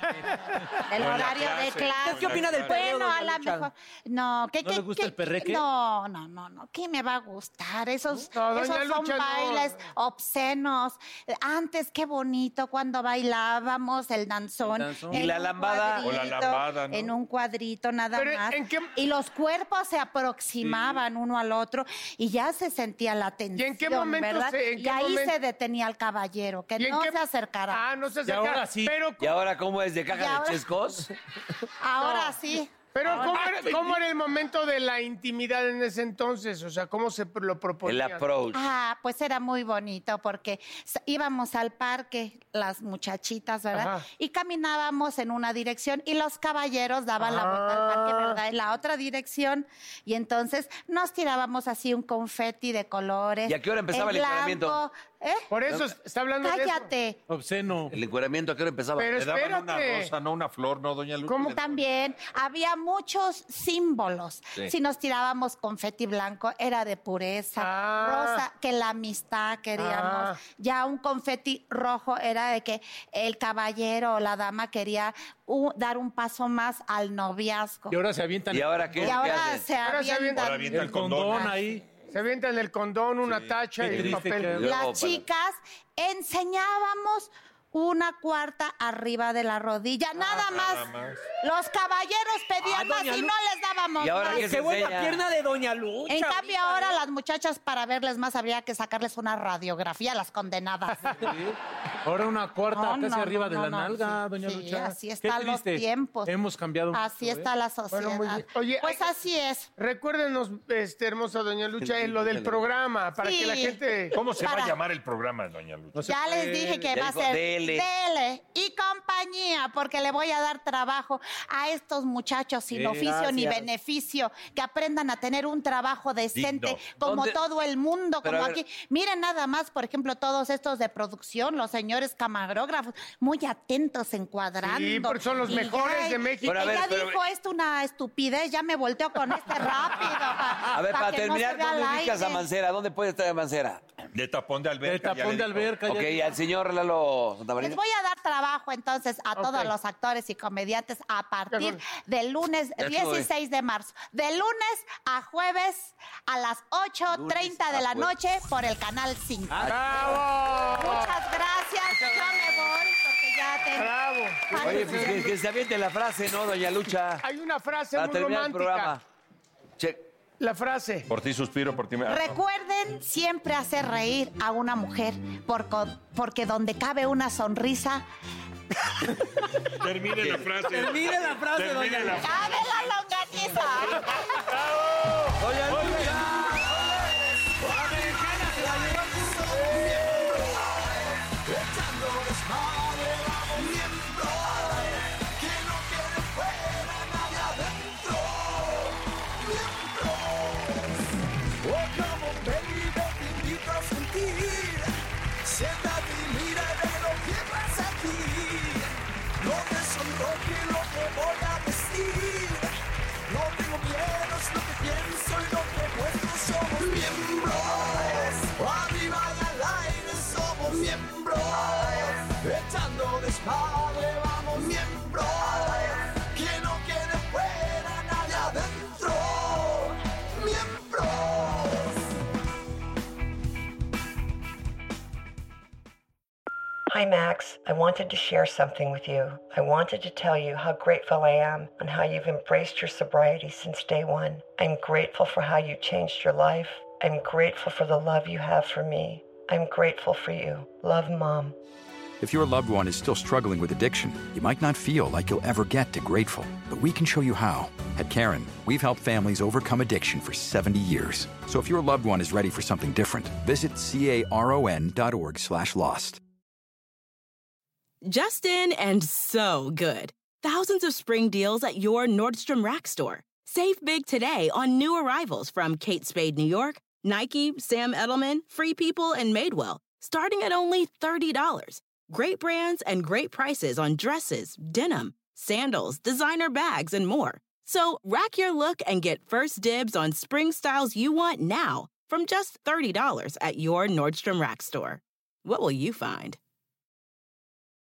[SPEAKER 9] la
[SPEAKER 12] horario
[SPEAKER 9] clase.
[SPEAKER 12] de clase.
[SPEAKER 9] ¿Usted qué opina del perreo,
[SPEAKER 12] Bueno,
[SPEAKER 9] doña
[SPEAKER 12] a la
[SPEAKER 9] Lucha?
[SPEAKER 12] mejor. No, ¿qué,
[SPEAKER 9] ¿No le
[SPEAKER 12] qué-
[SPEAKER 9] gusta
[SPEAKER 12] qué-
[SPEAKER 9] el perreque?
[SPEAKER 12] No, no, no, no. ¿Qué me va a gustar? Esos,
[SPEAKER 13] doña
[SPEAKER 12] esos son
[SPEAKER 13] Lucha, no.
[SPEAKER 12] bailes obscenos. Antes, qué bonito cuando bailábamos el danzón.
[SPEAKER 6] El danzón.
[SPEAKER 12] en
[SPEAKER 6] Y la
[SPEAKER 12] un
[SPEAKER 6] lambada. O la
[SPEAKER 12] cuadrito,
[SPEAKER 6] lambada, ¿no?
[SPEAKER 12] En un cuadrito nada
[SPEAKER 6] Pero,
[SPEAKER 12] más. Y los cuerpos se aproximaban uno al otro y ya se sentía la tensión.
[SPEAKER 5] en qué momento
[SPEAKER 12] ¿verdad?
[SPEAKER 5] se- en
[SPEAKER 12] y
[SPEAKER 5] qué
[SPEAKER 12] ahí
[SPEAKER 5] momento-
[SPEAKER 12] se detenía el caballero, que
[SPEAKER 5] ¿Y en
[SPEAKER 12] no
[SPEAKER 5] qué-
[SPEAKER 12] se acercara.
[SPEAKER 5] Ah, no se
[SPEAKER 6] Y
[SPEAKER 5] acerca.
[SPEAKER 6] ahora sí.
[SPEAKER 5] Pero
[SPEAKER 6] ¿Y ahora cómo es? ¿De
[SPEAKER 12] Y
[SPEAKER 6] caja
[SPEAKER 12] ahora-
[SPEAKER 6] de chescos?
[SPEAKER 12] Ahora sí.
[SPEAKER 5] Pero
[SPEAKER 12] Ahora-
[SPEAKER 5] ¿cómo, era, cómo era el momento de la intimidad en ese entonces? O sea, ¿cómo se lo proponía?
[SPEAKER 6] El approach.
[SPEAKER 12] Ah, pues era muy bonito porque s- íbamos al parque, las muchachitas, ¿verdad?
[SPEAKER 13] Ajá.
[SPEAKER 12] Y caminábamos en una dirección y los caballeros daban la vuelta al parque,
[SPEAKER 5] Ah.
[SPEAKER 12] ¿verdad? En la otra dirección. Y entonces nos tirábamos así un confeti de colores.
[SPEAKER 6] ¿Y a qué hora empezaba el
[SPEAKER 12] blanco,
[SPEAKER 6] entrenamiento?
[SPEAKER 12] ¿eh?
[SPEAKER 6] Por eso es-
[SPEAKER 5] está hablando de eso.
[SPEAKER 12] Cállate.
[SPEAKER 9] Obsceno.
[SPEAKER 6] El encuadramiento, ¿a qué hora empezaba?
[SPEAKER 12] Pero
[SPEAKER 6] Le daban
[SPEAKER 12] espérate.
[SPEAKER 6] no una flor, ¿no, doña Lucha?
[SPEAKER 12] Como También había muchos símbolos.
[SPEAKER 6] Sí.
[SPEAKER 12] Si nos tirábamos confeti blanco, era de pureza. Rosa, que la amistad queríamos.
[SPEAKER 13] Ah.
[SPEAKER 12] Ya un confeti rojo era de que el caballero o la dama quería u- dar un paso más al noviazgo.
[SPEAKER 9] Y ahora se avientan.
[SPEAKER 6] ¿Y ahora
[SPEAKER 12] Y ahora se avientan
[SPEAKER 9] el condón ahí.
[SPEAKER 5] Se avientan el condón, una tacha y
[SPEAKER 9] qué
[SPEAKER 5] el
[SPEAKER 9] triste que-
[SPEAKER 5] papel.
[SPEAKER 9] Luego, para-
[SPEAKER 12] Las chicas enseñábamos una cuarta arriba de la rodilla, nada más. Los caballeros pedían más y
[SPEAKER 14] doña Lu-
[SPEAKER 12] no les dábamos
[SPEAKER 14] ¿Y ahora
[SPEAKER 12] más.
[SPEAKER 14] qué se Qué buena enseña? pierna de doña Lucha ¿eh?
[SPEAKER 12] En
[SPEAKER 14] ahorita,
[SPEAKER 12] cambio, ahora las muchachas, para verles más, habría que sacarles una radiografía a las condenadas.
[SPEAKER 9] Ahora una cuarta
[SPEAKER 12] No,
[SPEAKER 9] casi
[SPEAKER 12] no,
[SPEAKER 9] arriba
[SPEAKER 12] no,
[SPEAKER 9] de
[SPEAKER 12] no,
[SPEAKER 9] la
[SPEAKER 12] no,
[SPEAKER 9] nalga,
[SPEAKER 12] sí,
[SPEAKER 9] doña
[SPEAKER 12] sí,
[SPEAKER 9] Lucha.
[SPEAKER 12] así
[SPEAKER 9] Qué
[SPEAKER 12] están los
[SPEAKER 9] triste.
[SPEAKER 12] tiempos.
[SPEAKER 9] Hemos cambiado mucho,
[SPEAKER 12] Así
[SPEAKER 9] ¿eh?
[SPEAKER 12] está la sociedad.
[SPEAKER 5] muy bien. Oye,
[SPEAKER 12] pues así es.
[SPEAKER 5] Recuérdenos, este, hermosa doña Lucha, en lo del programa, para
[SPEAKER 12] Sí.
[SPEAKER 5] que la gente...
[SPEAKER 4] ¿Cómo se va
[SPEAKER 12] Para-
[SPEAKER 4] a llamar el programa, doña Lucha?
[SPEAKER 12] ya les dije que va a ser Dele y compañía, porque le voy a dar trabajo a estos muchachos sin
[SPEAKER 6] Sí,
[SPEAKER 12] oficio ni
[SPEAKER 6] gracias.
[SPEAKER 12] beneficio, que aprendan a tener un trabajo decente
[SPEAKER 6] Digno.
[SPEAKER 12] como
[SPEAKER 6] ¿Dónde-
[SPEAKER 12] todo el mundo,
[SPEAKER 6] Pero
[SPEAKER 12] como
[SPEAKER 6] a ver-
[SPEAKER 12] aquí. Miren nada más, por ejemplo, todos estos de producción, los señores camarógrafos, muy atentos encuadrando.
[SPEAKER 5] Sí, porque son los mejores de México. Pero a
[SPEAKER 12] Ella
[SPEAKER 5] ver, pero-
[SPEAKER 12] dijo esto una estupidez, ya me volteo con este rápido.
[SPEAKER 6] A ver,
[SPEAKER 12] pa'
[SPEAKER 6] para
[SPEAKER 12] que no se
[SPEAKER 6] terminar,
[SPEAKER 12] vea al
[SPEAKER 6] ¿dónde ubicas a
[SPEAKER 12] aire.
[SPEAKER 6] Mancera? ¿Dónde puede estar Mancera?
[SPEAKER 4] De tapón de alberca. ya
[SPEAKER 6] De
[SPEAKER 4] le
[SPEAKER 6] tapón de
[SPEAKER 4] dijo.
[SPEAKER 6] alberca. Ok, y al señor Lalo Santa
[SPEAKER 12] Les
[SPEAKER 6] María.
[SPEAKER 12] voy a dar trabajo entonces a todos
[SPEAKER 6] Ok.
[SPEAKER 12] los actores y comediantes a partir del lunes
[SPEAKER 6] Ya estuvo, eh.
[SPEAKER 12] 16 de marzo. De lunes a jueves a las 8.30 de
[SPEAKER 13] a
[SPEAKER 12] la
[SPEAKER 13] jueves.
[SPEAKER 12] noche por el canal 5.
[SPEAKER 13] Ah,
[SPEAKER 5] ¡Bravo!
[SPEAKER 12] Muchas gracias. Yo me voy porque ya tengo.
[SPEAKER 5] ¡Bravo!
[SPEAKER 6] Oye, pues que, que se aviente la frase, ¿no, doña Lucha?
[SPEAKER 5] Hay una frase
[SPEAKER 6] Para
[SPEAKER 5] muy
[SPEAKER 6] terminar el
[SPEAKER 5] romántica.
[SPEAKER 6] programa. Che,
[SPEAKER 5] La frase.
[SPEAKER 4] Por ti suspiro, por ti me...
[SPEAKER 12] Recuerden siempre hacer reír a una mujer porco- porque donde cabe una sonrisa,
[SPEAKER 4] Termine la frase.
[SPEAKER 12] Termine la frase,
[SPEAKER 4] Termine
[SPEAKER 12] doña
[SPEAKER 4] la frase.
[SPEAKER 12] cabe la longaniza.
[SPEAKER 6] ¡Doña
[SPEAKER 13] Oh, come on, baby, te invito a sentir. Siéntate y mira de lo que pasa aquí. No te sonroje lo que voy a decir. No tengo miedo, es lo que pienso y lo que muestro. Somos miembros. Arriba y al aire somos miembros. Echando desmadre vamos miembros. Quien no quede fuera, nadie adentro. Miembros.
[SPEAKER 2] Hi, Max. I wanted to share something with you. I wanted to tell you how grateful I am and how you've embraced your sobriety since day one. I'm grateful for how you changed your life. I'm grateful for the love you have for me. I'm grateful for you. Love, Mom.
[SPEAKER 15] If your loved one is still struggling with addiction, you might not feel like you'll ever get to grateful, but we can show you how. At Karen, we've helped families overcome addiction for 70 years. So if your loved one is ready for something different, visit caron.org slash lost.
[SPEAKER 16] Justin and so good. Thousands of spring deals at your Nordstrom Rack store. Save big today on new arrivals from Kate Spade New York, Nike, Sam Edelman, Free People, and Madewell, starting at only $30. Great brands and great prices on dresses, denim, sandals, designer bags, and more. So rack your look and get first dibs on spring styles you want now from just $30 at your Nordstrom Rack store. What will you find?